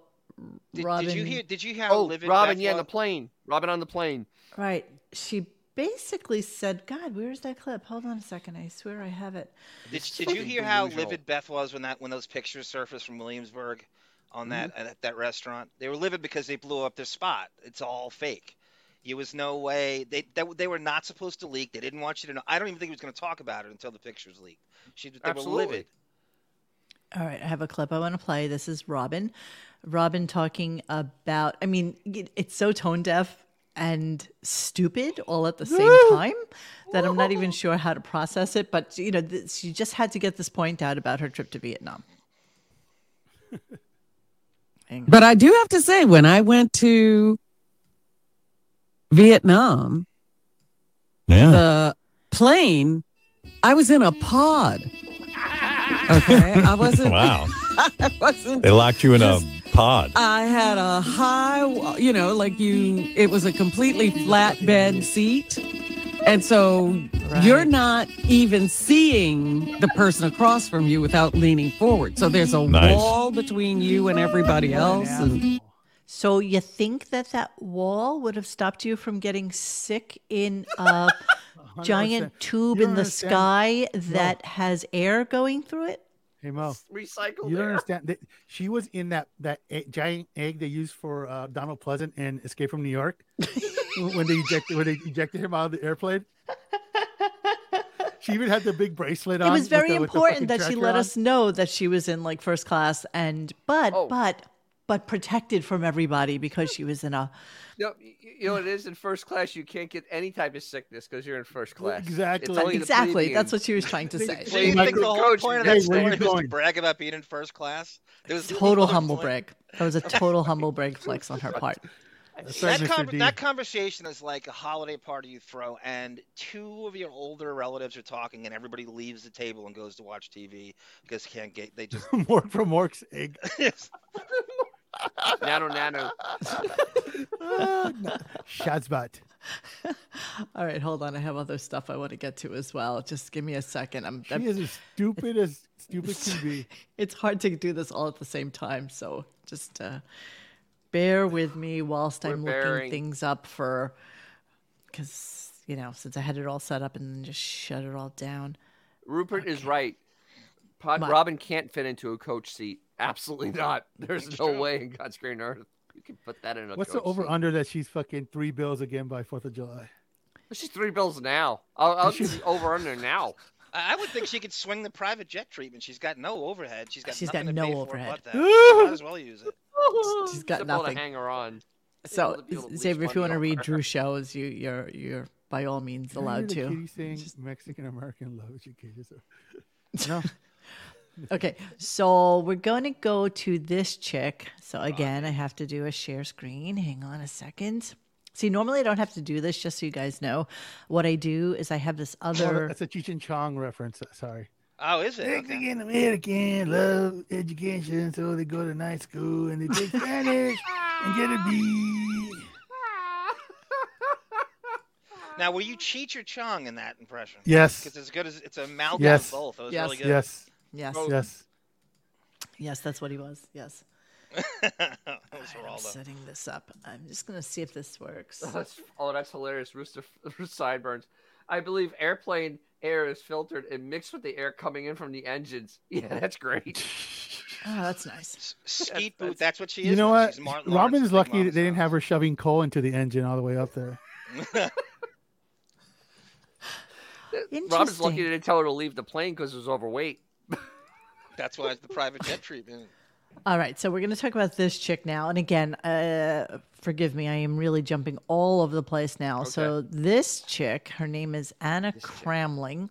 Speaker 4: Did,
Speaker 1: Robin,
Speaker 4: did you hear? Did you hear? how
Speaker 2: Oh,
Speaker 4: livid
Speaker 2: Robin,
Speaker 4: Beth
Speaker 2: yeah, in the
Speaker 4: was?
Speaker 2: plane. Robin on the plane.
Speaker 1: Right. She basically said, "God, where's that clip? Hold on a second. I swear I have it."
Speaker 4: Did,
Speaker 2: It's
Speaker 4: did you
Speaker 2: fucking
Speaker 4: hear how
Speaker 2: delusional.
Speaker 4: livid Beth was when that when those pictures surfaced from Williamsburg on that at that restaurant? They were livid because they blew up their spot. It's all fake. It was no way they they, they were not supposed to leak. They didn't want you to know. I don't even think he was going to talk about it until the pictures leaked. She they
Speaker 2: Absolutely.
Speaker 4: were livid.
Speaker 1: All right, I have a clip I want to play. This is Robin. Robin talking about, I mean, it- it's so tone deaf and stupid all at
Speaker 9: [laughs]
Speaker 1: the same time that I'm not even sure how to process it. But, you know, th- she just had to get this point out about her trip to Vietnam. Hang on.
Speaker 14: But I do have to say, when I went to Vietnam,
Speaker 13: Yeah.
Speaker 14: the plane, I was in a pod. Okay, I wasn't. [laughs]
Speaker 13: wow.
Speaker 14: I wasn't.
Speaker 13: They locked you in a pod.
Speaker 14: I had a high, you know, like you, it was a completely flatbed seat. And so Oh, you're not even seeing the person across from you without leaning forward. So there's a
Speaker 13: Nice.
Speaker 14: wall between you and everybody else. And
Speaker 1: So you think that that wall would have stopped you from getting sick in
Speaker 9: [laughs]
Speaker 1: a giant
Speaker 9: 100%.
Speaker 1: tube
Speaker 9: You
Speaker 1: in
Speaker 9: don't
Speaker 1: the
Speaker 9: understand.
Speaker 1: sky that has air going through
Speaker 9: [laughs]
Speaker 1: it?
Speaker 9: Hey Mo,
Speaker 2: Recycled
Speaker 9: Oh. you don't
Speaker 2: air.
Speaker 9: understand. That she was in that that e- giant egg they used for uh, Donald Pleasant in Escape from New
Speaker 1: [laughs]
Speaker 9: York when they ejected when they ejected him out of the airplane. She even had the big bracelet on.
Speaker 1: It was
Speaker 9: with
Speaker 1: very
Speaker 9: the- with the fucking
Speaker 1: important that she
Speaker 9: tracker
Speaker 1: let
Speaker 9: on.
Speaker 1: us know that she was in like first class and but
Speaker 2: Oh.
Speaker 1: but but protected from everybody because she was in a
Speaker 2: No, y- y- you know what it is in first class. You can't get any type of sickness because you're in first class.
Speaker 9: Exactly.
Speaker 2: only the
Speaker 1: exactly that's
Speaker 2: plebeians.
Speaker 1: what she was trying to say.
Speaker 4: So you
Speaker 9: Mike,
Speaker 4: think the
Speaker 9: the
Speaker 4: whole
Speaker 2: coach-
Speaker 4: point of
Speaker 9: Hey,
Speaker 4: that
Speaker 9: where you
Speaker 4: story was
Speaker 9: going?
Speaker 4: to brag about being in first class? There
Speaker 1: [laughs]
Speaker 4: was
Speaker 1: Total
Speaker 4: another
Speaker 1: humble
Speaker 4: point.
Speaker 1: brag. That was a total humble brag flex on her part. [laughs]
Speaker 9: That's right,
Speaker 4: That,
Speaker 9: Mr.
Speaker 4: con-
Speaker 9: D.
Speaker 4: that conversation is like a holiday party you throw, and two of your older relatives are talking, and everybody leaves the table and goes to watch TV because can't get they just [laughs]
Speaker 9: [laughs] Mork from Mork's
Speaker 1: [laughs]
Speaker 9: egg.
Speaker 2: Nano, nano.
Speaker 9: Ah, Shots bot.
Speaker 1: All right, hold on. I have other stuff I want to get to as well. Just give me a second. I'm,
Speaker 9: She
Speaker 1: I'm
Speaker 9: is as stupid as stupid can be.
Speaker 1: [laughs] it's hard to do this all at the same time. So just uh, bear with me whilst I'm looking
Speaker 2: bearing.
Speaker 1: things up for, because, you know, since I had it all set up and then just shut it all down.
Speaker 2: Rupert is right. Pod-
Speaker 1: What?
Speaker 2: Robin can't fit into a coach seat. Absolutely not. There's no way in God's green earth you can put that in a
Speaker 9: What's
Speaker 2: coach
Speaker 9: the over
Speaker 2: seat.
Speaker 9: under that she's fucking three bills again by Fourth of July?
Speaker 2: She's three bills now. I'll, I'll give
Speaker 9: [laughs]
Speaker 2: you over under now.
Speaker 4: I I would think she could swing the private jet treatment. She's got no overhead. She's got
Speaker 1: She's got
Speaker 4: nothing to
Speaker 1: no
Speaker 4: pay
Speaker 1: overhead.
Speaker 4: For but that. She might as well use it.
Speaker 1: She's got
Speaker 2: Except all the
Speaker 1: nothing.
Speaker 2: hanger on. [laughs]
Speaker 1: So, Xavier, if you want to read Drew's shows, you, you're you're by all means allowed
Speaker 9: Remember the
Speaker 1: to.
Speaker 9: Kitty saying Mexican American love educators. No.
Speaker 1: [laughs] okay, so we're going to go to this chick. So again, I have to do a share screen. Hang on a second. See, normally I don't have to do this, just so you guys know. What I do is I have this
Speaker 9: Oh,
Speaker 1: other.
Speaker 9: that's a Cheech and Chong reference. uh, Sorry.
Speaker 4: Oh, is it?
Speaker 9: Mexican American love education, so they go to night school and they take Spanish and get a B.
Speaker 4: Now, were you Cheech or Chong in that impression?
Speaker 9: Yes.
Speaker 4: Because as good as it's a amalgam
Speaker 9: Yes.
Speaker 4: of both. It was
Speaker 1: Yes.
Speaker 4: really good.
Speaker 9: Yes.
Speaker 1: Yes.
Speaker 4: Oh,
Speaker 9: Yes.
Speaker 1: Yes, that's what he was. Yes.
Speaker 4: [laughs] that was
Speaker 1: I'm
Speaker 4: Geraldo.
Speaker 1: setting this up. I'm just going to see if this works.
Speaker 2: That's, oh, that's hilarious. Rooster sideburns. I believe airplane air is filtered and mixed with the air coming in from the engines. [laughs] Yeah, that's great.
Speaker 1: Oh, that's nice.
Speaker 4: Skeet Boot, that's what she is.
Speaker 9: You know
Speaker 4: now.
Speaker 9: what?
Speaker 4: She's Martin Lawrence
Speaker 9: Robin's
Speaker 4: Big
Speaker 9: lucky
Speaker 4: Mama's
Speaker 9: that they didn't
Speaker 4: house.
Speaker 9: have her shoving coal into the engine all the way up there.
Speaker 2: Robin's
Speaker 1: Interesting.
Speaker 2: lucky they didn't tell her to leave the plane because it was overweight.
Speaker 4: That's why it's the private jet treatment.
Speaker 1: All right, so we're going to talk about this chick now. And again, uh, forgive me, I am really jumping all over the place now. So this chick, her name is Anna Cramling,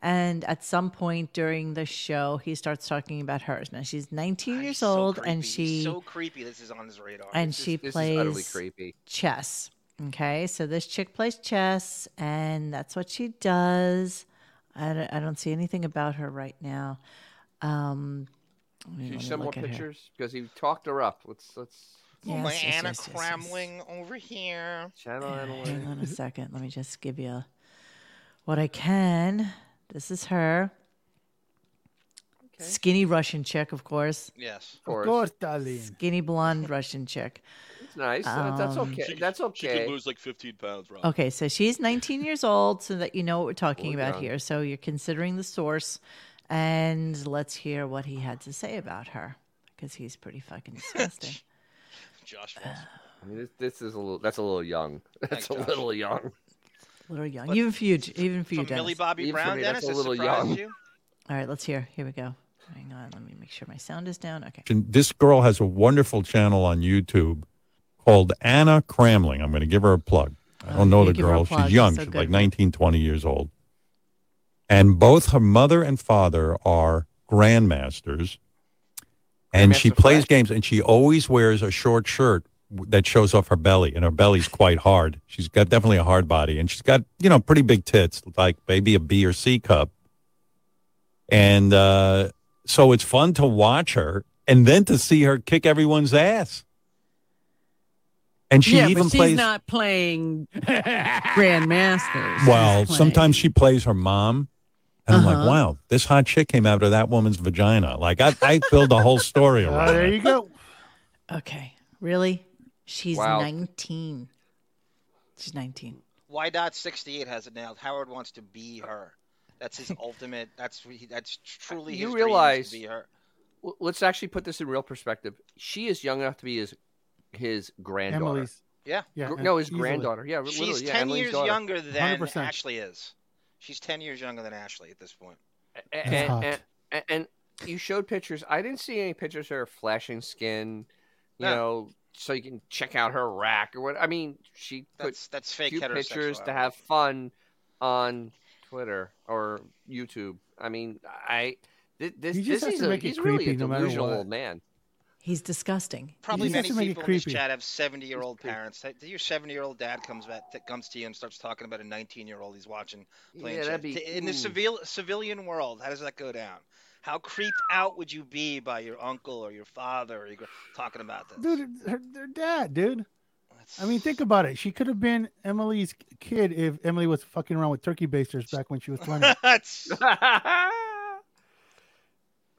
Speaker 1: and at some point during the show, he starts talking about hers. Now she's 19 years old, and
Speaker 4: Creepy. He's
Speaker 1: she
Speaker 4: so creepy. This is on his radar.
Speaker 1: and
Speaker 4: This
Speaker 1: she
Speaker 4: is-
Speaker 1: plays
Speaker 2: creepy.
Speaker 1: chess. Okay, so this chick plays chess, and that's what she does. I don't, I don't see anything about her right now. Um, let me-
Speaker 2: She
Speaker 1: let me
Speaker 2: sent more
Speaker 1: look at her.
Speaker 2: pictures because he talked her up. Let's let's
Speaker 4: Oh, my
Speaker 1: Yes, yes,
Speaker 4: Anna
Speaker 1: yes, yes, yes.
Speaker 4: Cramling over here.
Speaker 2: channel it away.
Speaker 1: Hang on a second. Let me just give you what I can. This is her. Skinny Russian chick, of course.
Speaker 4: Yes.
Speaker 2: Of course.
Speaker 9: darling.
Speaker 1: Skinny
Speaker 4: [laughs]
Speaker 1: blonde Russian chick.
Speaker 2: It's nice. Uh, that's
Speaker 1: Um,
Speaker 2: okay. that's okay.
Speaker 16: She could lose like 15 pounds, Rob.
Speaker 1: Okay, so she's 19 years old, so that you know what we're talking
Speaker 16: Well
Speaker 1: about
Speaker 16: done.
Speaker 1: here. So you're considering the source, and let's hear what he had to say about her because he's pretty
Speaker 4: [laughs]
Speaker 1: fucking disgusting.
Speaker 4: Josh Ross.
Speaker 2: I mean, this, this is a little. That's a little young. [laughs] That's a
Speaker 4: Josh.
Speaker 2: little young.
Speaker 1: little young, even for you, even for you,
Speaker 4: From Millie
Speaker 1: Dennis.
Speaker 4: Bobby
Speaker 2: Even for
Speaker 4: Brown,
Speaker 2: me, that's
Speaker 4: Dennis,
Speaker 2: a
Speaker 4: it
Speaker 2: little
Speaker 4: surprised
Speaker 2: young.
Speaker 4: you?
Speaker 1: All right, let's hear. Here we go. Hang on, let me make sure my sound is down. Okay.
Speaker 13: And this girl has a wonderful channel on YouTube called Anna Cramling. I'm going to give her a plug. I don't know
Speaker 1: yeah,
Speaker 13: the
Speaker 1: Oh, give her a
Speaker 13: girl.
Speaker 1: plug.
Speaker 13: She's young.
Speaker 1: So
Speaker 13: She's
Speaker 1: good.
Speaker 13: like 19, 20 years old. And both her mother and father are grandmasters. And she plays games and she always wears a short shirt w- that shows off her belly and her belly's quite hard. She's got definitely a hard body and she's got, you know, pretty big tits, like maybe a B or C cup. And uh, so it's fun to watch her and then to see her kick everyone's ass. And she
Speaker 14: yeah,
Speaker 13: even
Speaker 14: but she's
Speaker 13: plays. [laughs]
Speaker 14: not playing grandmasters.
Speaker 13: well,
Speaker 14: She's playing-
Speaker 13: sometimes she plays her mom. And I'm like,
Speaker 14: Uh-huh.
Speaker 13: wow, this hot shit came out of that woman's vagina. Like, I, I build a whole
Speaker 9: [laughs]
Speaker 13: story
Speaker 9: Oh,
Speaker 13: around
Speaker 9: there
Speaker 13: it.
Speaker 9: you
Speaker 4: [laughs]
Speaker 9: go.
Speaker 1: Okay. Really? She's
Speaker 13: Wow.
Speaker 1: 19. She's 19.
Speaker 4: Why dot 68 has it nailed. Howard wants to be her.
Speaker 1: [laughs]
Speaker 4: That's his ultimate. That's he- that's truly
Speaker 2: You
Speaker 4: his
Speaker 2: realize-
Speaker 4: dream is to be her.
Speaker 2: Well, Let's actually put this in real perspective. She is young enough to be his his granddaughter.
Speaker 9: Emily's.
Speaker 4: Yeah.
Speaker 9: Yeah.
Speaker 2: Gr- no, his
Speaker 9: easily.
Speaker 2: granddaughter. Yeah,
Speaker 4: She's
Speaker 2: literally, yeah,
Speaker 4: 10
Speaker 2: Emily's
Speaker 4: years
Speaker 2: daughter.
Speaker 4: younger than
Speaker 9: 100%.
Speaker 4: Ashley is. She's 10 years younger than Ashley at this point.
Speaker 2: A-
Speaker 9: That's hot.
Speaker 2: and, and, and, you showed pictures. I didn't see any pictures of her flashing skin, you
Speaker 4: No.
Speaker 2: know, so you can check out her rack or what. I mean, she put
Speaker 4: That's that's fake
Speaker 2: few pictures to
Speaker 4: heterosexuality.
Speaker 2: have fun on Twitter or YouTube. I mean, I thi- this
Speaker 9: You just
Speaker 2: this
Speaker 9: have
Speaker 2: is
Speaker 9: to
Speaker 2: a,
Speaker 9: make it
Speaker 2: he's really a
Speaker 9: creepy no matter
Speaker 2: delusional
Speaker 9: what.
Speaker 2: old man.
Speaker 1: He's disgusting.
Speaker 4: Probably
Speaker 9: You just
Speaker 4: many
Speaker 9: have to make it
Speaker 4: people in this
Speaker 9: creepy.
Speaker 4: chat have 70 year old parents. That- Your 70 year old dad comes back, that comes to you and starts talking about a 19 year old he's watching playing
Speaker 2: Yeah,
Speaker 4: chess.
Speaker 2: that'd be-
Speaker 4: in the
Speaker 2: ooh. [laughs]
Speaker 4: civil, civilian world, how does that go down? How creeped out would you be by your uncle or your father or your, gr- talking about this?
Speaker 9: Dude, her, her dad, dude. I mean,
Speaker 4: [laughs]
Speaker 9: think about it. She could have been Emily's kid if Emily was fucking around with turkey basters back when she was
Speaker 4: [laughs]
Speaker 9: 20.
Speaker 4: That's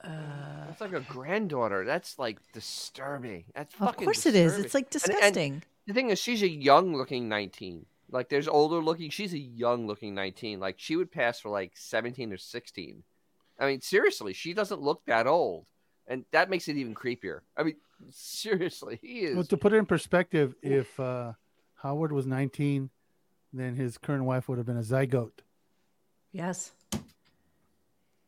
Speaker 1: Uh,
Speaker 2: That's like a granddaughter. That's like disturbing. That's
Speaker 1: Of
Speaker 2: fucking
Speaker 1: course it is.
Speaker 2: disturbing.
Speaker 1: It's, like,
Speaker 2: And- and
Speaker 1: disgusting.
Speaker 2: the thing is, she's a young looking nineteen. Like there's older looking. She's a young looking nineteen. Like she would pass for like seventeen or sixteen. I mean, seriously, she doesn't look that old, and that makes it even creepier. I mean, [laughs] seriously, he is.
Speaker 9: Well, to put it in perspective, if uh, Howard was 19, then his current wife would have been a zygote.
Speaker 1: Yes. All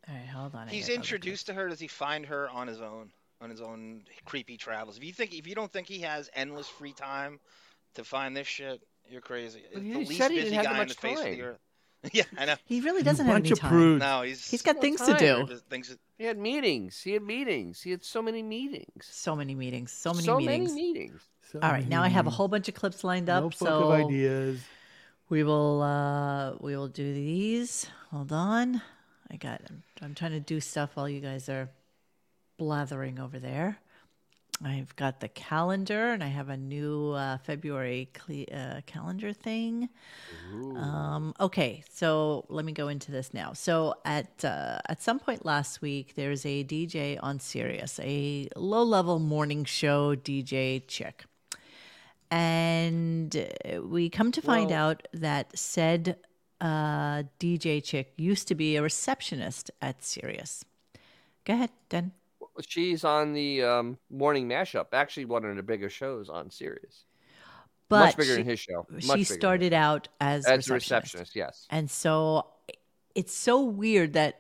Speaker 1: right, hold on. I
Speaker 4: He's
Speaker 1: gotta-
Speaker 4: introduced to her. Does he find her on his own? On his own creepy travels. If you think, if you don't think he has endless free time to find this shit, you're crazy. It's
Speaker 2: he
Speaker 4: the
Speaker 2: said
Speaker 4: least
Speaker 2: he didn't
Speaker 4: busy
Speaker 2: have that
Speaker 4: guy on the
Speaker 2: much
Speaker 4: face of
Speaker 2: time.
Speaker 4: the earth. [laughs] yeah, I know.
Speaker 1: He really doesn't have
Speaker 9: bunch
Speaker 1: any
Speaker 9: of
Speaker 1: time.
Speaker 9: prudes.
Speaker 4: No, he's
Speaker 1: He's got
Speaker 4: well,
Speaker 1: things to
Speaker 4: tired.
Speaker 1: do.
Speaker 4: There's Things that-
Speaker 2: He had meetings. He had meetings. He had so many meetings.
Speaker 1: So many meetings. So many
Speaker 2: so
Speaker 1: meetings.
Speaker 2: many meetings.
Speaker 1: All right, now I have a whole bunch of clips lined up.
Speaker 9: Notebook
Speaker 1: so
Speaker 9: Mm. of ideas.
Speaker 1: we will uh we will do these. Hold on. I got I'm, I'm trying to do stuff while you guys are blathering over there. I've got the calendar and I have a new uh, February cle- uh, calendar thing.
Speaker 2: Uh,
Speaker 1: Um, okay, so let me go into this now. So at uh, at some point last week, there's a DJ on Sirius, a low level morning show DJ chick, and uh, we come to find
Speaker 17: Well-
Speaker 1: out that said uh, DJ chick used to be a receptionist at Sirius. Go ahead, Den.
Speaker 2: She's on the um, morning mashup. Actually, one of the bigger shows on Sirius.
Speaker 1: But
Speaker 2: much bigger than
Speaker 1: she-
Speaker 2: his show. Much
Speaker 1: she
Speaker 2: bigger than
Speaker 1: started
Speaker 2: his show.
Speaker 1: out as
Speaker 2: as a
Speaker 1: receptionist.
Speaker 2: receptionist. Yes.
Speaker 1: And so it's so weird that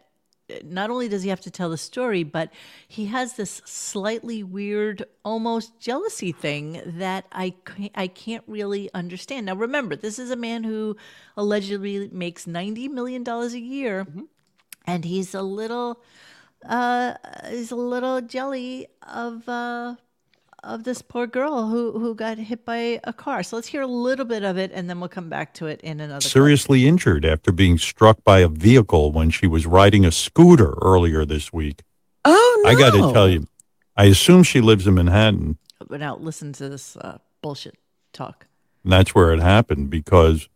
Speaker 1: not only does he have to tell the story, but he has this slightly weird, almost jealousy thing that I can't, I can't really understand. Now, remember, this is a man who allegedly makes ninety million dollars a year, and he's a little, uh, he's a little jelly of. Uh, of this poor girl who who got hit by a car. So let's hear a little bit of it, and then we'll come back to it in another. clip.
Speaker 13: Seriously injured after being struck by a vehicle when she was riding a scooter earlier this week.
Speaker 14: Oh,
Speaker 13: I got to tell you, I assume she lives in Manhattan,
Speaker 1: But now listen to this uh, bullshit talk.
Speaker 13: and that's where it happened because,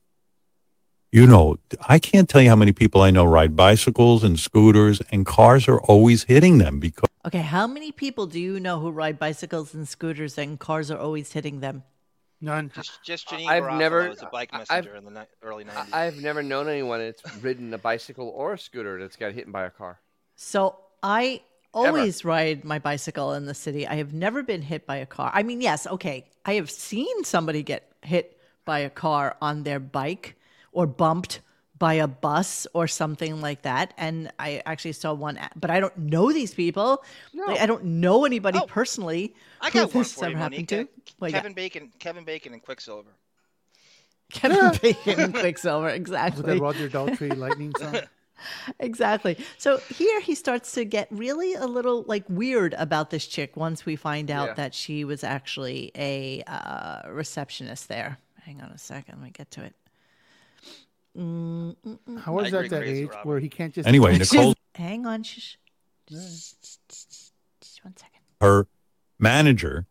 Speaker 13: you know, I can't tell you how many people I know ride bicycles and scooters, and cars are always hitting them because.
Speaker 1: Okay, how many people do you know who ride bicycles and scooters and cars are always hitting them?
Speaker 9: None.
Speaker 4: Just, just Janine
Speaker 2: I've
Speaker 4: Garofalo
Speaker 2: never-
Speaker 4: was a bike
Speaker 2: I- I've-
Speaker 4: messenger in the ni- early '90s.
Speaker 2: I- I've never known anyone that's ridden a bicycle or a scooter that's got hit by a car.
Speaker 1: So I always ride my bicycle in the city. I have never been hit by a car. I mean, yes, okay, I have seen somebody get hit by a car on their bike or bumped by a bus or something like that. And I actually saw one, but I don't know these people.
Speaker 4: No.
Speaker 1: Like, I don't know anybody personally.
Speaker 4: I
Speaker 1: who
Speaker 4: got one
Speaker 1: this
Speaker 4: for you,
Speaker 1: ever happened
Speaker 4: Monique.
Speaker 1: to. Well, yeah.
Speaker 4: Kevin Bacon, Kevin Bacon, and Quicksilver.
Speaker 1: Kevin Bacon and Quicksilver, exactly.
Speaker 9: With the Roger Daltrey lightning
Speaker 1: [laughs]
Speaker 9: song.
Speaker 1: exactly. So here he starts to get really a little like weird about this chick once we find out
Speaker 17: Yeah.
Speaker 1: that she was actually a uh, receptionist there. Hang on a second, let me get to it. Mm, mm, mm,
Speaker 9: How is
Speaker 1: mm.
Speaker 9: that that age where he can't just
Speaker 13: Anyway,
Speaker 9: She's-
Speaker 13: Nicole-
Speaker 1: Hang on, shh, one second.
Speaker 13: her manager.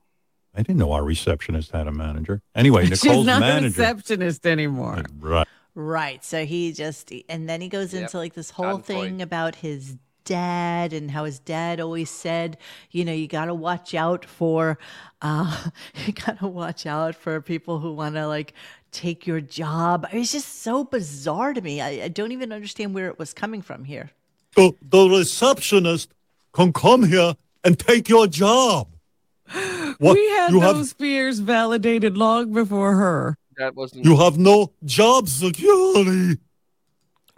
Speaker 13: I didn't know our receptionist had a manager. Anyway, Nicole's
Speaker 14: She's not a
Speaker 13: manager.
Speaker 14: receptionist anymore.
Speaker 13: right.
Speaker 1: Right. So he just, and then he goes
Speaker 14: Yep.
Speaker 1: into like this whole
Speaker 14: Don Floyd.
Speaker 1: thing about his dad and how his dad always said, you know, you got to watch out for, uh, [laughs] you got to watch out for people who want to like take your job. It's just so bizarre to me. I, I don't even understand where it was coming from here.
Speaker 18: The, the receptionist can come here and take your job. What?
Speaker 14: We had
Speaker 18: you
Speaker 14: those
Speaker 18: have
Speaker 14: fears validated long before her.
Speaker 2: That wasn't.
Speaker 18: you have no job security.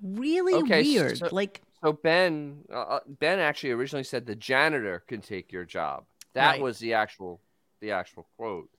Speaker 1: Really
Speaker 2: Okay, s-
Speaker 1: weird.
Speaker 2: so-
Speaker 1: like,
Speaker 2: So Ben, uh, uh, Ben actually originally said the janitor can take your job. That
Speaker 1: Right.
Speaker 2: was the actual, the actual quote.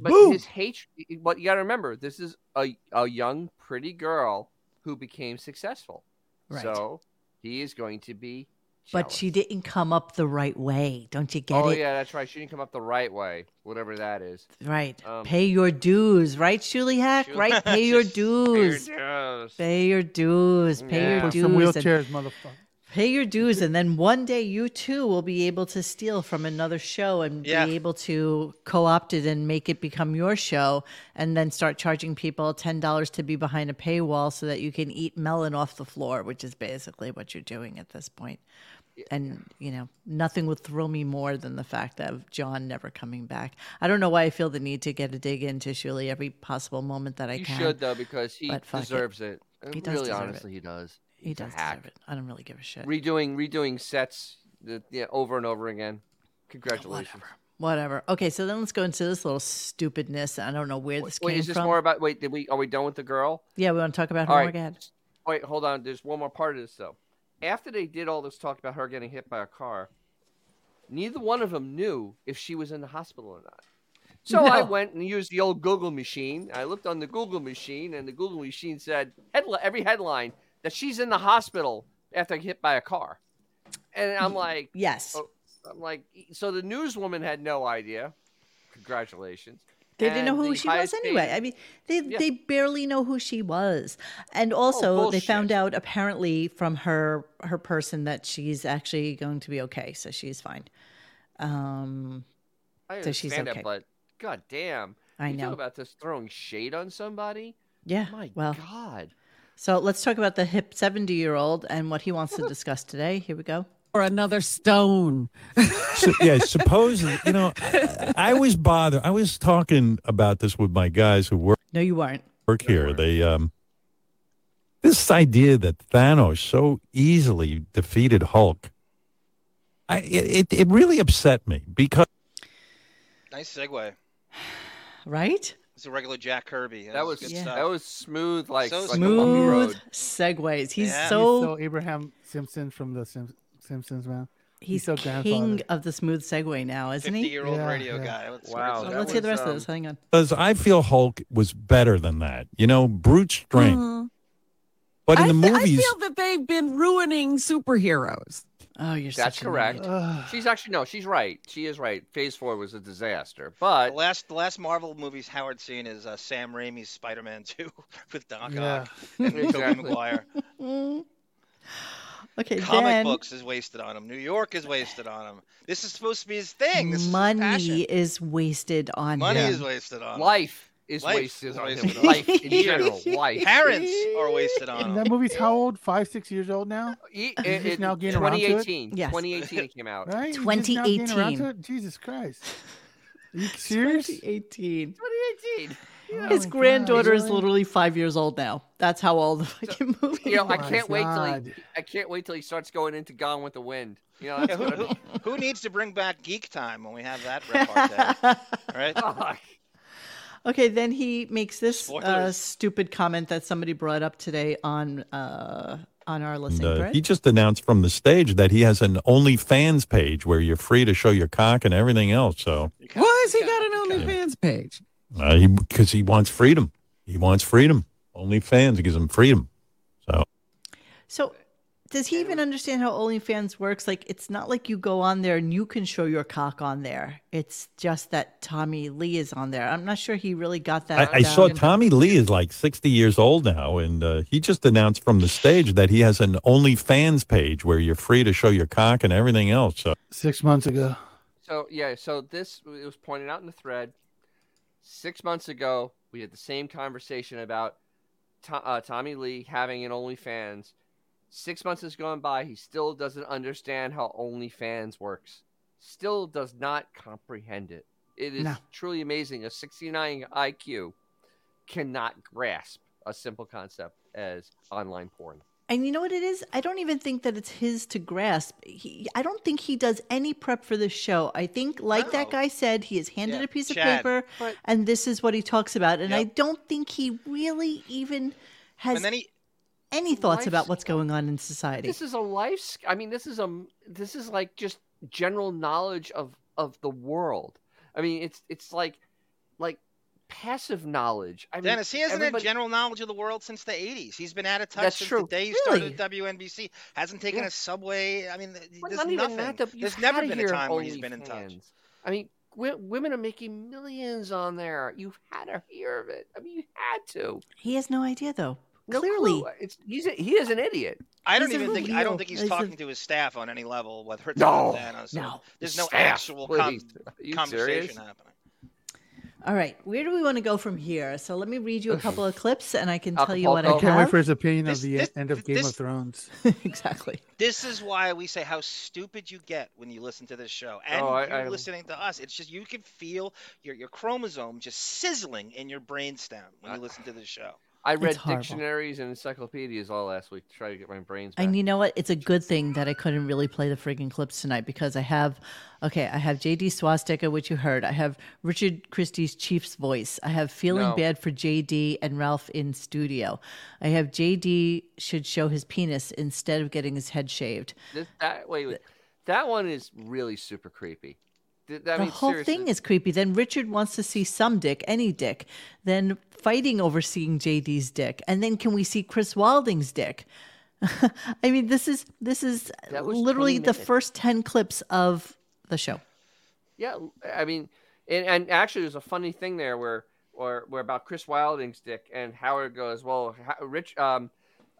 Speaker 2: But
Speaker 6: Boom.
Speaker 2: his hatred. But you got to remember, this is a a young, pretty girl who became successful.
Speaker 1: Right.
Speaker 2: So he is going to be.
Speaker 1: but she didn't come up the right way. Don't you get
Speaker 2: oh
Speaker 1: it?
Speaker 2: yeah, that's right. She didn't come up the right way, whatever that is.
Speaker 1: Right.
Speaker 2: Um,
Speaker 1: pay your dues, right, Shuli Hack?
Speaker 2: Shul-
Speaker 1: Right?
Speaker 2: [laughs]
Speaker 1: Pay your dues.
Speaker 2: dues.
Speaker 1: Pay your dues. Pay
Speaker 9: Yeah.
Speaker 1: your
Speaker 9: Put
Speaker 1: dues.
Speaker 9: some
Speaker 1: and-
Speaker 9: wheelchairs, motherfucker.
Speaker 1: Pay your dues, and then one day you too will be able to steal from another show and
Speaker 4: Yeah.
Speaker 1: be able to co opt it and make it become your show, and then start charging people $10 to be behind a paywall so that you can eat melon off the floor, which is basically what you're doing at this point. And, you know, nothing would thrill me more than the fact of John never coming back. I don't know why I feel the need to get a dig into Shuli every possible moment that I
Speaker 2: you
Speaker 1: can.
Speaker 2: should though, because he
Speaker 1: but fuck it.
Speaker 2: deserves it. Uh,
Speaker 1: He does
Speaker 2: really,
Speaker 1: deserve it.
Speaker 2: honestly, he does.
Speaker 1: He
Speaker 2: He's a
Speaker 1: does
Speaker 2: hack.
Speaker 1: deserve it. I don't really give a shit.
Speaker 2: redoing redoing sets the, yeah, over and over again. Congratulations.
Speaker 1: Whatever. Okay, so then let's go into this little stupidness. I don't know where this
Speaker 2: Wait,
Speaker 1: came
Speaker 2: is this
Speaker 1: from.
Speaker 2: more about? Wait, did we are we done with the girl?
Speaker 1: yeah, we want to talk about her
Speaker 2: All
Speaker 1: more.
Speaker 2: right.
Speaker 1: Go ahead.
Speaker 2: Wait, hold on. There's one more part of this though. After they did all this talk about her getting hit by a car, neither one of them knew if she was in the hospital or not. So I
Speaker 6: No.
Speaker 2: went and used the old Google machine. I looked on the Google machine, and the Google machine said headli- every headline that she's in the hospital after hit by a car. And I'm like,
Speaker 1: yes.
Speaker 2: oh, I'm like, so the newswoman had no idea. Congratulations.
Speaker 1: They didn't know
Speaker 2: And
Speaker 1: who
Speaker 2: the
Speaker 1: she was
Speaker 2: highest paid-
Speaker 1: anyway. I mean, they
Speaker 2: Yeah. Oh,
Speaker 1: they barely know who she was, and also they
Speaker 2: bullshit.
Speaker 1: found out apparently from her her person that she's actually going to be okay, so she's fine. Um,
Speaker 2: I
Speaker 1: so she's
Speaker 2: understand
Speaker 1: okay.
Speaker 2: it, but god damn.
Speaker 1: I
Speaker 2: you
Speaker 1: know.
Speaker 2: Talk about this throwing shade on somebody.
Speaker 1: yeah.
Speaker 2: My
Speaker 1: well,
Speaker 2: God.
Speaker 1: So let's talk about the hip seventy year old and what he wants to discuss today. Here we go.
Speaker 14: Or another stone.
Speaker 13: So, yeah, suppose you know, I was bothered. I was talking about this with my guys who work
Speaker 1: No, you weren't.
Speaker 13: work here. They um, this idea that Thanos so easily defeated Hulk. I it it, it really upset me because
Speaker 4: Nice segue.
Speaker 1: Right?
Speaker 4: It's a regular Jack Kirby. That,
Speaker 2: That
Speaker 4: was,
Speaker 2: was
Speaker 4: good stuff.
Speaker 2: that was smooth, like,
Speaker 4: So
Speaker 2: like a bumpy
Speaker 1: Smooth
Speaker 2: road.
Speaker 1: segues. He's
Speaker 9: He's
Speaker 1: so
Speaker 9: so Abraham Simpson from the Sim- Simpsons, man.
Speaker 1: he's,
Speaker 9: so
Speaker 1: king of the smooth segue now, isn't he?
Speaker 4: 50-year-old Yeah, radio yeah. guy. That's- Wow,
Speaker 1: Well,
Speaker 4: that
Speaker 1: let's hear the
Speaker 4: was,
Speaker 1: rest of
Speaker 4: um,
Speaker 1: this. Hang on.
Speaker 13: I feel Hulk was better than that. You know, brute strength. But in the movies,
Speaker 14: Mm, Hmm. I feel that they've been ruining superheroes.
Speaker 1: Oh, you're
Speaker 2: That's correct. she's actually no, she's right. She is right. Phase four was a disaster, but
Speaker 4: The last the last Marvel movies Howard's seen is uh, Sam Raimi's Spider-Man 2 [laughs] with Doc
Speaker 2: Yeah.
Speaker 4: Ock and Tobey
Speaker 1: [laughs]
Speaker 2: Exactly.
Speaker 4: Maguire.
Speaker 1: Okay,
Speaker 4: Comic
Speaker 1: then
Speaker 4: books is wasted on him. New York is wasted on him. This is supposed to be his thing. This is his
Speaker 1: money
Speaker 4: passion.
Speaker 1: is wasted on
Speaker 4: Money
Speaker 1: him.
Speaker 4: is wasted on him.
Speaker 2: life is
Speaker 4: Life
Speaker 2: wasted
Speaker 4: is
Speaker 2: on
Speaker 4: wasted
Speaker 2: him.
Speaker 4: on
Speaker 2: life
Speaker 4: him.
Speaker 9: [laughs]
Speaker 2: in general, life.
Speaker 4: Parents are wasted
Speaker 2: [laughs]
Speaker 4: on
Speaker 9: And
Speaker 4: him.
Speaker 9: that
Speaker 4: [laughs]
Speaker 9: movie's how old? Five, six years old now. [laughs]
Speaker 2: He-
Speaker 9: He's
Speaker 2: it-
Speaker 9: just
Speaker 2: it-
Speaker 9: now getting around to it?
Speaker 2: 2018.
Speaker 9: Yes.
Speaker 2: 2018 it came out.
Speaker 9: Right? You're just now getting around to it? Jesus Christ. Are you serious? [laughs]
Speaker 1: 2018.
Speaker 2: 2018.
Speaker 1: His granddaughter is literally five years old now. That's how old the fucking movie.
Speaker 9: Oh
Speaker 2: You know, I
Speaker 1: was.
Speaker 2: can't wait till he, I can't wait till he starts going into Gone with the Wind.
Speaker 4: [laughs]
Speaker 2: You know,
Speaker 4: Yeah,
Speaker 2: that's
Speaker 4: who, who,
Speaker 2: gonna be-
Speaker 4: who needs to bring back Geek Time when we have that repartee?
Speaker 2: [laughs]
Speaker 4: right?
Speaker 1: [laughs] Okay, then he makes this uh,
Speaker 4: Spoilers.
Speaker 1: stupid comment that somebody brought up today on uh, on our
Speaker 13: And,
Speaker 1: listening
Speaker 13: uh,
Speaker 1: thread.
Speaker 13: he just announced from the stage that he has an OnlyFans page where you're free to show your cock and everything else. So
Speaker 14: Why has he got an OnlyFans page?
Speaker 13: uh, he because he wants freedom, he wants freedom. OnlyFans gives him freedom. So
Speaker 1: So, does he even understand how OnlyFans works? Like, it's not like you go on there and you can show your cock on there. It's just that Tommy Lee is on there. I'm not sure he really got that.
Speaker 13: I, I saw
Speaker 1: down.
Speaker 13: Tommy Lee is like 60 years old now, and uh, he just announced from the stage that he has an OnlyFans page where you're free to show your cock and everything else. So
Speaker 9: six months ago.
Speaker 2: So yeah, so this it was pointed out in the thread. Six months ago, we had the same conversation about To- uh, Tommy Lee having an OnlyFans. Six months has gone by. He still doesn't understand how OnlyFans works. Still does not comprehend it. It is
Speaker 1: No.
Speaker 2: truly amazing. A 69 IQ cannot grasp a simple concept as online porn.
Speaker 1: And you know what it is? I don't even think that it's his to grasp. He, I don't think he does any prep for this show. I think, like that guy said, he is handed
Speaker 2: Yeah,
Speaker 1: a piece
Speaker 2: Chad.
Speaker 1: of paper,
Speaker 2: But-
Speaker 1: and this is what he talks about. And I don't think he really even has
Speaker 2: And then he-
Speaker 1: any thoughts
Speaker 2: Life's-
Speaker 1: about what's going on in society.
Speaker 2: This is a life. sk- I mean, this is a. This is like just general knowledge of of the world. I mean, it's it's like like passive knowledge. I mean,
Speaker 4: Dennis, he hasn't
Speaker 2: everybody-
Speaker 4: had general knowledge of the world since the 80s. He's been out of touch
Speaker 2: That's
Speaker 4: since
Speaker 2: true.
Speaker 4: the day he
Speaker 2: Really?
Speaker 4: started at WNBC. Hasn't taken
Speaker 2: Yeah.
Speaker 4: a subway. I mean, th-
Speaker 2: Well,
Speaker 4: there's
Speaker 2: not even
Speaker 4: nothing.
Speaker 2: that, though.
Speaker 4: there's
Speaker 2: You've
Speaker 4: never
Speaker 2: gotta
Speaker 4: been
Speaker 2: hear
Speaker 4: a time when he's been in touch.
Speaker 2: OnlyFans. I mean, w- women are making millions on there. You've had to hear of it. I mean, you had to.
Speaker 1: he has no idea, though.
Speaker 2: No
Speaker 1: Clearly,
Speaker 2: clue. it's he's a, he is an idiot.
Speaker 4: I don't
Speaker 1: He's a
Speaker 4: even think I
Speaker 1: real-
Speaker 4: don't think he's
Speaker 1: he's a-
Speaker 4: talking to his staff on any level, whether it's
Speaker 2: No.
Speaker 4: on Thanos. or-
Speaker 1: No.
Speaker 4: There's no
Speaker 2: Staff,
Speaker 4: actual com-
Speaker 2: please. Are you
Speaker 4: conversation
Speaker 2: serious?
Speaker 4: happening.
Speaker 1: All right, where do we want to go from here? So let me read you a couple [laughs] of clips, and I can tell you what
Speaker 9: I
Speaker 1: I
Speaker 9: can't wait
Speaker 1: have.
Speaker 9: for his opinion
Speaker 4: This-
Speaker 9: of the
Speaker 4: this-
Speaker 9: end of Game
Speaker 4: this-
Speaker 9: of Thrones. [laughs]
Speaker 1: [laughs] exactly.
Speaker 4: This is why we say how stupid you get when you listen to this show and
Speaker 2: Oh, I-
Speaker 4: you're
Speaker 2: I-
Speaker 4: listening to us. It's just you can feel your your chromosome just sizzling in your brainstem when you listen to this show.
Speaker 2: I
Speaker 1: It's
Speaker 2: read
Speaker 1: horrible.
Speaker 2: dictionaries and encyclopedias all last week to try to get my brains. Back.
Speaker 1: And you know what? It's a good thing that I couldn't really play the friggin' clips tonight because I have, okay, I have JD Swastika, which you heard. I have Richard Christie's Chief's voice. I have Feeling
Speaker 2: No.
Speaker 1: Bad for JD and Ralph in studio. I have JD should show his penis instead of getting his head shaved.
Speaker 2: This, that wait, wait. that one is really super creepy. Th- I
Speaker 1: the
Speaker 2: mean,
Speaker 1: whole
Speaker 2: seriously.
Speaker 1: thing is creepy. Then Richard wants to see some dick, any dick. Then fighting over seeing JD's dick, and then can we see Chris Wilding's dick? [laughs] I mean, this is this is
Speaker 2: That was
Speaker 1: literally
Speaker 2: 20
Speaker 1: the
Speaker 2: minutes.
Speaker 1: first ten clips of the show.
Speaker 2: Yeah, I mean, and, and actually, there's a funny thing there where, or where about Chris Wilding's dick and Howard goes, well, Ha- Rich, um,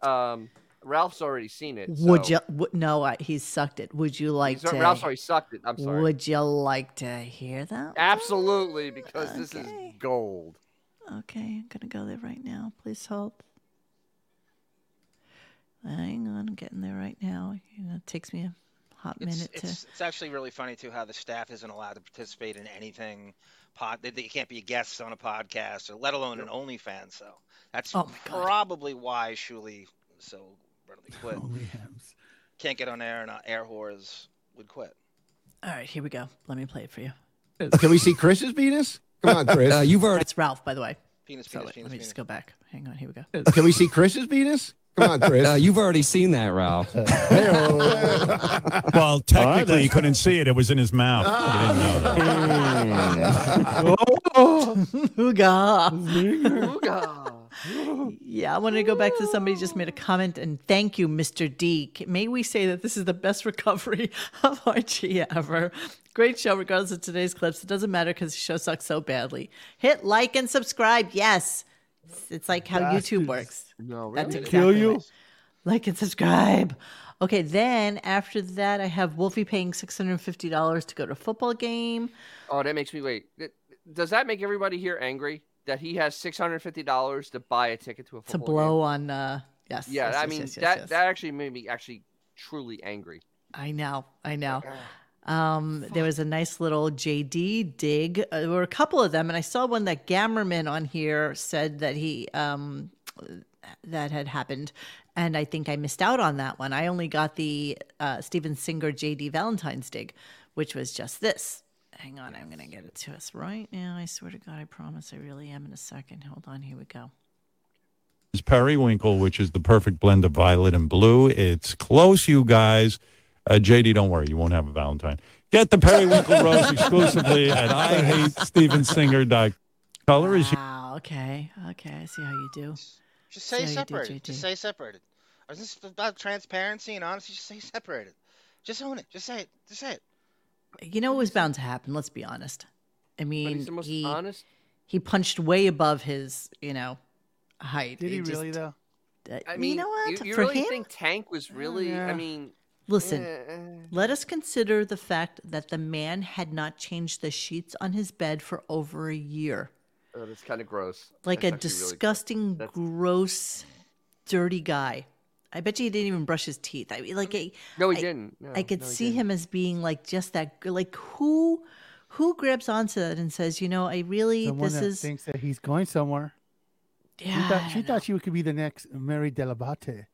Speaker 2: um, Ralph's already seen it.
Speaker 1: Would
Speaker 2: so-
Speaker 1: you? Would, no, I, he sucked it. Would you like
Speaker 2: He's-
Speaker 1: to?
Speaker 2: Ralph's already sucked it. I'm sorry.
Speaker 1: Would you like to hear that?
Speaker 2: Absolutely, because this is
Speaker 1: [laughs]
Speaker 2: gold.
Speaker 1: Okay, I'm gonna go there right now. Please hold. Hang on, I'm getting there right now. You know, it takes me a hot
Speaker 4: It's,
Speaker 1: minute
Speaker 4: it's,
Speaker 1: to.
Speaker 4: it's actually really funny too how the staff isn't allowed to participate in anything. Pod, they, they can't be guests on a podcast, or let alone an OnlyFans. So that's
Speaker 1: Oh my God.
Speaker 4: probably why Shuli so readily quit.
Speaker 1: [laughs]
Speaker 4: Can't get on air, and uh, air whores would quit.
Speaker 1: All right, here we go. Let me play it for you.
Speaker 17: Can we see Chris's penis? Come on, Chris.
Speaker 1: Uh, you've That's Ralph, by the way.
Speaker 4: Penis,
Speaker 1: so wait, let me just go back. Hang on, here we go. [laughs]
Speaker 17: Can we see Chris's penis? Come on, Chris. [laughs] oh,
Speaker 19: Uh, you've already seen that, Ralph.
Speaker 13: [laughs] Well, technically, you couldn't see it. It was in his mouth. Ah.
Speaker 1: Ooga. yeah, I want to go back to somebody just made a comment and thank you, Mr. Deek. May we say that this is the best [laughs] recovery of Archie ever. Great show, regardless of today's clips. It doesn't matter because the show sucks so badly. Hit like and subscribe. Yes. It's like how YouTube
Speaker 9: Bastards.
Speaker 1: works.
Speaker 9: No,
Speaker 1: That's
Speaker 9: really.
Speaker 1: exactly
Speaker 9: Kill you?
Speaker 1: right. Like and subscribe. Okay, then after that, I have Wolfie paying $650 to go to a football game.
Speaker 2: Oh, that makes me wait. Th- Does that make everybody here angry that he has six hundred fifty dollars to buy a ticket to a
Speaker 1: to
Speaker 2: football
Speaker 1: blow on uh yes
Speaker 2: Game? Yeah,
Speaker 1: yes,
Speaker 2: I
Speaker 1: yes,
Speaker 2: mean
Speaker 1: yes, yes,
Speaker 2: that
Speaker 1: yes.
Speaker 2: that actually made me actually truly angry.
Speaker 1: i know i know um there was a nice little jd dig uh, there were a couple of them and i saw one that gammerman on here said that he um that had happened and i think i missed out on that one i only got the uh steven singer jd valentine's dig which was just this hang on i'm gonna get it to us right now i swear to god i promise i really am in a second hold on here we go
Speaker 13: is periwinkle, which is the perfect blend of violet and blue. It's close, you guys. Uh, JD, don't worry, you won't have a Valentine. Get the periwinkle rose exclusively at IHateStevensinger.com. Color is
Speaker 1: Oh, okay okay i see how you do
Speaker 4: Just
Speaker 1: See
Speaker 4: say
Speaker 1: how you do,
Speaker 4: separated.
Speaker 1: JT.
Speaker 4: Just say separated. Is this about transparency and honesty? Just say separated. Just own it. Just say it. Just say it.
Speaker 1: You know, it was bound to happen. Let's be honest. I mean,
Speaker 2: the most
Speaker 1: he,
Speaker 2: honest-
Speaker 1: he punched way above his, you know, height.
Speaker 9: Did
Speaker 1: It
Speaker 9: he
Speaker 1: just-
Speaker 9: really though?
Speaker 1: uh,
Speaker 2: I mean,
Speaker 1: you know what?
Speaker 2: You,
Speaker 1: For
Speaker 2: really
Speaker 1: him,
Speaker 2: think Tank was really?
Speaker 1: yeah.
Speaker 2: I mean,
Speaker 1: Listen,
Speaker 2: eh,
Speaker 1: let us consider the fact that the man had not changed the sheets on his bed for over a year.
Speaker 2: oh, that's kind of gross.
Speaker 1: Like
Speaker 2: That's
Speaker 1: a
Speaker 2: actually really gross.
Speaker 1: disgusting, gross, dirty guy. I bet you he didn't even brush his teeth. I mean, like, I,
Speaker 2: No, he
Speaker 1: I-
Speaker 2: didn't. No,
Speaker 1: I could
Speaker 2: Oh, no, he
Speaker 1: see him as being like just that. gr- Like who, who grabs onto that and says, you know, I really
Speaker 9: Someone
Speaker 1: this
Speaker 9: that
Speaker 1: is
Speaker 9: thinks that he's going somewhere.
Speaker 1: Yeah,
Speaker 9: she thought she, thought she could be the next Mary Delabate.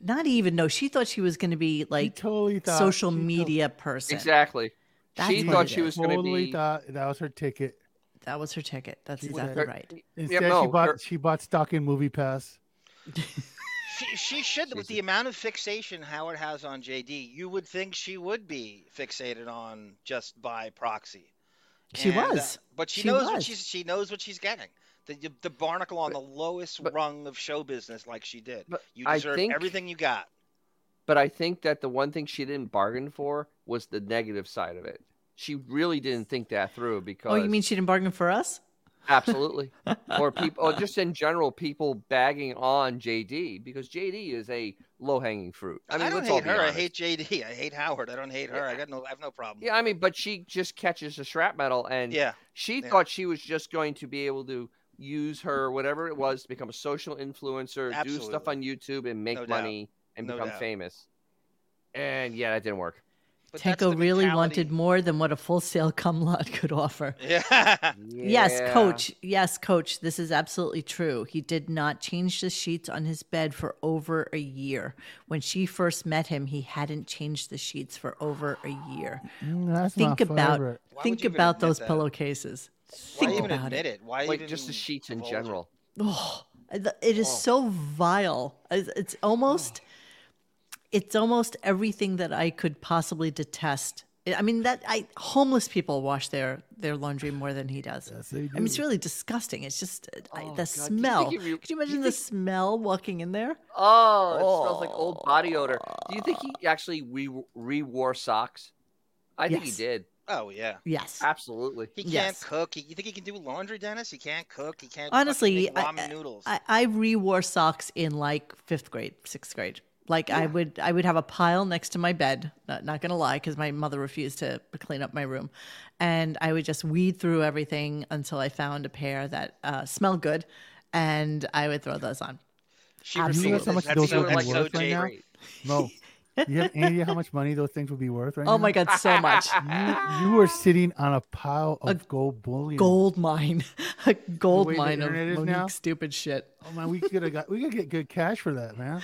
Speaker 1: not even no. She thought she was going to be like
Speaker 9: thought-
Speaker 1: social
Speaker 9: she thought-
Speaker 1: media person.
Speaker 2: Exactly.
Speaker 1: That's
Speaker 2: she
Speaker 1: what
Speaker 2: thought
Speaker 1: it
Speaker 2: she
Speaker 1: is.
Speaker 2: was going to
Speaker 9: Totally
Speaker 2: be.
Speaker 9: thought that was her ticket.
Speaker 1: That was her ticket. That's
Speaker 9: She
Speaker 1: exactly
Speaker 9: said-
Speaker 1: right.
Speaker 9: Instead, she
Speaker 2: no,
Speaker 9: bought
Speaker 2: her-
Speaker 9: she bought stock in Movie Pass.
Speaker 4: She, she should. With the amount of fixation Howard has on JD, you would think she would be fixated on just by proxy.
Speaker 1: She
Speaker 4: uh,
Speaker 1: was.
Speaker 4: but she,
Speaker 1: She
Speaker 4: knows what
Speaker 1: was.
Speaker 4: she's. She knows what she's getting. The, the barnacle on the lowest rung of show business, like she did. you
Speaker 2: I
Speaker 4: deserve
Speaker 2: think-
Speaker 4: everything you got.
Speaker 2: But I think that the one thing she didn't bargain for was the negative side of it. She really didn't think that through because
Speaker 1: Oh, you mean she didn't bargain for us? [laughs]
Speaker 2: Absolutely. or people, or just in general, people bagging on JD because JD is a low hanging fruit. I mean,
Speaker 4: don't
Speaker 2: let's all
Speaker 4: hate
Speaker 2: be
Speaker 4: her. I
Speaker 2: honest.
Speaker 4: hate JD. I hate Howard. I don't hate her. I got no. I have no problem.
Speaker 2: Yeah, I mean, but she just catches the scrap metal, and
Speaker 4: Yeah.
Speaker 2: she
Speaker 4: Yeah.
Speaker 2: thought she was just going to be able to use her whatever it was to become a social influencer, do stuff
Speaker 4: Absolutely.
Speaker 2: on YouTube, and make
Speaker 4: No doubt.
Speaker 2: money and
Speaker 4: No
Speaker 2: become
Speaker 4: doubt.
Speaker 2: famous. And yeah, that didn't work.
Speaker 1: Tenko really wanted more than what a full sale [laughs] cum lot could offer.
Speaker 2: [laughs]
Speaker 4: Yeah.
Speaker 1: Yes, coach. Yes, coach. This is absolutely true. He did not change the sheets on his bed for over a year. When she first met him, he hadn't changed the sheets for over a year.
Speaker 9: Mm, that's my
Speaker 1: think about
Speaker 9: favorite.
Speaker 4: Why would
Speaker 1: think
Speaker 4: you even
Speaker 1: about
Speaker 4: admit
Speaker 1: those
Speaker 4: that?
Speaker 1: pillowcases.
Speaker 4: Why
Speaker 1: think
Speaker 4: even
Speaker 1: about
Speaker 4: admit it? Why
Speaker 2: like
Speaker 4: even
Speaker 2: just the sheets in
Speaker 4: divulge it?
Speaker 2: general.
Speaker 1: Oh, the- it is so vile. It's it's almost, it's almost everything that I could possibly detest I mean that I homeless people wash their their laundry more than he does. Yes, they do. I mean it's really disgusting. It's just uh,
Speaker 2: Oh,
Speaker 1: I, the smell.
Speaker 2: you re-
Speaker 1: Could you imagine the smell walking in there?
Speaker 2: Oh, it smells like old body odor. Do you think he actually re re-wore socks? I think
Speaker 1: Yes.
Speaker 2: he did.
Speaker 4: Oh yeah.
Speaker 1: Yes.
Speaker 2: Absolutely.
Speaker 4: He can't cook. He, you think he can do laundry, Dennis? He can't cook. He can't. fucking
Speaker 1: Honestly,
Speaker 4: make
Speaker 1: I,
Speaker 4: ramen noodles.
Speaker 1: I, I re-wore socks in like fifth grade, sixth grade. Like I would, I would have a pile next to my bed. Not, not gonna lie, because my mother refused to clean up my room, and I would just weed through everything until I found a pair that uh, smelled good, and I would throw those on.
Speaker 4: She
Speaker 9: Do you know how much those would be worth right now? No.
Speaker 1: [laughs]
Speaker 9: You have any idea how much money those things would be worth right now?
Speaker 1: Oh my God, so
Speaker 9: [laughs]
Speaker 1: much. [laughs]
Speaker 9: You, you are sitting on a pile of gold bullion.
Speaker 1: Gold mine, [laughs] a gold
Speaker 9: way the
Speaker 1: mine of
Speaker 9: internet is
Speaker 1: Monique's
Speaker 9: now?
Speaker 1: stupid shit.
Speaker 9: Oh man, we could have got we could get good cash for that, man.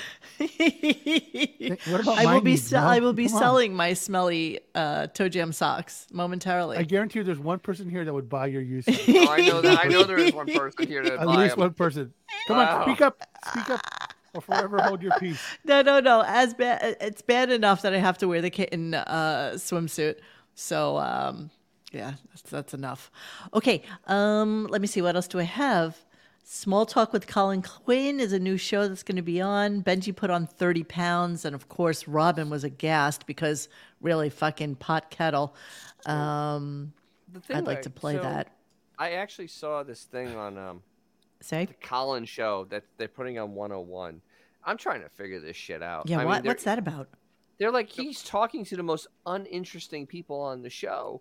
Speaker 9: what about
Speaker 1: I will
Speaker 9: my
Speaker 1: be
Speaker 9: needs,
Speaker 1: sell- I
Speaker 9: Mel?
Speaker 1: will be
Speaker 9: Come on.
Speaker 1: selling my smelly uh, toe jam socks momentarily.
Speaker 9: I guarantee you, there's one person here that would buy your use.
Speaker 1: [laughs]
Speaker 2: Oh, I know that. I know there is one person here to
Speaker 9: At
Speaker 2: buy
Speaker 9: least
Speaker 2: him.
Speaker 9: one person. Come
Speaker 2: Wow.
Speaker 9: on, speak up, speak up, or forever hold your
Speaker 1: [laughs]
Speaker 9: peace.
Speaker 1: No, no, no. As bad, it's bad enough that I have to wear the kitten uh, swimsuit. So, um, yeah, that's, that's enough. Okay, um, let me see. What else do I have? Small Talk with Colin Quinn is a new show that's going to be on. Benji put on 30 pounds. And of course, Robin was aghast because really fucking pot kettle. Um,
Speaker 2: The thing
Speaker 1: I'd like
Speaker 2: I-
Speaker 1: to play
Speaker 2: so
Speaker 1: that.
Speaker 2: I actually saw this thing on um,
Speaker 1: Say?
Speaker 2: the Colin show that they're putting on 101. I'm trying to figure this shit out.
Speaker 1: Yeah,
Speaker 2: I mean,
Speaker 1: what,
Speaker 2: they're-
Speaker 1: what's that about?
Speaker 2: They're like he's talking to the most uninteresting people on the show.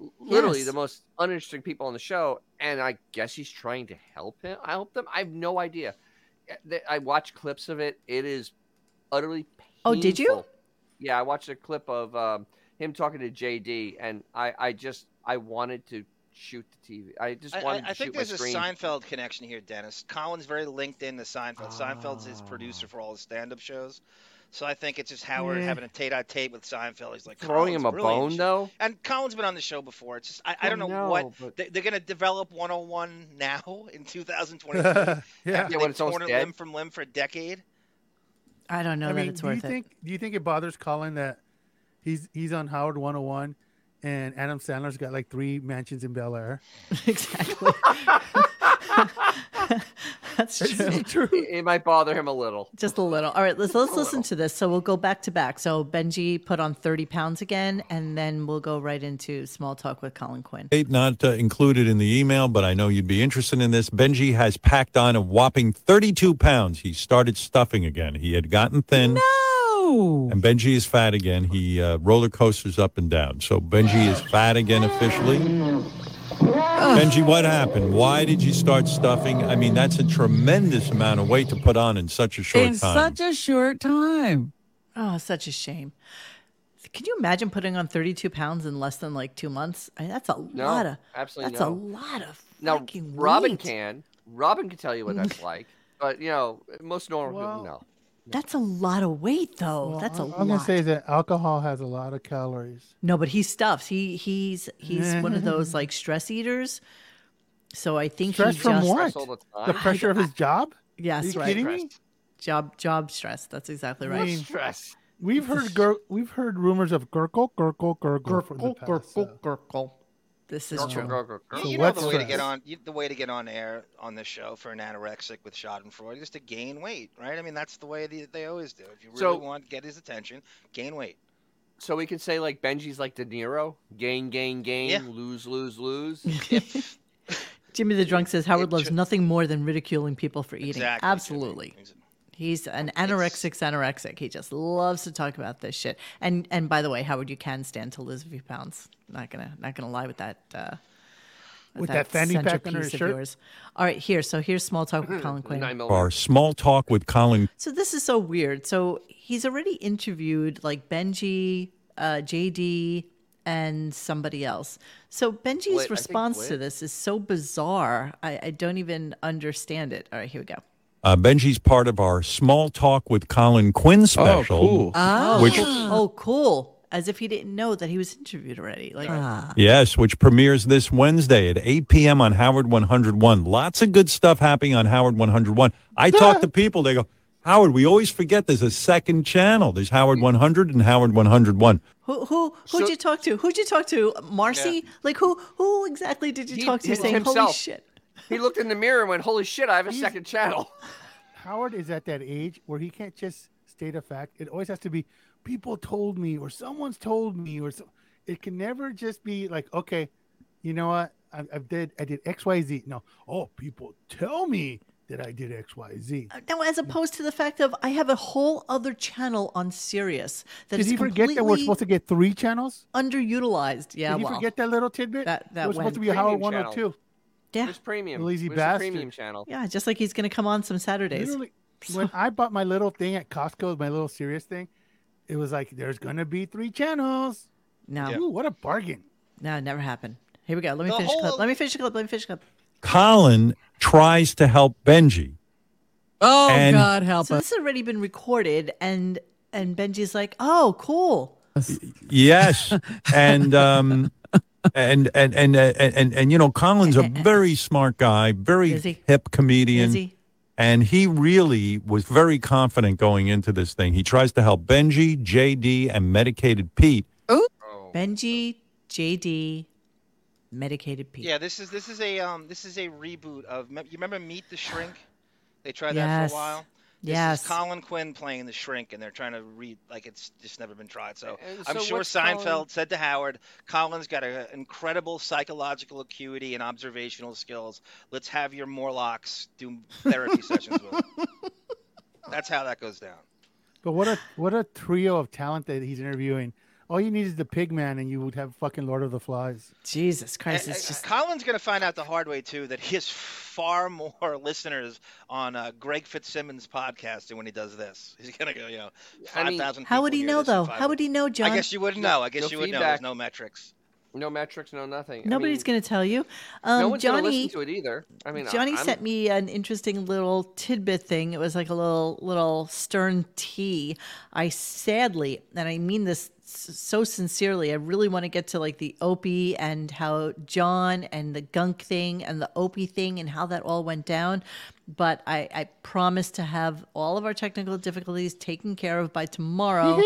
Speaker 2: L- Literally
Speaker 1: Yes.
Speaker 2: the most uninteresting people on the show, and I guess he's trying to help him. I help them. I have no idea. Uh, th- I watch clips of it. It is utterly. Painful.
Speaker 1: Oh, did you?
Speaker 2: Yeah, I watched a clip of um, him talking to JD, and I, I just I wanted to shoot the TV. I just
Speaker 4: I,
Speaker 2: wanted
Speaker 4: I-
Speaker 2: to
Speaker 4: I think
Speaker 2: shoot my
Speaker 4: there's a
Speaker 2: screen.
Speaker 4: Seinfeld connection here, Dennis. Colin's very linked into Seinfeld. Seinfeld's his producer for all his stand-up shows, so I think it's just Howard
Speaker 2: Yeah.
Speaker 4: having a tete-a-tete with Seinfeld. He's like
Speaker 2: Throwing him
Speaker 4: "Colin's
Speaker 2: a
Speaker 4: brilliant
Speaker 2: bone
Speaker 4: shit." [laughs]
Speaker 2: though.
Speaker 4: And Colin's been on the show before. It's just I, I
Speaker 2: Oh,
Speaker 4: don't know
Speaker 2: no,
Speaker 4: what
Speaker 2: but-
Speaker 4: they, they're going to develop 101 now [laughs] in 2023.
Speaker 9: Yeah.
Speaker 4: after
Speaker 9: Yeah, when
Speaker 4: they've
Speaker 9: it's almost
Speaker 4: torn it
Speaker 9: dead.
Speaker 4: limb from limb for a decade.
Speaker 1: I don't know
Speaker 9: I
Speaker 1: that
Speaker 9: mean,
Speaker 1: it's
Speaker 9: do you
Speaker 1: worth it.
Speaker 9: think do you think it bothers Colin that he's he's on Howard 101 and Adam Sandler's got like three mansions in Bel Air? [laughs]
Speaker 1: [laughs] exactly. That's true.
Speaker 2: It, it might bother him a little.
Speaker 1: Just a little. All right, let's let's
Speaker 2: A
Speaker 1: listen to this. So we'll go back to back. So Benji put on thirty pounds again, and then we'll go right into small talk with Colin Quinn.
Speaker 13: Tape not uh, included in the email, but I know you'd be interested in this. Benji has packed on a whopping 32 pounds. He started stuffing again. He had gotten thin.
Speaker 14: No.
Speaker 13: And Benji is fat again. He uh, roller coasters up and down. So Benji is fat again officially. Benji, what happened? Why did you start stuffing? I mean, that's a tremendous amount of weight to put on in such a short
Speaker 14: in
Speaker 13: time.
Speaker 14: such a short time.
Speaker 1: Oh, such a shame. Can you imagine putting on thirty-two pounds in less than like two months? I mean, that's a
Speaker 2: No,
Speaker 1: lot of
Speaker 2: absolutely
Speaker 1: That's
Speaker 2: no.
Speaker 1: a lot of
Speaker 2: Now,
Speaker 1: fucking
Speaker 2: Robin
Speaker 1: weight.
Speaker 2: can. Robin can tell you
Speaker 1: [laughs]
Speaker 2: what that's like. But you know, most normal people no.
Speaker 1: That's a lot of weight, though.
Speaker 9: Well,
Speaker 1: that's a
Speaker 9: all
Speaker 1: lot.
Speaker 9: I'm gonna say is that alcohol has a lot of calories.
Speaker 1: No, but he stuffs. He he's he's one
Speaker 9: [laughs]
Speaker 1: of those like stress eaters. So I think
Speaker 9: Stress
Speaker 1: he
Speaker 9: from
Speaker 1: just,
Speaker 9: what? The pressure
Speaker 1: [laughs]
Speaker 9: of his job?
Speaker 1: Yes,
Speaker 9: Are you
Speaker 1: right.
Speaker 9: kidding me?
Speaker 1: Job job stress. That's exactly
Speaker 9: I
Speaker 1: right.
Speaker 9: mean, We've heard gur- we've heard rumors of gurgle, gurgle, gurgle, for the past, uh,
Speaker 1: This is
Speaker 9: Gurgle,
Speaker 1: true.
Speaker 9: gurgle,
Speaker 4: You-
Speaker 9: So
Speaker 4: you know
Speaker 9: what's
Speaker 4: the way to
Speaker 9: stress?
Speaker 4: get on you, the way to get on air on this show for an anorexic with Schadenfreude is to gain weight, right? I mean, that's the way they, they always do. If you really
Speaker 2: So-
Speaker 4: want to get his attention, gain weight.
Speaker 2: So we can say like Benji's like De Niro, gain, gain, gain, lose,
Speaker 1: [laughs]
Speaker 2: lose, lose.
Speaker 1: Jimmy the drunk says Howard loves nothing more than ridiculing people for eating.
Speaker 2: Exactly, Jimmy.
Speaker 1: Absolutely. He's an anorexic anorexic. He just loves to talk about this shit. And and by the way, Howard, you can stand to lose a few pounds. Not gonna not gonna lie with that uh
Speaker 9: With that fanny pack
Speaker 1: centerpiece
Speaker 9: under his
Speaker 1: of
Speaker 9: shirt? Mm-hmm.
Speaker 1: yours. All right, here. So here's small talk with Colin Quinn.
Speaker 13: Our small talk with Colin
Speaker 1: So this is so weird. So he's already interviewed like Benji, uh, JD, and somebody else. So Benji's
Speaker 2: Wait, I think
Speaker 1: response to
Speaker 2: Blake-
Speaker 1: this is so bizarre. I, I don't even understand it. All right, here we go.
Speaker 13: Uh, Benji's part of our Small Talk with Colin Quinn special. Which,
Speaker 1: oh, cool. As if he didn't know that he was interviewed already. Like,
Speaker 9: Ah.
Speaker 13: yes, which premieres this Wednesday at 8 p.m.
Speaker 1: Ah.
Speaker 13: on Howard 101. Lots of good stuff happening on Howard 101. I talk to people, they go, Howard, we always forget there's a second channel. There's Howard 100 and Howard 101.
Speaker 1: Who who who'd you talk to? Who'd you talk to? Marcy? Like who who exactly did you
Speaker 2: He-
Speaker 1: talk to?
Speaker 2: it's
Speaker 1: Saying holy
Speaker 2: himself.
Speaker 1: shit.
Speaker 2: He looked in the mirror and went, "Holy shit! I have a
Speaker 1: [laughs]
Speaker 2: second channel."
Speaker 9: Howard is at that age where he can't just state a fact. It always has to be people told me or someone's told me or so. It can never just be like, okay, you know what? I, I did I did X Y Z. No, oh, people tell me that I did X Y Z.
Speaker 1: No, as opposed to the fact of I have a whole other channel on Sirius that
Speaker 9: Did
Speaker 1: is
Speaker 9: he forget that we're
Speaker 1: completely
Speaker 9: supposed to get three channels?
Speaker 1: underutilized. Yeah,
Speaker 9: Did he
Speaker 1: well,
Speaker 9: forget that little tidbit?
Speaker 1: that that
Speaker 9: it was supposed
Speaker 1: went.
Speaker 9: to be Howard
Speaker 2: Premium channel.
Speaker 9: 102.
Speaker 1: Yeah.
Speaker 2: Where's premium?
Speaker 9: Lazy
Speaker 2: Where's the
Speaker 9: bastard.
Speaker 2: premium channel?
Speaker 1: Yeah, just like he's going to come on some Saturdays.
Speaker 9: Literally, when I bought my little thing at Costco, my little serious thing, it was like there's gonna be three channels.
Speaker 1: No.
Speaker 9: Ooh, what a bargain.
Speaker 1: No, it never happened. Here we go. Let me
Speaker 9: The
Speaker 1: finish the clip.
Speaker 9: whole-
Speaker 1: Let me finish the clip. Let me finish the clip.
Speaker 13: Colin tries to help Benji.
Speaker 14: Oh
Speaker 13: And-
Speaker 14: God, help
Speaker 1: So
Speaker 14: us!
Speaker 1: this has already been recorded, and and Benji's like, "Oh, cool." [laughs]
Speaker 13: Yes, and um, and and and and and, and you know,
Speaker 1: [laughs]
Speaker 13: Colin's a very smart guy,
Speaker 1: Is he?
Speaker 13: very hip comedian,
Speaker 1: Is he?
Speaker 13: and he really was very confident going into this thing. He tries to help Benji, JD, and medicated Pete.
Speaker 1: Benji, JD, medicated Pete.
Speaker 4: Yeah, this is this is a um this is a reboot of you remember Meet the Shrink? They tried that
Speaker 1: Yes.
Speaker 4: for a while. This
Speaker 1: Yes.
Speaker 4: is Colin Quinn playing the Shrink, and they're trying to read like it's just never been tried. So
Speaker 1: Uh,
Speaker 2: And
Speaker 4: I'm
Speaker 2: so
Speaker 4: sure
Speaker 2: what's
Speaker 4: Seinfeld
Speaker 2: Colin-
Speaker 4: said to Howard, "Colin's got an incredible psychological acuity and observational skills. Let's have your Morlocks do
Speaker 1: [laughs]
Speaker 4: therapy sessions with him." That's how that goes down.
Speaker 9: But what a what a trio of talent that he's interviewing. All you need is the pig man and you would have fucking Lord of the Flies.
Speaker 1: Jesus Christ,
Speaker 4: And-
Speaker 1: it's
Speaker 4: and
Speaker 1: just
Speaker 4: Colin's going to find out the hard way too that he has far more [laughs] listeners on uh, Greg Fitzsimmons' podcast than when he does this. He's going to go, you know,
Speaker 2: I
Speaker 4: five
Speaker 2: mean-
Speaker 4: thousand.
Speaker 1: How would he know though? How would he know, John?
Speaker 4: I guess you wouldn't know. I guess
Speaker 2: No
Speaker 4: you would know.
Speaker 2: feedback.
Speaker 4: There's no metrics.
Speaker 2: No metrics, no nothing. I
Speaker 1: Nobody's
Speaker 2: mean,
Speaker 1: going to tell you. Um,
Speaker 2: no one's
Speaker 1: Johnny,
Speaker 2: gonna listen to it either. I mean, I-
Speaker 1: Johnny
Speaker 2: I'm-
Speaker 1: sent me an interesting little tidbit thing. It was like a little little stern tea. I sadly, and I mean this s- so sincerely, I really want to get to like the Opie and how John and the gunk thing and the Opie thing and how that all went down. But I, I promise to have all of our technical difficulties taken care of by tomorrow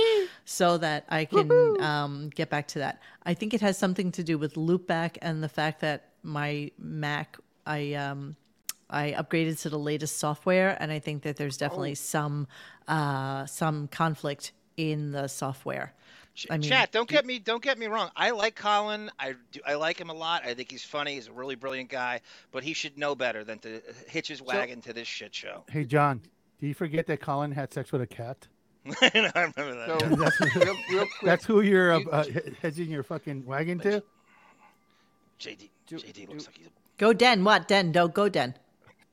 Speaker 1: so that I can um, get back to that. I think it has something to do with loopback and the fact that my Mac, I um, I upgraded to the latest software, and I think that there's
Speaker 2: Oh.
Speaker 1: definitely some uh, some conflict in the software. I mean,
Speaker 4: Chat, don't get me don't get me wrong. I like Colin. I do, I like him a lot. I think he's funny. He's a really brilliant guy, but he should know better than to hitch his wagon to this shit show. [laughs]
Speaker 9: Hey John, do you forget that Colin had sex with a cat?
Speaker 4: I remember that.
Speaker 2: So,
Speaker 9: [laughs] That's-
Speaker 2: real, real quick,
Speaker 9: That's who you're uh, uh, he- hedging your fucking wagon to?
Speaker 4: JD, JD looks like he's
Speaker 1: Go den, what den? Don't go den.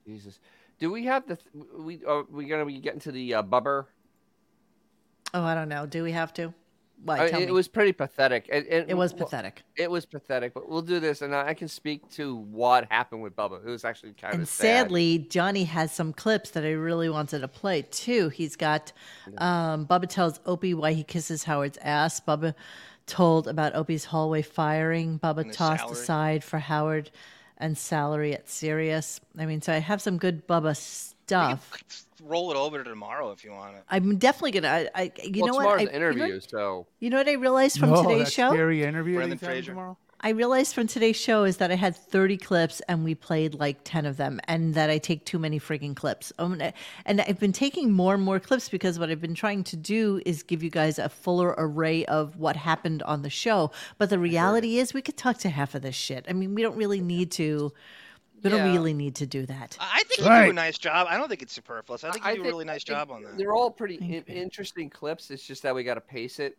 Speaker 2: Jesus, do we have the? Th- we are we gonna be getting to the uh, bubber?
Speaker 1: Oh, I don't know. Do we have to? Why?
Speaker 2: I-
Speaker 1: tell
Speaker 2: it
Speaker 1: me.
Speaker 2: was pretty pathetic. And, and
Speaker 1: It was
Speaker 2: well,
Speaker 1: pathetic.
Speaker 2: it was pathetic, but we'll do this, and I I can speak to what happened with Bubba. It was actually kind
Speaker 1: and
Speaker 2: of sad.
Speaker 1: sadly, Johnny has some clips that I really wanted to play too. He's got um, Bubba tells Opie why he kisses Howard's ass. Bubba told about Opie's hallway firing. Bubba
Speaker 4: his
Speaker 1: tossed
Speaker 4: salary.
Speaker 1: aside for Howard and salary at Sirius. I mean, so I have some good Bubba stuff.
Speaker 4: roll it over to tomorrow if you want it.
Speaker 1: I'm definitely gonna. I, I you know
Speaker 2: well,
Speaker 1: what?
Speaker 2: tomorrow's
Speaker 1: I,
Speaker 2: the interview,
Speaker 1: You know,
Speaker 2: so
Speaker 1: you know what I realized from
Speaker 9: No,
Speaker 1: today's
Speaker 9: that
Speaker 1: show?
Speaker 9: Scary interview.
Speaker 4: Brendan
Speaker 9: he's having
Speaker 4: Fraser.
Speaker 9: tomorrow?
Speaker 1: I realized from today's show is that I had 30 clips and we played like 10 of them, and that I take too many frigging clips. Um, and I- and I've been taking more and more clips because what I've been trying to do is give you guys a fuller array of what happened on the show. But the reality is, we could talk to half of this shit. I mean, we don't really need to. We don't
Speaker 2: Yeah.
Speaker 1: really need to do that.
Speaker 4: I I think you do a
Speaker 2: Right.
Speaker 4: nice job. I don't think it's superfluous. I think you
Speaker 2: I
Speaker 4: do
Speaker 2: think-
Speaker 4: a really nice
Speaker 2: I think
Speaker 4: job on that.
Speaker 2: They're all pretty in- interesting clips. It's just that we got to pace it.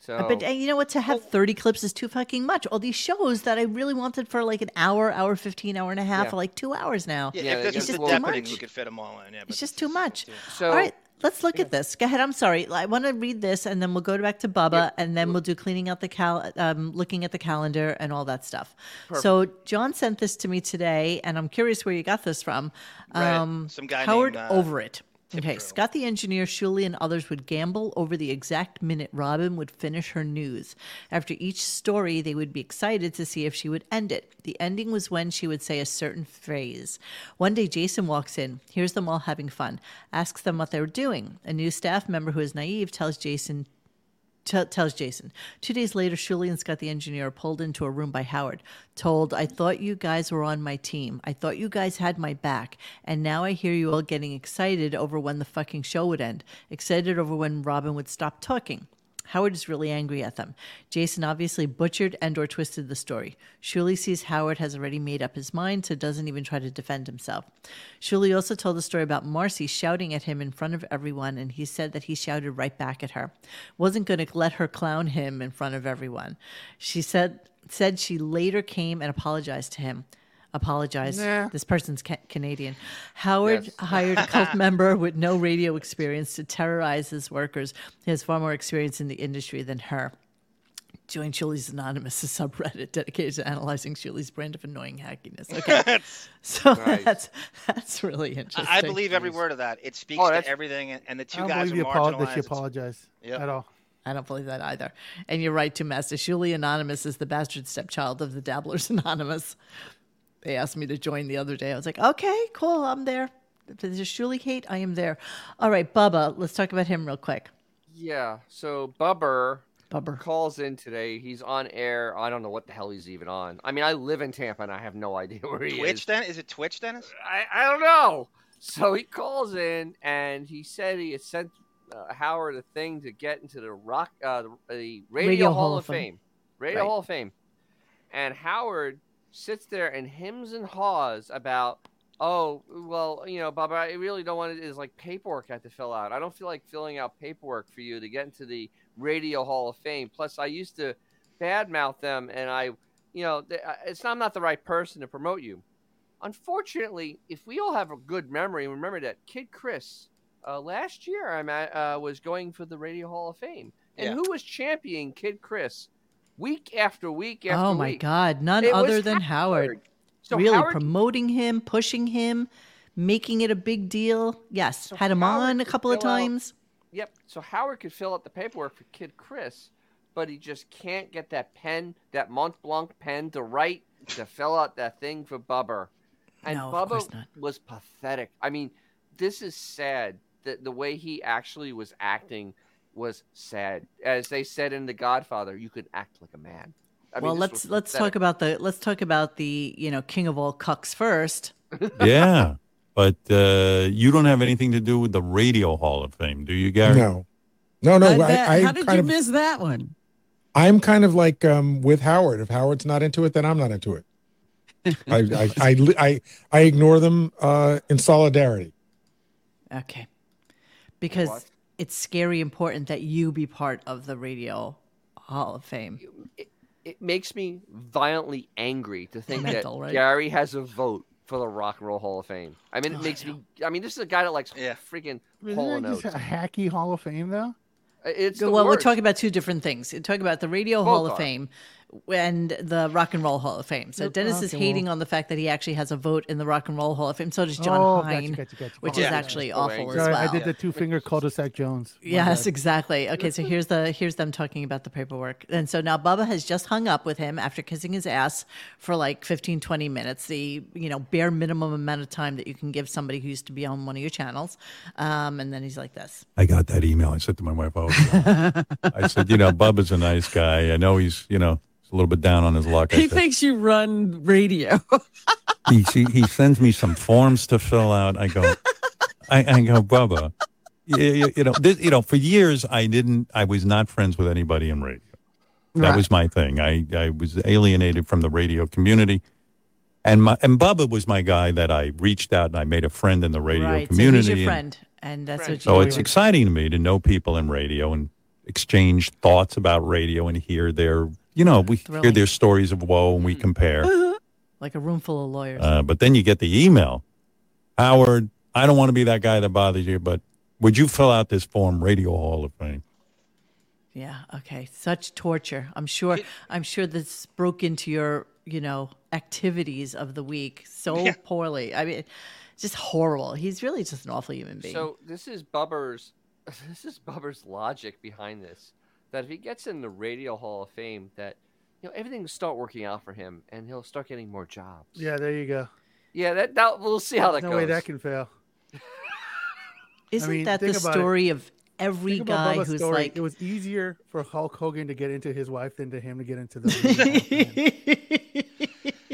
Speaker 2: So,
Speaker 1: But uh, you know what? To
Speaker 2: Oh.
Speaker 1: have 30 clips is too fucking much. All these shows that I really wanted for like an hour, hour 15, hour and a half,
Speaker 2: Yeah.
Speaker 1: are like two hours now.
Speaker 4: Yeah,
Speaker 2: Yeah, they
Speaker 4: if
Speaker 2: just
Speaker 4: this was
Speaker 2: blow
Speaker 4: the
Speaker 2: it up.
Speaker 4: deputy, you could fit them all in. Yeah, but
Speaker 1: It's just too much.
Speaker 2: So-
Speaker 1: All right, let's look at this. Go ahead. I'm sorry. I want to read this, and then we'll go back to Bubba, and then we'll do cleaning out the cal, um, looking at the calendar, and all that stuff. So John sent this to me today, and I'm curious where you got this from.
Speaker 4: Reddit. Some guy
Speaker 1: Um, Howard
Speaker 4: named, uh,
Speaker 1: over it. Okay, Scott the engineer, Shuley, and others would gamble over the exact minute Robin would finish her news. After each story, they would be excited to see if she would end it. The ending was when she would say a certain phrase. One day, Jason walks in, hears them all having fun, asks them what they're doing. A new staff member who is naive tells Jason t- tells Jason. Two days later, Shuley and Scott the engineer are pulled into a room by Howard, told, I thought you guys were on my team. I thought you guys had my back. And now I hear you all getting excited over when the fucking show would end, excited over when Robin would stop talking. Howard is really angry at them. Jason obviously butchered and or twisted the story. Shuley sees Howard has already made up his mind, so doesn't even try to defend himself. Shuley also told the story about Marcy shouting at him in front of everyone, and he said that he shouted right back at her. Wasn't going to let her clown him in front of everyone. She said said she later came and apologized to him apologize.
Speaker 2: Nah.
Speaker 1: This person's ca- Canadian. Howard hired a cult member with no radio experience to terrorize his workers. He has far more experience in the industry than her. Join Shuley's Anonymous, a subreddit dedicated to analyzing Shuley's brand of annoying hackiness.
Speaker 4: [laughs]
Speaker 1: Okay, so
Speaker 4: Nice.
Speaker 1: that's that's really interesting.
Speaker 4: I, I believe every word of that. It
Speaker 2: Oh,
Speaker 4: speaks to everything, and, and
Speaker 9: I
Speaker 4: the two
Speaker 9: don't
Speaker 4: guys
Speaker 9: believe
Speaker 4: are
Speaker 9: you apolog- that
Speaker 4: marginalized.
Speaker 9: she apologized at all.
Speaker 1: I don't believe that either. And you're right, too, Master. Shuley Anonymous is the bastard stepchild of the Dabblers Anonymous. They asked me to join the other day. I was like, okay, cool, I'm there. If there's a Shuley hate, I am there. All right, Bubba, let's talk about him real quick.
Speaker 2: Yeah. So Bubber,
Speaker 1: Bubber.
Speaker 2: calls in today. He's on air. I don't know what the hell he's even on. I mean, I live in Tampa and I have no [laughs] idea where he
Speaker 4: Twitch,
Speaker 2: is.
Speaker 4: then? Is it Twitch, Dennis?
Speaker 2: [coughs] I, I don't know. So he calls in and he said he had sent uh, Howard a thing to get into the rock, uh, the, the Radio, Hall, of Fame. Radio
Speaker 6: Right.
Speaker 2: Hall of Fame. And Howard sits there and hems and haws about, oh, well, you know, Bob, I really don't want it. It's like paperwork I have to fill out. I don't feel like filling out paperwork for you to get into the Radio Hall of Fame. Plus, I used to badmouth them, and I, you know, th- I- it's I'm not the right person to promote you. Unfortunately, if we all have a good memory, remember that Kid Chris uh, last year I'm at, uh, was going for the Radio Hall of Fame, and
Speaker 1: Yeah.
Speaker 2: who was championing Kid Chris week after week after
Speaker 1: Oh my
Speaker 2: week?
Speaker 1: God, none
Speaker 2: It was
Speaker 1: other than Howard.
Speaker 2: So
Speaker 1: really
Speaker 2: Howard-
Speaker 1: promoting him, pushing him, making it a big deal. Yes, had him
Speaker 2: Howard
Speaker 1: on a
Speaker 2: could
Speaker 1: couple of
Speaker 2: fill out-
Speaker 1: times.
Speaker 2: Yep. So Howard could fill out the paperwork for Kid Chris, but he just can't get that pen, that Mont Blanc pen, to write to fill out that thing for Bubber. And
Speaker 1: No, of course
Speaker 2: Bubba
Speaker 1: not.
Speaker 2: was pathetic. I mean, this is sad. That the way he actually was acting was sad. As they said in The Godfather, you could act like a man. I mean,
Speaker 1: well,
Speaker 2: this
Speaker 1: let's
Speaker 2: was
Speaker 1: let's
Speaker 2: pathetic.
Speaker 1: talk about the let's talk about the you know king of all cucks first.
Speaker 13: yeah, but uh, you don't have anything to do with the Radio Hall of Fame, do you, Gary?
Speaker 15: No. No, no. I, I,
Speaker 14: Uh, How did
Speaker 15: kind
Speaker 14: you
Speaker 15: of,
Speaker 14: miss that one?
Speaker 15: I'm kind of like um, with Howard. If Howard's not into it, then I'm not into it. I, I, I, li- I, I ignore them uh, in solidarity.
Speaker 1: Okay, because
Speaker 2: What?
Speaker 1: it's scary important that you be part of the Radio Hall of Fame.
Speaker 2: It makes me violently angry to think
Speaker 1: Mental,
Speaker 2: that
Speaker 1: right?
Speaker 2: Gary has a vote for the Rock and Roll Hall of Fame. I mean, it makes me. I mean, this is a guy that likes freaking Hall
Speaker 9: Isn't
Speaker 2: and
Speaker 9: it just
Speaker 2: Oates.
Speaker 9: a hacky Hall of Fame though?
Speaker 2: It's the
Speaker 1: well, we're
Speaker 2: worst.
Speaker 1: talking about two different things. We're talking about the Radio
Speaker 2: Both
Speaker 1: Hall
Speaker 2: are.
Speaker 1: of Fame and the Rock and Roll Hall of Fame. So
Speaker 9: Yep,
Speaker 1: Dennis
Speaker 9: rock
Speaker 1: is
Speaker 9: and roll.
Speaker 1: hating on the fact that he actually has a vote in the Rock and Roll Hall of Fame. So does John
Speaker 9: Oh, gotcha,
Speaker 1: Hine,
Speaker 9: gotcha, gotcha.
Speaker 1: which
Speaker 9: Yeah.
Speaker 1: is actually
Speaker 9: Yeah.
Speaker 1: awful as
Speaker 9: Sorry,
Speaker 1: well.
Speaker 9: I did the two finger cul-de-sac Jones. My
Speaker 1: Yes,
Speaker 9: bad.
Speaker 1: exactly. Okay, [laughs] so here's the here's them talking about the paperwork. And so now Bubba has just hung up with him after kissing his ass for like 15 20 minutes, the, you know, bare minimum amount of time that you can give somebody who used to be on one of your channels. Um, and then he's like this.
Speaker 13: I got that email. I said to my wife, "Oh, God." I said, you know, Bubba's a nice guy. I know he's, you know, he's a little bit down on his luck." I
Speaker 14: He
Speaker 13: said,
Speaker 14: thinks you run radio.
Speaker 13: he, she, he sends me some forms to fill out. I go, I, I go, Bubba, you, you, you know, this, you know, for years I didn't, I was not friends with anybody in radio. That
Speaker 3: Right.
Speaker 13: was my thing. I, I was alienated from the radio community. And my, and Bubba was my guy that I reached out and I made a friend in the radio
Speaker 1: right.
Speaker 13: community.
Speaker 1: So he's your
Speaker 13: and-
Speaker 1: friend. And that's what you
Speaker 13: so it's exciting to me to know people in radio and exchange thoughts about radio and hear their, you know, we hear
Speaker 1: Thrilling. Hmm.
Speaker 13: their stories of woe and we compare.
Speaker 1: like a room full of lawyers.
Speaker 13: Uh, but then you get the email Howard, I don't want to be that guy that bothers you, but would you fill out this form, Radio Hall of Fame?
Speaker 1: Yeah. Okay. Such torture. I'm sure. I'm sure this broke into your, you know, activities of the week so
Speaker 2: Yeah.
Speaker 1: poorly. I mean, it's just horrible. He's really just an awful human being.
Speaker 2: So this is Bubber's. [laughs] This is Bubber's logic behind this. That if he gets in the Radio Hall of Fame, that you know everything will start working out for him, and he'll start getting more jobs.
Speaker 9: Yeah, there you go.
Speaker 2: Yeah, that, that we'll see how that
Speaker 9: no
Speaker 2: goes.
Speaker 9: way that can fail.
Speaker 1: Isn't
Speaker 9: mean,
Speaker 1: that the
Speaker 9: think about it.
Speaker 1: story of every
Speaker 9: Think about
Speaker 1: guy
Speaker 9: Bubba's
Speaker 1: who's
Speaker 9: story.
Speaker 1: like,
Speaker 9: it was easier for Hulk Hogan to get into his wife than to him to get into the.
Speaker 1: [laughs]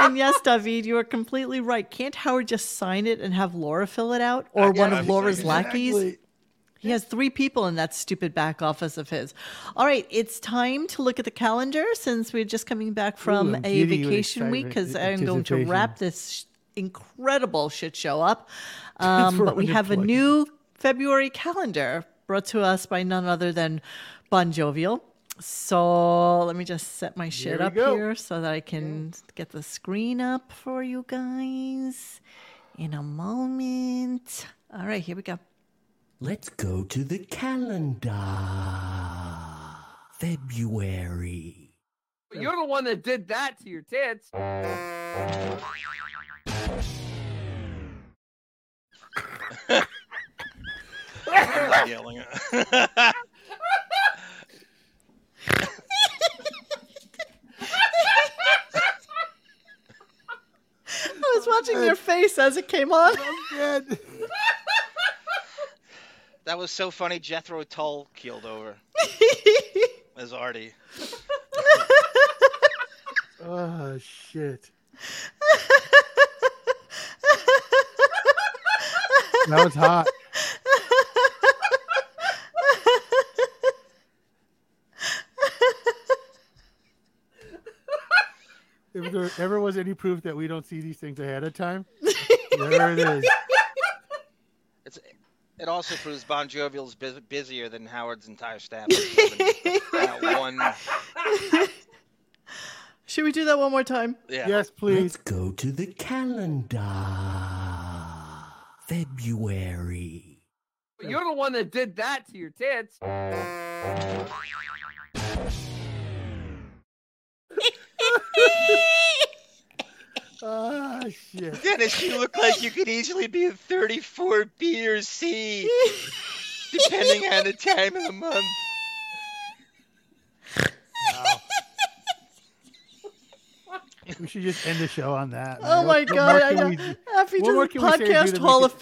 Speaker 1: and yes, David, you are completely right. Can't Howard just sign it and have Laura fill it out or
Speaker 2: Uh, Yeah,
Speaker 1: one
Speaker 2: I
Speaker 1: of
Speaker 2: mean,
Speaker 1: Laura's
Speaker 2: exactly.
Speaker 1: lackeys? He has three people in that stupid back office of his. All right, it's time to look at the calendar since we're just coming back from
Speaker 9: Ooh, I'm
Speaker 1: a
Speaker 9: giddy with
Speaker 1: vacation week because
Speaker 9: excitement,
Speaker 1: I'm going to
Speaker 9: anticipation.
Speaker 1: wrap this sh- incredible shit show up.
Speaker 9: [laughs] That's
Speaker 1: Um,
Speaker 9: where
Speaker 1: but we
Speaker 9: you're
Speaker 1: have a
Speaker 9: plugging.
Speaker 1: new February calendar brought to us by none other than Bon Jovial. So let me just set my shit
Speaker 9: we
Speaker 1: up
Speaker 9: go.
Speaker 1: here so that I can get the screen up for you guys in a moment. All right, here we go.
Speaker 20: Let's go to the calendar. February.
Speaker 2: You're the one that did that to your tits.
Speaker 4: I'm not yelling.
Speaker 1: I was watching your face as it came on.
Speaker 4: That was so funny. Jethro Tull
Speaker 1: [laughs]
Speaker 4: keeled over as Artie.
Speaker 9: oh shit! That was hot. If there ever was any proof that we don't see these things ahead of time, there it is.
Speaker 4: It's, it also proves Bon Jovial's bus- busier than Howard's
Speaker 1: [laughs]
Speaker 4: entire staff. That one,
Speaker 1: Should we do that one
Speaker 9: [laughs]
Speaker 1: more time?
Speaker 4: yeah.
Speaker 9: Yes, please.
Speaker 20: Let's go to the calendar. February.
Speaker 2: You're the one that did that to your tits.
Speaker 9: Ah, shit.
Speaker 4: Dennis, you look like you could easily be in 34 B or C, depending on the time of the month.
Speaker 9: We should just end the show on that. man.
Speaker 1: Oh my
Speaker 9: What- what
Speaker 1: god!
Speaker 9: more
Speaker 1: I
Speaker 9: can
Speaker 1: know.
Speaker 9: we
Speaker 1: [laughs]
Speaker 9: do?
Speaker 1: Happy
Speaker 9: what more
Speaker 1: to the
Speaker 9: can we say to do
Speaker 1: podcast
Speaker 9: to
Speaker 1: Hall
Speaker 9: make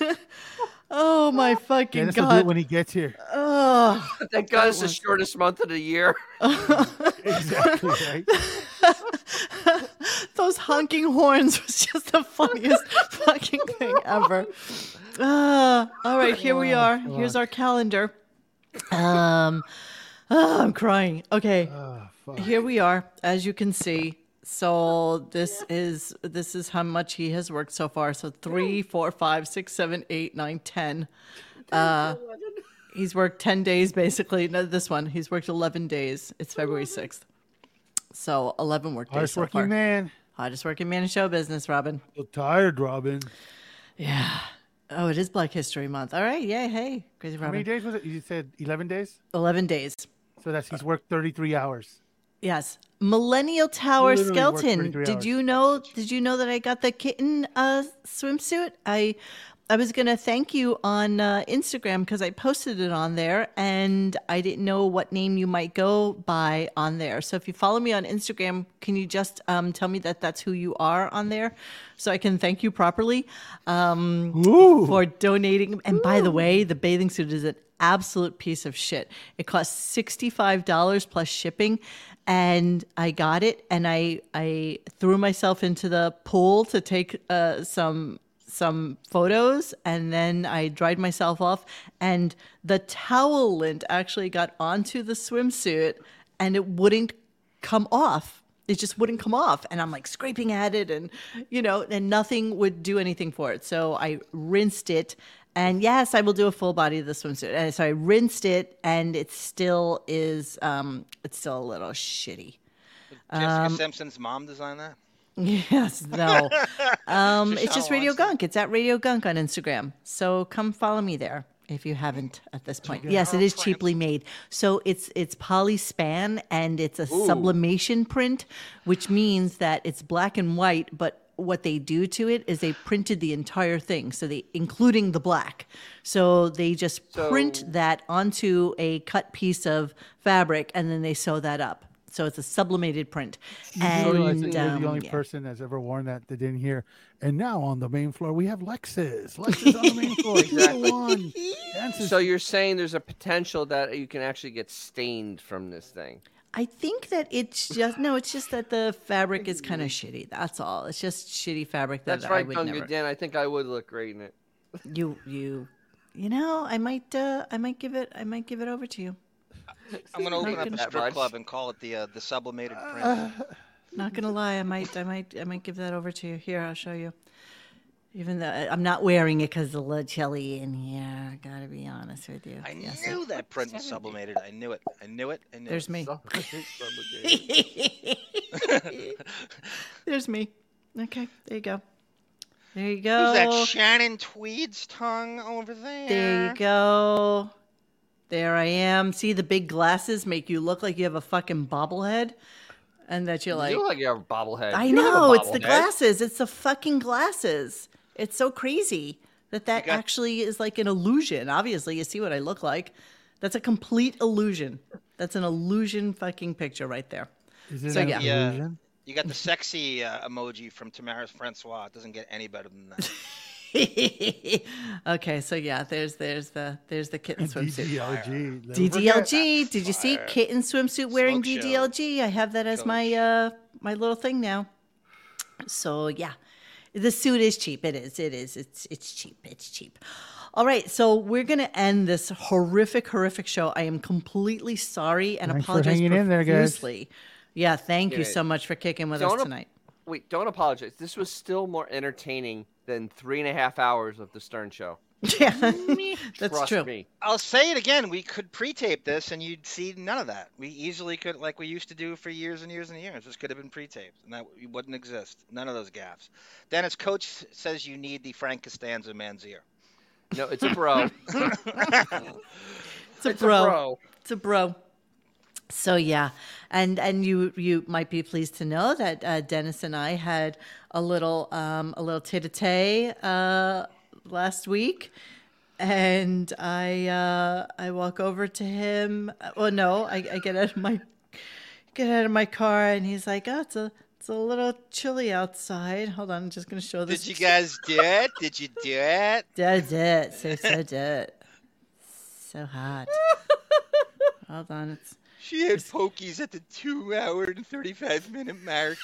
Speaker 1: of Fame. [laughs] oh my fucking
Speaker 9: Dennis will do it
Speaker 1: god!
Speaker 9: when he gets here.
Speaker 1: [laughs] Oh,
Speaker 2: That guy's the
Speaker 1: was-
Speaker 2: shortest month of the year.
Speaker 9: exactly right.
Speaker 1: Those honking horns was just the funniest fucking thing ever. Ah, all right, here
Speaker 9: Oh,
Speaker 1: we are. Here's our calendar. Um, ah, I'm crying. Okay,
Speaker 9: Ah,
Speaker 1: here we are. As you can see, so this is this is how much he has worked so far. So three, four, five, six, seven, eight, nine, ten. Uh, he's worked ten days basically. No, this one he's worked eleven days. It's February sixth. So eleven work days.
Speaker 9: Hardest
Speaker 1: so
Speaker 9: working
Speaker 1: far.
Speaker 9: man.
Speaker 1: Hottest working man in show business, Robin.
Speaker 9: Well, tired, Robin.
Speaker 1: Yeah. Oh, it is Black History Month. All right. Yay. Hey, crazy
Speaker 9: How many
Speaker 1: Robin.
Speaker 9: days was it? You said eleven days.
Speaker 1: Eleven days.
Speaker 9: So that's he's worked thirty-three hours.
Speaker 1: Yes. Millennial Tower
Speaker 9: Literally worked
Speaker 1: skeleton.
Speaker 9: 23
Speaker 1: Did
Speaker 9: hours.
Speaker 1: you know? Did you know that I got the kitten uh, swimsuit? I, I was gonna thank you on uh, Instagram because I posted it on there, and I didn't know what name you might go by on there. So if you follow me on Instagram, can you just um, tell me that that's who you are on there, so I can thank you properly um, for donating. And by the way, the bathing suit is an absolute piece of shit. It cost $65 plus shipping and I got it and I I threw myself into the pool to take uh, some some photos and then I dried myself off and the towel lint actually got onto the swimsuit and it wouldn't come off. It just wouldn't come off. And I'm like scraping at it and, you know, and nothing would do anything for it. So I rinsed it. And yes, I will do a full body of the swimsuit. And so I rinsed it and it still is, um, it's still a little shitty.
Speaker 4: Jessica
Speaker 1: Um,
Speaker 4: Simpson's mom designed that.
Speaker 1: [laughs] Yes,
Speaker 9: [laughs]
Speaker 1: no. Um, it's just Radio Gunk. It's at Radio Gunk on Instagram. So come follow me there if you haven't at this point. Yes, it is cheaply made. So it's it's polyspan and it's a sublimation print, which means that it's black and white, but what they do to it is they printed the entire thing, so they including the black. So they just print that onto a cut piece of fabric and then they sew that up. So it's a sublimated print.
Speaker 9: You realize that
Speaker 1: And
Speaker 9: you're the
Speaker 1: um,
Speaker 9: only
Speaker 1: yeah.
Speaker 9: person that's ever worn that that didn't hear. And now on the main floor we have
Speaker 1: [laughs]
Speaker 9: Lexus. Lexus on the main floor. She's the one.
Speaker 2: so you're saying there's a potential that you can actually get stained from this thing.
Speaker 1: I think that it's just no, it's just that the fabric is kind of shitty. That's all. It's just shitty fabric that
Speaker 2: That's
Speaker 1: I
Speaker 2: right,
Speaker 1: would
Speaker 2: Dunga
Speaker 1: never.
Speaker 2: Dan. I think I would look great in it. [laughs]
Speaker 1: You you you know, I might uh, I might give it I might give it over to you.
Speaker 4: I'm gonna
Speaker 1: Not
Speaker 4: open up a
Speaker 1: gonna-
Speaker 4: strip club and call it the uh, the sublimated
Speaker 1: Uh,
Speaker 4: print.
Speaker 1: Not
Speaker 4: [laughs]
Speaker 1: gonna lie, I might, I might, I might give that over to you. Here, I'll show you. Even though I- I'm not wearing it because the lead jelly in here. I gotta be honest with you.
Speaker 4: I
Speaker 1: Yes,
Speaker 4: knew
Speaker 1: it-
Speaker 4: that print was sublimated. I knew it. I knew it. I knew
Speaker 1: There's
Speaker 4: it.
Speaker 1: me. [laughs]
Speaker 4: [laughs]
Speaker 1: There's me. Okay, there you go. There you go.
Speaker 4: Who's that Shannon Tweed's tongue over there?
Speaker 1: There you go. There I am. See the big glasses make you look like you have a fucking bobblehead, and that you're like,
Speaker 2: you look like you have a bobblehead.
Speaker 1: I
Speaker 2: You don't have a
Speaker 1: know it's the
Speaker 2: bobblehead.
Speaker 1: glasses. It's the fucking glasses. It's so crazy that that actually is like an illusion. Obviously, you see what I look like. That's a complete illusion. That's an illusion fucking picture right there. [laughs] so yeah,
Speaker 4: Yeah. You got the sexy uh, emoji from Tamara's Francois. It doesn't get any better than that.
Speaker 1: okay, so yeah, there's there's the there's the kitten swimsuit.
Speaker 9: DDLG.
Speaker 1: DDLG. Did you see kitten swimsuit wearing
Speaker 9: Smoke show.
Speaker 1: DDLG? I have that as my uh my little thing now. So yeah, the suit is cheap. It is. It is. It's it's cheap. It's cheap. All right, so we're gonna end this horrific, horrific show. I am completely sorry and
Speaker 9: Thanks for
Speaker 1: apologize
Speaker 9: hanging in there, guys.
Speaker 1: profusely. Yeah, thank you
Speaker 2: Yeah.
Speaker 1: so much for kicking with
Speaker 2: Don't
Speaker 1: us
Speaker 2: ap-
Speaker 1: tonight. [laughs]
Speaker 2: Wait, don't apologize. This was still more entertaining than three and a half hours of the Stern Show.
Speaker 1: That's
Speaker 2: Trust
Speaker 1: true.
Speaker 2: me.
Speaker 4: [laughs] I'll say it again. We could pre-tape this, and you'd see none of that. We easily could, like we used to do for years and years and years. This could have been pre-taped, and that it wouldn't exist. None of those gaffes. Dennis Coach says you need the Frank Costanza
Speaker 1: [laughs]
Speaker 4: man's ear.
Speaker 2: No, it's a bro.
Speaker 1: it's a [laughs] bro. It's a bro. So yeah, and and you you might be pleased to know that uh, Dennis and I had a little um, a little tete a tete uh, last week, and I uh, I walk over to him. Well, no, I, I get out of my get out of my car, and he's like, "Oh, it's a it's a little chilly outside. Hold on, I'm just gonna show this."
Speaker 4: Did you guys do it? Did you do it?
Speaker 1: Did it. So so did. So
Speaker 4: [laughs]
Speaker 1: hot. Hold on, it's
Speaker 4: She had pokies at the two-hour and thirty-five-minute mark.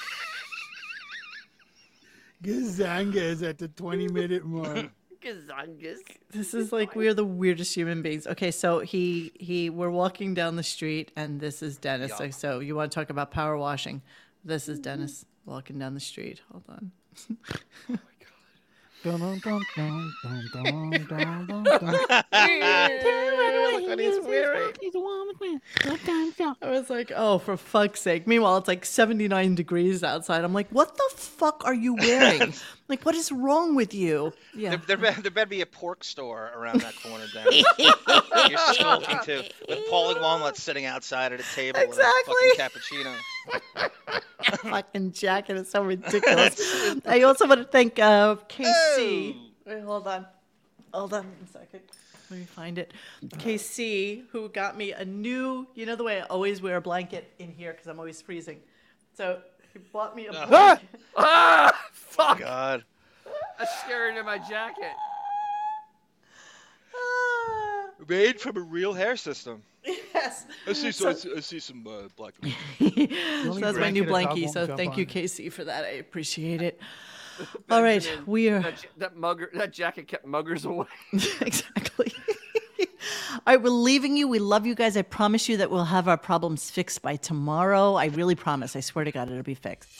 Speaker 9: Gazanga is at the 20 minute mark.
Speaker 1: This is like we're the weirdest human beings. Okay, so he he we're walking down the street and this is Dennis.
Speaker 9: Yeah.
Speaker 1: So, so you want to talk about power washing? This is Dennis walking down the street. Hold on.
Speaker 9: Dun, dun, dun, dun, dun, dun, dun, dun,
Speaker 1: Look what he's wearing. I was like, oh, for fuck's sake. Meanwhile, it's like 79 degrees outside. I'm like, what the fuck are you wearing? like, what is wrong with you? Yeah.
Speaker 4: There, there, be- there better be a pork store around that
Speaker 1: [laughs]
Speaker 4: corner, Dennis. that You're smoking too, with Paulie Walnut sitting outside at a table with a fucking cappuccino.
Speaker 1: [laughs] fucking jacket is
Speaker 16: [laughs]
Speaker 1: so ridiculous. I also want to thank uh, KC.
Speaker 16: Oh.
Speaker 1: Wait, hold on. Hold on one second. Let me find it. KC, who got me a new, you know, the way I always wear a blanket in here because I'm always freezing. So he bought me a
Speaker 4: Ah!
Speaker 1: blanket.
Speaker 2: Ah! Fuck!
Speaker 4: God.
Speaker 2: I scared in my jacket.
Speaker 4: Made from a real hair system.
Speaker 1: Ah, Yes.
Speaker 16: I see. So,
Speaker 1: So-
Speaker 16: I, see, I see some uh, black. and
Speaker 1: So
Speaker 16: Only
Speaker 1: that's my new
Speaker 16: blanket
Speaker 1: blankie.
Speaker 16: above
Speaker 1: So
Speaker 16: won't
Speaker 1: thank
Speaker 16: jump
Speaker 1: you,
Speaker 16: on.
Speaker 1: KC, for that. I
Speaker 16: [laughs]
Speaker 1: appreciate it. All right, we are.
Speaker 2: That, j- that mugger, that jacket kept muggers away.
Speaker 1: [laughs] All right, we're leaving you. We love you guys. I promise you that we'll have our problems fixed by tomorrow. I really promise. I swear to God, it'll be fixed.